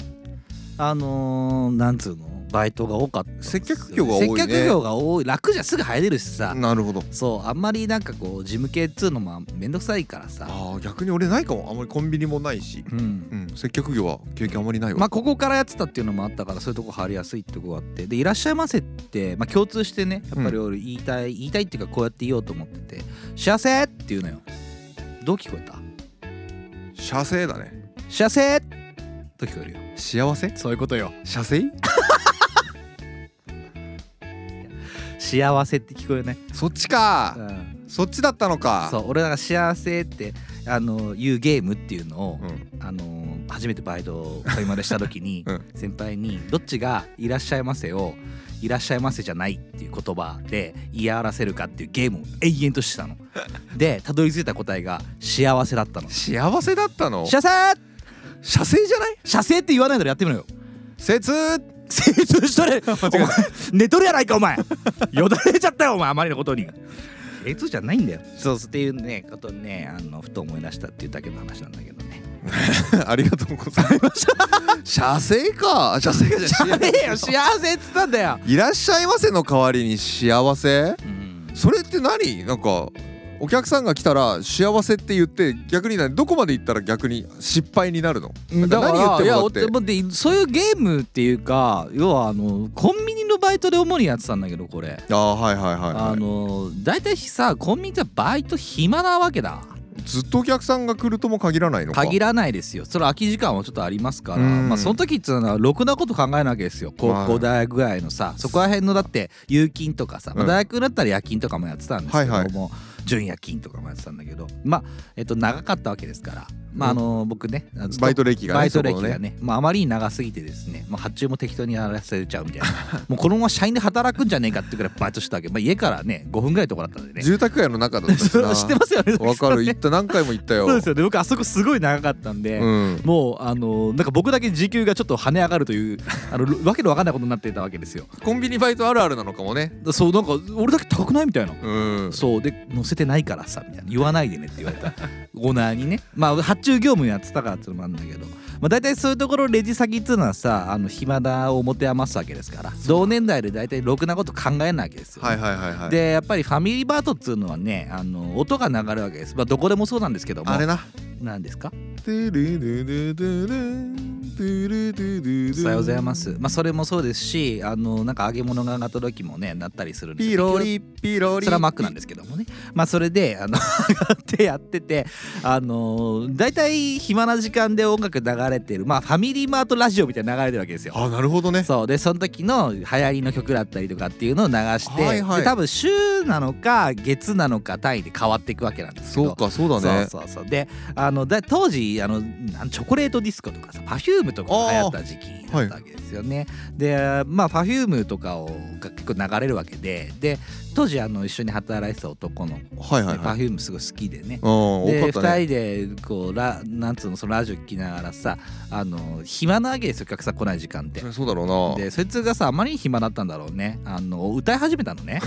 Speaker 2: あのー、なんつうのバイトが多かったんですよ
Speaker 1: 接客業が多いね
Speaker 2: 接客業が多い楽じゃんすぐ入れるしさ、
Speaker 1: なるほど
Speaker 2: そうあんまりなんかこう事務系っつうのもめんどくさいからさ
Speaker 1: あー逆に俺ないかもあんまりコンビニもないし
Speaker 2: うん
Speaker 1: うん接客業は経験あんまりないわ、
Speaker 2: まあここからやってたっていうのもあったからそういうとこ入りやすいってとこがあってで「いらっしゃいませ」って、まあ、共通してねやっぱり俺言いたい、言いたいっていうかこうやって言おうと思ってて「幸せ!」って言うのよどう聞こえた
Speaker 1: 射精だね
Speaker 2: 幸せと聞こえるよ
Speaker 1: 幸せ
Speaker 2: そういうことよ
Speaker 1: 射精
Speaker 2: 幸せって聞こえない、
Speaker 1: そっち
Speaker 2: う
Speaker 1: か
Speaker 2: ん、
Speaker 1: そっちだったのか
Speaker 2: そう俺だから「幸せ」ってあの言うゲームっていうのを、
Speaker 1: うん
Speaker 2: あの初めてバイトを買いまでした時 に、
Speaker 1: うん
Speaker 2: 先輩にどっちが「いらっしゃいませ」を「いらっしゃいませ」じゃないっていう言葉で言い表せるかっていうゲームを延々としてた の。でたどり着いた答えが「幸せ」だったの。
Speaker 1: 幸せだったの
Speaker 2: 射精
Speaker 1: 射精じゃない
Speaker 2: 射精って言わないならやってみ ろよ。
Speaker 1: 説
Speaker 2: 精通しとれお前寝とるやないかお 前よだれちゃったよお前あまりのことに精通じゃないんだよそうっていうねことをねあのふと思い出したっていうだけの話なんだけどね
Speaker 1: ありがとうございま した射精か射精かじゃ
Speaker 2: あ
Speaker 1: ない
Speaker 2: れよ 幸せっつったんだよ
Speaker 1: いらっしゃいませの代わりに幸せ
Speaker 2: うん
Speaker 1: それって何なんかお客さんが来たら幸せって言って逆に何どこまで行ったら逆に失敗になるのなん
Speaker 2: だ
Speaker 1: か
Speaker 2: から
Speaker 1: 何言って
Speaker 2: い
Speaker 1: も
Speaker 2: や
Speaker 1: だ
Speaker 2: お
Speaker 1: って
Speaker 2: 待ってそういうゲームっていうか要はあのコンビニのバイトで主にやってたんだけどこれ、
Speaker 1: ああはいはいはい、
Speaker 2: あ
Speaker 1: は
Speaker 2: の大体さコンビニってバイト暇なわけだ
Speaker 1: い、ずっとお客さんが来るとも限らないのか
Speaker 2: 限らないですよそれ空き時間はちょっとありますから、
Speaker 1: うん
Speaker 2: まあ、その時っつうのはろくなこと考えなわけですよ高
Speaker 1: は
Speaker 2: 校
Speaker 1: い
Speaker 2: 大学ぐらいのさそこら辺のだって有金とかさ、まあ
Speaker 1: うん
Speaker 2: 大学だったら夜勤とかもやってたんですけども、
Speaker 1: はい
Speaker 2: 準夜勤とかもやってたんだけどまあえっと長かったわけですからまああの僕ねずっと
Speaker 1: バイト歴がね
Speaker 2: バイト歴
Speaker 1: そこの
Speaker 2: がね、まあ、あまりに長すぎてですね、まあ、発注も適当にやらせちゃうみたいな もうこのまま社員で働くんじゃねえかってぐらいバイトしてたわけ、まあ、家からね5分ぐらいのとこだったんでね
Speaker 1: 住宅街の中だったし
Speaker 2: それ
Speaker 1: な
Speaker 2: は知ってますよね
Speaker 1: わかる行った何回も行ったよ
Speaker 2: そうですよね僕あそこすごい長かったんで、
Speaker 1: うん
Speaker 2: もうあのなんか僕だけ時給がちょっと跳ね上がるというあの ろわけのわかんないことになってたわけですよ
Speaker 1: コンビニバイトあるあるなのかもね
Speaker 2: そうなんか俺だけ高くないみたいな、
Speaker 1: うん
Speaker 2: そうで乗せてないからさみたいな言わないでねって言 われたオーナーにねまあ発注業務やってたからっていうのもあるんだけど、まあ、大体そういうところレジ先っていうのはさあの暇だを持て余すわけですから同年代で大体ろくなこと考えないわけですよ、
Speaker 1: はいはいはいはい
Speaker 2: でやっぱりファミリーバートっていうのはねあの音が流れるわけです、まあ、どこでもそうなんですけども
Speaker 1: あれな
Speaker 2: なんですか
Speaker 1: トゥルドゥドゥドゥルントゥルドゥドゥドゥルン
Speaker 2: おはようございます。まあそれもそうですし、あのなんか揚げ物が上がった時もねなったりするんです
Speaker 1: ピ
Speaker 2: けど
Speaker 1: ロリピロ
Speaker 2: そ
Speaker 1: リ
Speaker 2: れはマックなんですけどもね。まあそれであの上がってやってて、あのだいたい暇な時間で音楽流れてる、まあファミリーマートラジオみたいなの流れてるわけですよ。
Speaker 1: あなるほどね
Speaker 2: そうでその時の流行りの曲だったりとかっていうのを流して、
Speaker 1: はいはい
Speaker 2: で多分週なのか月なのか単位で変わっていくわけなんですけど
Speaker 1: そうかそうだね
Speaker 2: そうそうそうであのだ当時あのなんチョコレートディスコとかさパフュームとかが流行った時期だったわけですよ、ですよね。でまあ Perfume とかをが結構流れるわけでで当時あの一緒に働いてた男の子、
Speaker 1: はいはいはい
Speaker 2: Perfume すごい好きでね。
Speaker 1: うん
Speaker 2: で
Speaker 1: 多かったね
Speaker 2: 2人でこうラなんつうのそのラジオ聞きながらさあの暇なわけですよお客さん来ない時間って
Speaker 1: そ。りゃそうだろうな
Speaker 2: でそいつがさあまりに暇だったんだろうねあの歌い始めたのね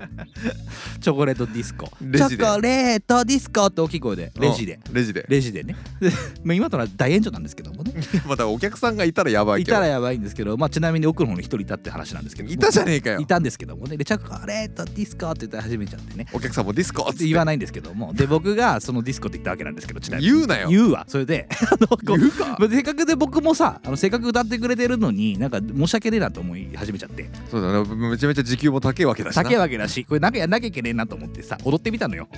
Speaker 2: チョコレートディスコチ
Speaker 1: レジで
Speaker 2: ョコレートディスコって大きい声でレジで
Speaker 1: うんレジで
Speaker 2: レジでねでまあ今となって大炎上なんですけどもね
Speaker 1: またお客さんがいたらやばい
Speaker 2: い
Speaker 1: けど
Speaker 2: たらやばいんですけど、まあ、ちなみに奥の方に一人いたって話なんですけども
Speaker 1: いたじゃねえかよ
Speaker 2: いたんですけどもねでチョコレートディスコって歌い始めちゃってね
Speaker 1: お客さんもディスコっつって
Speaker 2: 言わないんですけどもで僕がそのディスコって言ったわけなんですけどちなみに
Speaker 1: 言うなよ
Speaker 2: 言うわそれで あのこう
Speaker 1: 言うか
Speaker 2: まあせっかくで僕もさあのせっかく歌ってくれてるのになんか申し訳ねえなと思い始めちゃって
Speaker 1: そうだねめちゃめちゃ時給も高いわけだしな
Speaker 2: 酒わけだしこれなんかやんなきゃいけねえなと思ってさ踊ってみたのよ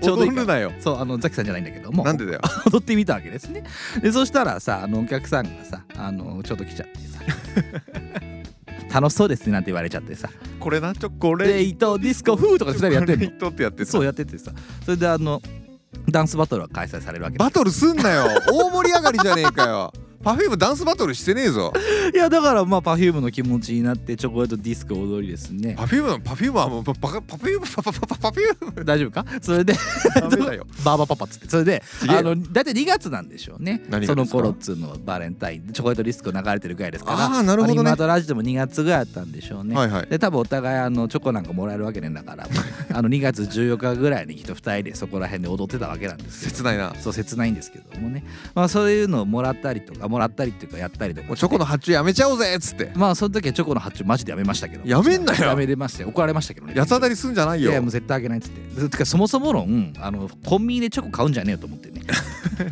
Speaker 2: ちょうどい
Speaker 1: 踊
Speaker 2: いか
Speaker 1: る
Speaker 2: ら
Speaker 1: なよ
Speaker 2: そうあのザキさんじゃないんだけども
Speaker 1: なんでだよ
Speaker 2: 踊ってみたわけですねでそしたらさあのお客さんがさあのちょうど来ちゃってさ 楽しそうですねなんて言われちゃってさ
Speaker 1: これなチョコ
Speaker 2: 「レ
Speaker 1: レー
Speaker 2: イトディスコフー」とか
Speaker 1: ト
Speaker 2: 2人 やってん
Speaker 1: チョコレー
Speaker 2: の
Speaker 1: トってやってさ
Speaker 2: そうやっててさそれであのダンスバトルが開催されるわけです
Speaker 1: バトルすんなよ大盛り上がりじゃねえかよパフュームダンスバトルしてねえぞ
Speaker 2: いやだからまあ Perfume の気持ちになってチョコレートディスコ踊りですね
Speaker 1: パフュームのパフュームはもうパパパパフュームパパパパパフューム
Speaker 2: 大丈夫かそれで
Speaker 1: ダメだよ
Speaker 2: バーバパパっつってそれで
Speaker 1: ちげえ
Speaker 2: あの大体2月なんでしょうね
Speaker 1: 何がですか
Speaker 2: その頃っつうのはバレンタインチョコレートリスク流れてるぐらいですから
Speaker 1: あーなるほどね
Speaker 2: アニマトラジオでも2月ぐらいだったんでしょうね、
Speaker 1: はいはい
Speaker 2: で多分お互いあのチョコなんかもらえるわけねえんだから あの2月14日ぐらいにきっと2人でそこら辺で踊ってたわけなんですよ
Speaker 1: 切ないな
Speaker 2: そう切ないんですけどもねまあそういうのをもらったりとかもらったりっていうかやったりとか
Speaker 1: もうチョコの発注やめちゃおうぜっつって
Speaker 2: まあその時はチョコの発注マジでやめましたけど
Speaker 1: やめんなよ
Speaker 2: やめれましたよ怒られましたけどね
Speaker 1: 八つ当たりすんじゃない
Speaker 2: い
Speaker 1: よ
Speaker 2: やいやもう絶対あげないっつっててかそもそも論あのコンビニでチョコ買うんじゃねえよと思ってね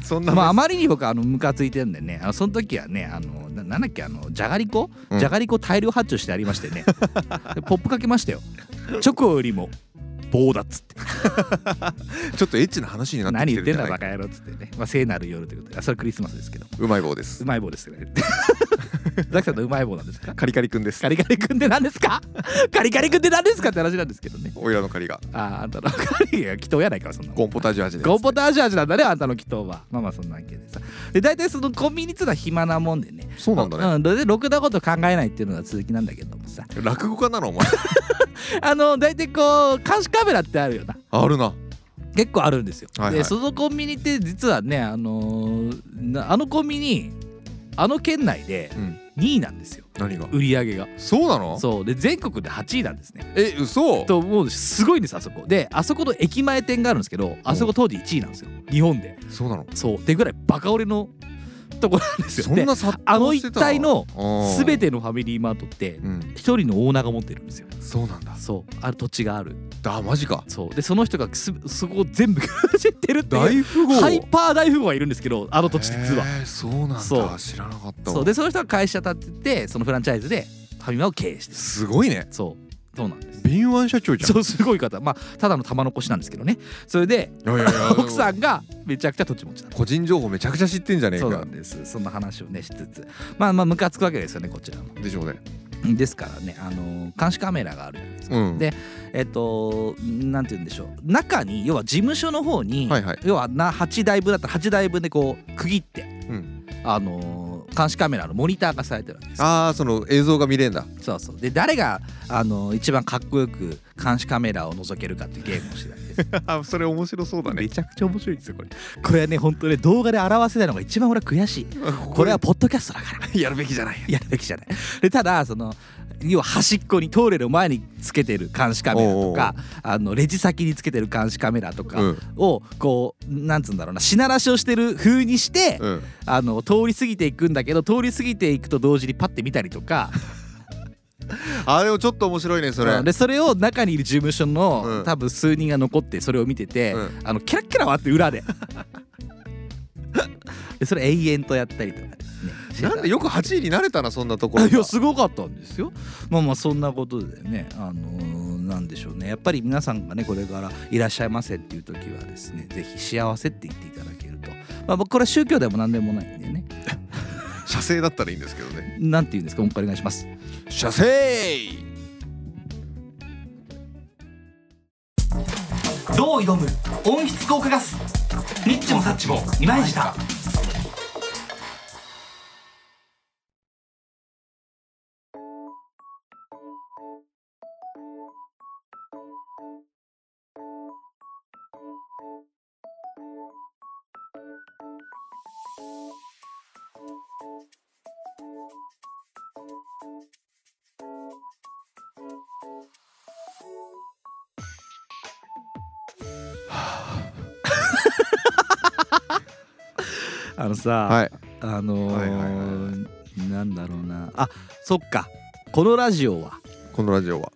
Speaker 1: そんな
Speaker 2: まああまりに僕あのムカついてんでねあのその時はねあのななんだっけあのじゃがりこ、
Speaker 1: うん
Speaker 2: じゃがりこ大量発注してありましてねでポップかけましたよチョコよりも棒だっつって
Speaker 1: ちょっとエッチな話になって
Speaker 2: 何
Speaker 1: きて
Speaker 2: 言
Speaker 1: る
Speaker 2: っ
Speaker 1: んじ
Speaker 2: てん
Speaker 1: ゃ
Speaker 2: だ
Speaker 1: ない
Speaker 2: バカ野郎っつってね、まあ、聖なる夜ということであそれクリスマスですけど
Speaker 1: うまい棒です
Speaker 2: うまい 棒ですよねザキさんのうまい棒なんですか
Speaker 1: カリカリくんです
Speaker 2: カリカリ君って何ですかカリカリ君って何ですかって話なんですけどね
Speaker 1: おいらのカリが
Speaker 2: ああんたのカリが祈祷やないかそんなもん
Speaker 1: コーンポタージュ味で
Speaker 2: コンポタージュ味なんだねあんたの祈祷はまあまあそんなわけでさで大体そのコンビニっつうのは暇なもんでね
Speaker 1: そうなんだね
Speaker 2: うん、でろくなこと考えないっていうのが続きなんだけどもさ
Speaker 1: 落語家なのお前
Speaker 2: あの大体こう監視カメラってあるよな
Speaker 1: あるな
Speaker 2: 結構あるんですよ、
Speaker 1: はいはい
Speaker 2: でそのコンビニって実はねあのーなあのコンビニあの県内で
Speaker 1: うん
Speaker 2: 2位なんですよ
Speaker 1: 何が
Speaker 2: 売り上げが
Speaker 1: そうなの
Speaker 2: そうで全国で8位なんですね
Speaker 1: え嘘
Speaker 2: ともうすごいんですあそこであそこの駅前店があるんですけどあそこ当時1位なんですよ日本で
Speaker 1: そうなの
Speaker 2: そうってぐらいバカ売れのとこなんですよ
Speaker 1: そん
Speaker 2: で
Speaker 1: な殺
Speaker 2: あの
Speaker 1: 到して
Speaker 2: 一
Speaker 1: た
Speaker 2: 帯の全
Speaker 1: て
Speaker 2: てのファミリーマートって
Speaker 1: うん
Speaker 2: 一人のオーナーが持ってるんですよ
Speaker 1: そうなんだ
Speaker 2: そうある土地がある
Speaker 1: だマジか
Speaker 2: そうでその人がすそこを全部 知ってるっていう
Speaker 1: 大富豪
Speaker 2: ハイパー大富豪がいるんですけどあの土地実は
Speaker 1: へーそうなん
Speaker 2: そう
Speaker 1: だ知らなかったわ
Speaker 2: そうでその人が会社立っててそのフランチャイズでファミマを経営してる
Speaker 1: すごいね
Speaker 2: そうそうなんです
Speaker 1: 敏腕社長じゃん
Speaker 2: そうすごい方まあただの玉残しなんですけどねそれで
Speaker 1: いやいやいや
Speaker 2: 奥さんがめちゃくちゃ土地持ちだった
Speaker 1: 個人情報めちゃくちゃ知ってんじゃねえ
Speaker 2: そうな
Speaker 1: か
Speaker 2: んですそんな話をねしつつまあまあムカつくわけですよねこちらも
Speaker 1: でしょうね
Speaker 2: ですからねあの監視カメラがあるじゃないですか、
Speaker 1: うん
Speaker 2: でえっとなんて言うんでしょう中に要は事務所の方に、
Speaker 1: はいはい
Speaker 2: 要はな8台分だったら8台分でこう区切って、
Speaker 1: うん
Speaker 2: あのー監視カメラのモニターがされてるわけです
Speaker 1: ああその映像が見れんだ
Speaker 2: そうそうで誰が、あのー一番かっこよく監視カメラを覗けるかっていうゲームをしてたわけです
Speaker 1: あ それ面白そうだ
Speaker 2: めちゃくちゃ面白いですよこれこれはね本当ね動画で表せないのが一番俺は悔しいこれはポッドキャストだか ら
Speaker 1: やるべきじゃない
Speaker 2: やるべきじゃない。でただその要は端っこにトイレの前につけてる監視カメラとかあのレジ先につけてる監視カメラと
Speaker 1: う
Speaker 2: か
Speaker 1: ん
Speaker 2: をこうなんつうんだろうなしならしをしてる風にして、
Speaker 1: うん
Speaker 2: あの通り過ぎていくんだけど通り過ぎていくと同時にパッて見たりとか
Speaker 1: あれもちょっと面白いねそれ
Speaker 2: うんでそれを中にいる事務所の、
Speaker 1: うん
Speaker 2: 多分数人が残ってそれを見てて、
Speaker 1: うん
Speaker 2: あのキラッキラ笑って裏で でそれ永遠とやったりとかですねしてた
Speaker 1: なんでよく8位になれたなそんなところ
Speaker 2: あ
Speaker 1: が
Speaker 2: いやすごかったんですよ。まあまあそんなことでね、あのーなんでしょうねやっぱり皆さんがねこれから「いらっしゃいませ」っていう時はですねぜひ幸せって言っていただけると、まあ、僕これは宗教でも何でもないんでね
Speaker 1: 射精だったらいいんですけどね
Speaker 2: なんて言うんですかもう一回お願いします。
Speaker 1: 射精
Speaker 4: どう挑む温室効果ガスニッチもサッチもイマイジだ
Speaker 2: あのさ、
Speaker 1: はい
Speaker 2: あのー
Speaker 1: はいはいはい
Speaker 2: なんだろうなあそっかこのラジオは
Speaker 1: このラジオは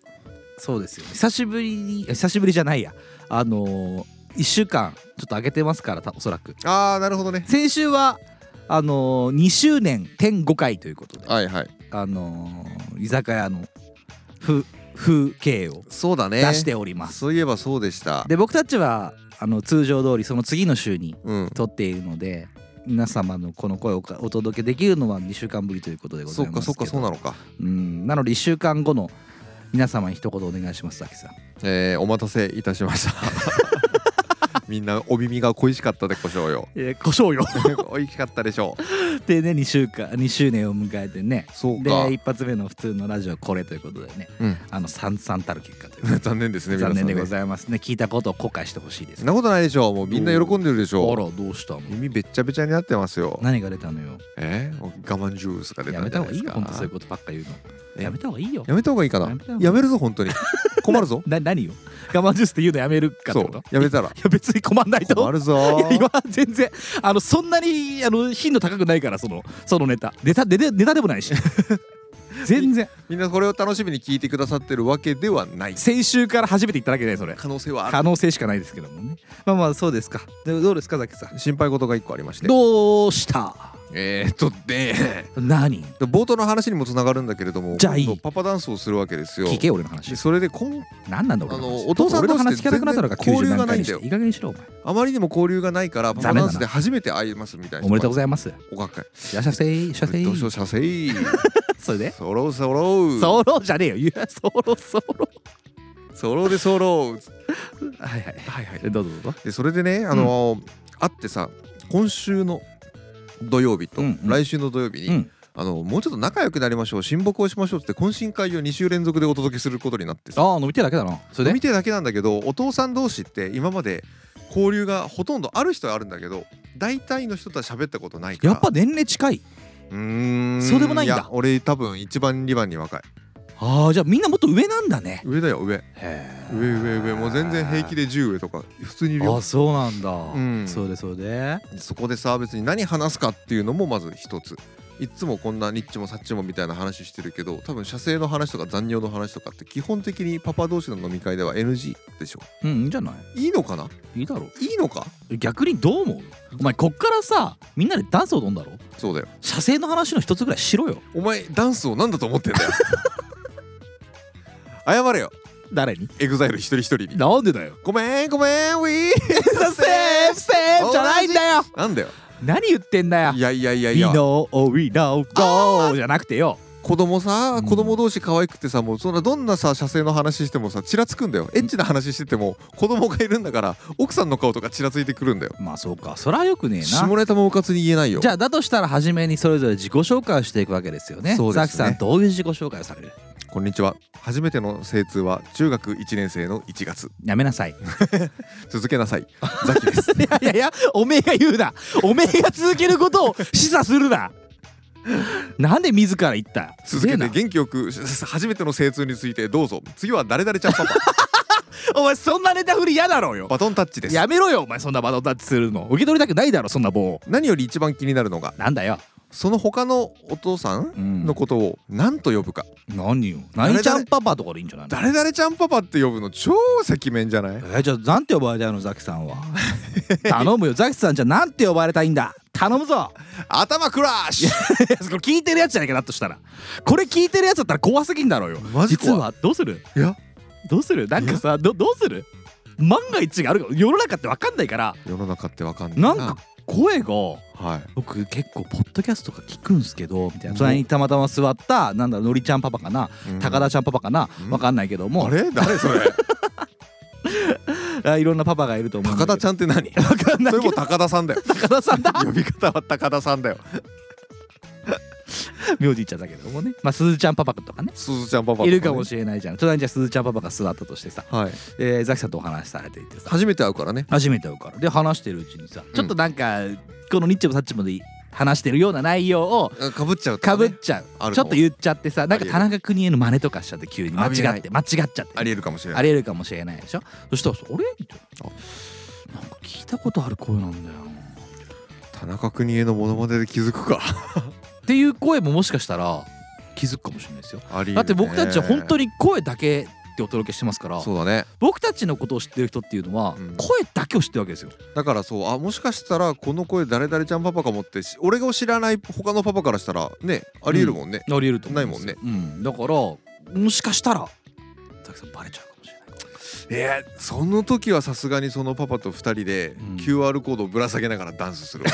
Speaker 2: そうですよね久しぶりに久しぶりじゃないやあのー、1週間ちょっと上げてますからたおそらく
Speaker 1: ああなるほどね
Speaker 2: 先週はあのー、2周年点5回ということで
Speaker 1: はいはい
Speaker 2: あのー、居酒屋のふ風景を
Speaker 1: そうだね
Speaker 2: 出しております、
Speaker 1: そういえばそうでした
Speaker 2: で僕たちはあの通常通りその次の週に
Speaker 1: うん
Speaker 2: 撮っているので皆様のこの声をおかお届けできるのは2週間ぶりということでござ
Speaker 1: そ
Speaker 2: い
Speaker 1: っ
Speaker 2: ますけ
Speaker 1: か
Speaker 2: ど
Speaker 1: そっかそうなのか
Speaker 2: うんなので1週間後の皆様に一言お願いします滝さん
Speaker 1: えー、お待たせいたしま したみんなお耳が恋しかったでこしょうよ
Speaker 2: えー、故障よ
Speaker 1: 恋しかったでしょう
Speaker 2: でね2週間2周年を迎えてね
Speaker 1: そう
Speaker 2: で
Speaker 1: か
Speaker 2: 一発目の普通のラジオこれということでね
Speaker 1: うん
Speaker 2: あのさんさんたる結果という
Speaker 1: 残念ですね皆
Speaker 2: 残
Speaker 1: さんね
Speaker 2: 念でございますね聞いたことを後悔してほしいで
Speaker 1: そ
Speaker 2: す
Speaker 1: ん
Speaker 2: あ
Speaker 1: なことないでしょうもうみんな喜んでるでしょう
Speaker 2: らどうしたの
Speaker 1: 耳べっちゃべちゃになってますよ
Speaker 2: 何が出たのよ
Speaker 1: えー、もう我慢ジュースが出た
Speaker 2: や
Speaker 1: ん
Speaker 2: め
Speaker 1: じゃ
Speaker 2: た
Speaker 1: な
Speaker 2: 方
Speaker 1: いです
Speaker 2: がいい
Speaker 1: か
Speaker 2: よ本当そういうことばっか言うの
Speaker 1: え
Speaker 2: やめた方がいいよ
Speaker 1: やめた方がいいかな
Speaker 2: やめた方がいい
Speaker 1: やめるぞ本当に困る ぞ
Speaker 2: な何よ我慢ジュースって言うのやめるか
Speaker 1: そ
Speaker 2: って
Speaker 1: う
Speaker 2: ことい
Speaker 1: やめたら
Speaker 2: や別に困んないと
Speaker 1: 困るぞ
Speaker 2: いや今全然あのそんなにあの頻度高くないからそのそのネタネタででネタでもない し全然
Speaker 1: みんなこれを楽しみに聞いてくださってるわけではない
Speaker 2: 先週から初めて言っただけでそれ
Speaker 1: 可能性はある
Speaker 2: 可能性しかないですけどもねまあまあそうですかでどうですかザキさん
Speaker 1: 心配事が一個ありまして
Speaker 2: どうした
Speaker 1: えー、っとで
Speaker 2: 何
Speaker 1: で冒頭の話にもつながるんだけれども
Speaker 2: じゃあいい
Speaker 1: 今度パパダンスをするわけですよ
Speaker 2: 聞け俺の話
Speaker 1: でそれでこん
Speaker 2: 何なんだ俺
Speaker 1: あ
Speaker 2: の
Speaker 1: の
Speaker 2: 話
Speaker 1: お父さん
Speaker 2: 俺の
Speaker 1: 同士
Speaker 2: 話聞かなくなったのが
Speaker 1: って全然
Speaker 2: 90何回にし
Speaker 1: 交流がないんだよ
Speaker 2: ていい加減にしろお前
Speaker 1: あまりにも交流がないからパパ
Speaker 2: 残念
Speaker 1: ダ
Speaker 2: だな
Speaker 1: ンスで初めて会いますみたいな
Speaker 2: おめでとうご
Speaker 1: ざい
Speaker 2: ざいますい
Speaker 1: ますおがっかい
Speaker 2: らっしゃいませしゃい
Speaker 1: どうしよう射精
Speaker 2: それで
Speaker 1: そろうそろう
Speaker 2: ソロじゃねえよいやソロソロ
Speaker 1: そろうでそろう
Speaker 2: はいはいはいはいどうぞどうぞ
Speaker 1: でそれでねあの会ってさ今週の土曜日と
Speaker 2: うんうん
Speaker 1: 来週の土曜日に、
Speaker 2: うん
Speaker 1: あのもうちょっと仲良くなりましょう親睦をしましょうって懇親会を2週連続でお届けすることになってさ
Speaker 2: ああ飲みてえだけだなそれで
Speaker 1: 見てるだけなんだけどお父さん同士って今まで交流がほとんどある人はあるんだけど大体の人とは喋ったことないから
Speaker 2: やっぱ年齢近いう
Speaker 1: ーん
Speaker 2: そうでもないんだ
Speaker 1: や俺多分1番2番に若い
Speaker 2: ああじゃあみんなもっと上なんだね
Speaker 1: 上だよ上
Speaker 2: へ
Speaker 1: 上上上もう全然平気で10上とか普通にいる
Speaker 2: あ
Speaker 1: よ
Speaker 2: あそうなんだ、
Speaker 1: ん
Speaker 2: そうでそうで
Speaker 1: そこでさ別に何話すかっていうのもまず一ついっつもこんなニッチもサッチもみたいな話してるけど多分射精の話とか残尿の話とかって基本的にパパ同士の飲み会では NG でしょ
Speaker 2: うんいいんじゃない
Speaker 1: いいのかない
Speaker 2: いだろ
Speaker 1: いいのか
Speaker 2: 逆にどう思うお前こっからさみんなでダンス踊んだろ
Speaker 1: そうだよ
Speaker 2: 射精の話の一つぐらいしろよ
Speaker 1: お前ダンスを何だと思ってんだよ 謝れよ
Speaker 2: 誰に
Speaker 1: エグザイル一人一人に
Speaker 2: なんでだよ
Speaker 1: ごめんごめんウィー
Speaker 2: セーフセーフじゃないんだよ
Speaker 1: なんだよ
Speaker 2: 何言ってんだよ
Speaker 1: いやいやいやい
Speaker 2: We
Speaker 1: や
Speaker 2: know, we know, go じゃなくてよ
Speaker 1: 子供さ
Speaker 2: うん
Speaker 1: 子供同士可愛くてさもうそんなどんなさ射精の話してもさちらつくんだよエッチな話してても子供がいるんだから奥さんの顔とかちらついてくるんだよ
Speaker 2: まあそうかそれはよくねえな
Speaker 1: 下ネタもうかつに言えないよ
Speaker 2: じゃあだとしたら初めにそれぞれ自己紹介をしていくわけですよね
Speaker 1: そうですね
Speaker 2: ザキさんどういう自己紹介をされる
Speaker 1: こんにちは初めての精通は中学1年生の1月
Speaker 2: やめなさい
Speaker 1: 続けなさいザキです
Speaker 2: いやいやいやおめえが言うなおめえが続けることを示唆するななんで自ら言った
Speaker 1: 続け
Speaker 2: すげ
Speaker 1: て
Speaker 2: えな
Speaker 1: 元気よく初めての精通についてどうぞ次は誰々ちゃんパパ
Speaker 2: お前そんなネタ振り嫌だろうよ
Speaker 1: バトンタッチです
Speaker 2: やめろよお前そんなバトンタッチするの受け取りたくないだろそんな棒
Speaker 1: 何より一番気になるのが
Speaker 2: なんだよ、
Speaker 1: その他のお父さん
Speaker 2: うん
Speaker 1: のことを何と呼ぶか
Speaker 2: 何よ何ちゃんパパとかでいいんじゃないの
Speaker 1: 誰々ちゃんパパって呼ぶの超赤面じゃない
Speaker 2: えーじゃあなんて呼ばれたいのザキさんは 頼むよザキさんじゃあなんて呼ばれたいんだ頼むぞ
Speaker 1: 頭クラッシュ
Speaker 2: いやこれ聞いてるやつじゃないかなとしたらこれ聞いてるやつだったら怖すぎんだろうよ
Speaker 1: マジ
Speaker 2: 実
Speaker 1: 怖
Speaker 2: はどうする
Speaker 1: いや
Speaker 2: どうするなんかさどどうする万が一があるか世の中って分かんないから
Speaker 1: 世の中ってわかんない
Speaker 2: なんか声が
Speaker 1: はい
Speaker 2: 僕結構ポッドキャストとか聞くんすけどみたいな隣にたまたま座ったなんだろうのりちゃんパパかな、
Speaker 1: うん
Speaker 2: 高田ちゃんパパかな、
Speaker 1: う
Speaker 2: わ
Speaker 1: ん
Speaker 2: 分かんないけども
Speaker 1: あれ誰 それ
Speaker 2: あいろんなパパがいると思う
Speaker 1: 高田ち
Speaker 2: ゃん
Speaker 1: ゃんって何
Speaker 2: だけど分かん な
Speaker 1: そ
Speaker 2: い
Speaker 1: れも
Speaker 2: けど
Speaker 1: 高田さんだよ
Speaker 2: 高田さんだ
Speaker 1: 呼び方は高田さんだよ
Speaker 2: 名字言っちゃったけどもねまあ鈴ちゃんパパとかね
Speaker 1: 鈴ちゃんパパとね
Speaker 2: いるかもしれないじゃん隣にじゃあ鈴ちゃんパパが座ったとしてさ、
Speaker 1: はい
Speaker 2: えーザキさんとお話しされていてさ
Speaker 1: 初めて会うからね
Speaker 2: 初めて会うからで話してるうちにさ、ちょっとなんかこのニッチもサッチもで話してるような内容を
Speaker 1: かぶっちゃう
Speaker 2: かぶっ
Speaker 1: ね
Speaker 2: ちゃう、
Speaker 1: ある
Speaker 2: ちょっと言っちゃってさなんか
Speaker 1: ありえる
Speaker 2: 田中邦衛の真似とかしちゃって急に間
Speaker 1: あ
Speaker 2: 違
Speaker 1: り
Speaker 2: っ
Speaker 1: え
Speaker 2: て間違っちゃって
Speaker 1: ありえるかもしれな
Speaker 2: あ
Speaker 1: い
Speaker 2: りえるかもしれないでしょそしたらさ「あれ?」みたいなあなんか聞いたことある声なんだよな
Speaker 1: 田中邦衛のモノマネで気づくか
Speaker 2: っていう声ももしかしたら気づくかもしれないですよ
Speaker 1: ありえるね
Speaker 2: だって僕たちは本当に声だけってお届けしてますから
Speaker 1: そうだね
Speaker 2: 僕たちのことを知ってる人っていうのは
Speaker 1: うん
Speaker 2: 声だけを知ってるわけですよ
Speaker 1: だからそうあもしかしたらこの声誰々ちゃんパパかもってし俺が知らない他のパパからしたらねありえるもんね、
Speaker 2: ありえると思
Speaker 1: ないもんね
Speaker 2: うん、だからもしかしたらたくさんバレちゃうかもしれない
Speaker 1: えーその時はさすがにそのパパと2人で
Speaker 2: うん
Speaker 1: QR コードをぶら下げながらダンスす るわ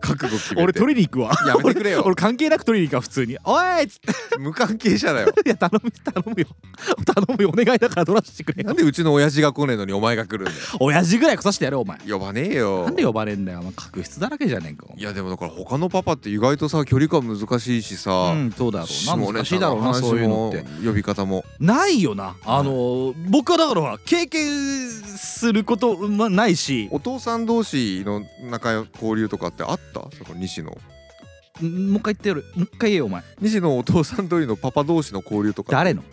Speaker 1: 覚悟決めて
Speaker 2: りに行くわ
Speaker 1: やめてく れよ
Speaker 2: 関係なく取りに行くわ普通に「おい!」っつって
Speaker 1: 無関係者だよ
Speaker 2: 「いや頼む頼むよ 頼むよお願いだから取らせてくれ
Speaker 1: なんでうちの親父が来ねえのにお前が来るんだ
Speaker 2: 親父ぐらい来させてやれよお前
Speaker 1: よ呼ばねえよ
Speaker 2: なんで呼ばれんだよ、まあ、確執だらけじゃねえかお前
Speaker 1: いやでもだから他のパパって意外とさ距離感難しいしさ、
Speaker 2: うんそうだろ
Speaker 1: 下
Speaker 2: う
Speaker 1: ネ
Speaker 2: な
Speaker 1: タの
Speaker 2: 難しいだろうな
Speaker 1: 話も
Speaker 2: そういうのって
Speaker 1: 呼び方も
Speaker 2: ないよなあの、僕はだからほら経験すること、まあ、ないし
Speaker 1: お父さん同士の仲良交流とかってあったその西野
Speaker 2: んもう一回言ってやるもう一回言えよお前
Speaker 1: 西野お父さん同士のパパ同士の交流とか
Speaker 2: 誰の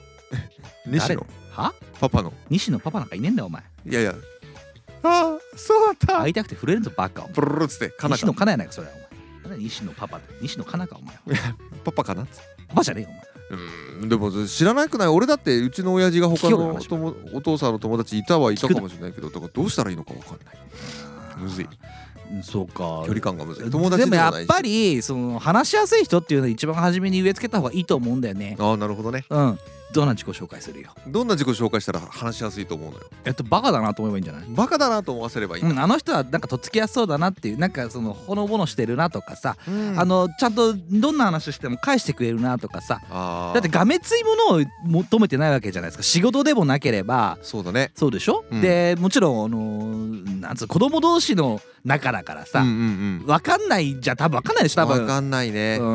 Speaker 1: 西
Speaker 2: 誰
Speaker 1: 野
Speaker 2: は
Speaker 1: パパの
Speaker 2: 西野パパなんかいねえんだよお前
Speaker 1: いやいやああそうだった
Speaker 2: 会いたくて触れるぞバカお前
Speaker 1: プルルルっつってかな
Speaker 2: 西
Speaker 1: か
Speaker 2: 野かなやないかそれはお前なんだ西野パパって西野かなかお前
Speaker 1: パパかなっつって
Speaker 2: パパじゃねえよお前
Speaker 1: うんでも知らなくない俺だってうちの親父が他
Speaker 2: 聞けよ
Speaker 1: の
Speaker 2: 話
Speaker 1: 友お父さんの友達いたはいたかもしれないけどだからどうしたらいいのか分かんないむずい
Speaker 2: うんそうか
Speaker 1: 距離感がむずい友達
Speaker 2: でもやっぱ
Speaker 1: り
Speaker 2: りその話しやすい人っていうのを一番初めに植え付けた方がいいと思うんだよね
Speaker 1: ああなるほどね
Speaker 2: うんどんな自己紹介するよ
Speaker 1: どんな自己紹介したら話しやすいと思うのよ
Speaker 2: えっとバカだなと思えばいいんじゃない
Speaker 1: バカだなと思わせればいい、
Speaker 2: うん、あの人はなんかとっつきやすそうだなっていうなんかそのほのぼのしてるなとかさ、
Speaker 1: うん
Speaker 2: あのちゃんとどんな話しても返してくれるなとかさ
Speaker 1: あ
Speaker 2: だって
Speaker 1: ー
Speaker 2: がめついものを求めてないわけじゃないですか仕事でもなければ
Speaker 1: そうだね
Speaker 2: そうでしょ、
Speaker 1: うん
Speaker 2: でもちろん、あのーなんつう子供同士の仲だからさ、
Speaker 1: う
Speaker 2: わ
Speaker 1: んうん
Speaker 2: 分かんないじゃ多分分かんないでしょ
Speaker 1: う
Speaker 2: 多
Speaker 1: ん
Speaker 2: 分
Speaker 1: 分かんないね、
Speaker 2: う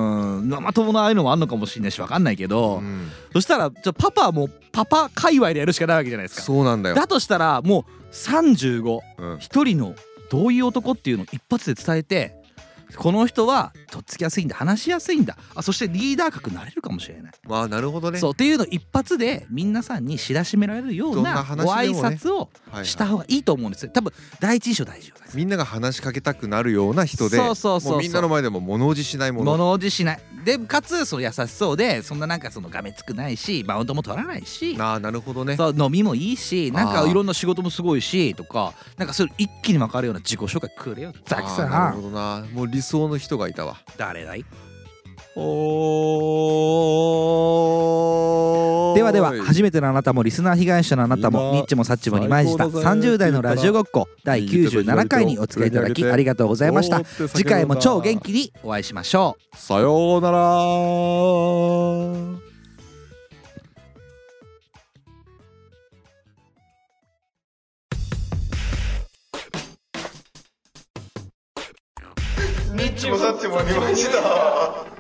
Speaker 2: んマ友のああいうのもあんのかもしれないし分かんないけど、
Speaker 1: うん
Speaker 2: そしたらちょパパはもうパパ界隈でやるしかないわけじゃないですか
Speaker 1: そうなんだよ
Speaker 2: だとしたらもう35
Speaker 1: うん
Speaker 2: 一人のどういう男っていうのを一発で伝えてこの人はとっつきやすいんだ話しやすいんだあそしてリーダー格になれるかもしれない、
Speaker 1: まあなるほどね
Speaker 2: そうっていうのを一発で皆さんに知らしめられるよう
Speaker 1: どんな
Speaker 2: な
Speaker 1: 話で
Speaker 2: ご
Speaker 1: もね
Speaker 2: 挨拶を
Speaker 1: はいはい
Speaker 2: した方がいいと思うんですよ多分第一印象大事です
Speaker 1: みんなが話しかけたくなるような人で
Speaker 2: そうそうそうそう
Speaker 1: もうみんなの前でも物おじしないもの
Speaker 2: 物おじしないでかつそう優しそうでそんななんかそのがめつくないしマウントも取らないし
Speaker 1: ああなるほどね
Speaker 2: そう飲みもいいしなん
Speaker 1: あ
Speaker 2: か
Speaker 1: ー
Speaker 2: いろんな仕事もすごいしとかなんかそれ一気に分かるような自己紹介くれよザキ
Speaker 1: あーな
Speaker 2: さ
Speaker 1: るほ
Speaker 2: ん
Speaker 1: どなもう理想の人がいたわ
Speaker 2: 誰だい
Speaker 1: お
Speaker 2: ではでは初めてのあなたもリスナー被害者のあなたも
Speaker 1: 今
Speaker 2: ニッチもサッチも二枚舌
Speaker 1: 最高だぜ
Speaker 2: 30代のラジオごっこ第97回にお付き合いいただきありがとうございました次回も超元気にお会いしましょう
Speaker 1: さようなら
Speaker 3: ニッチもサッチもありました。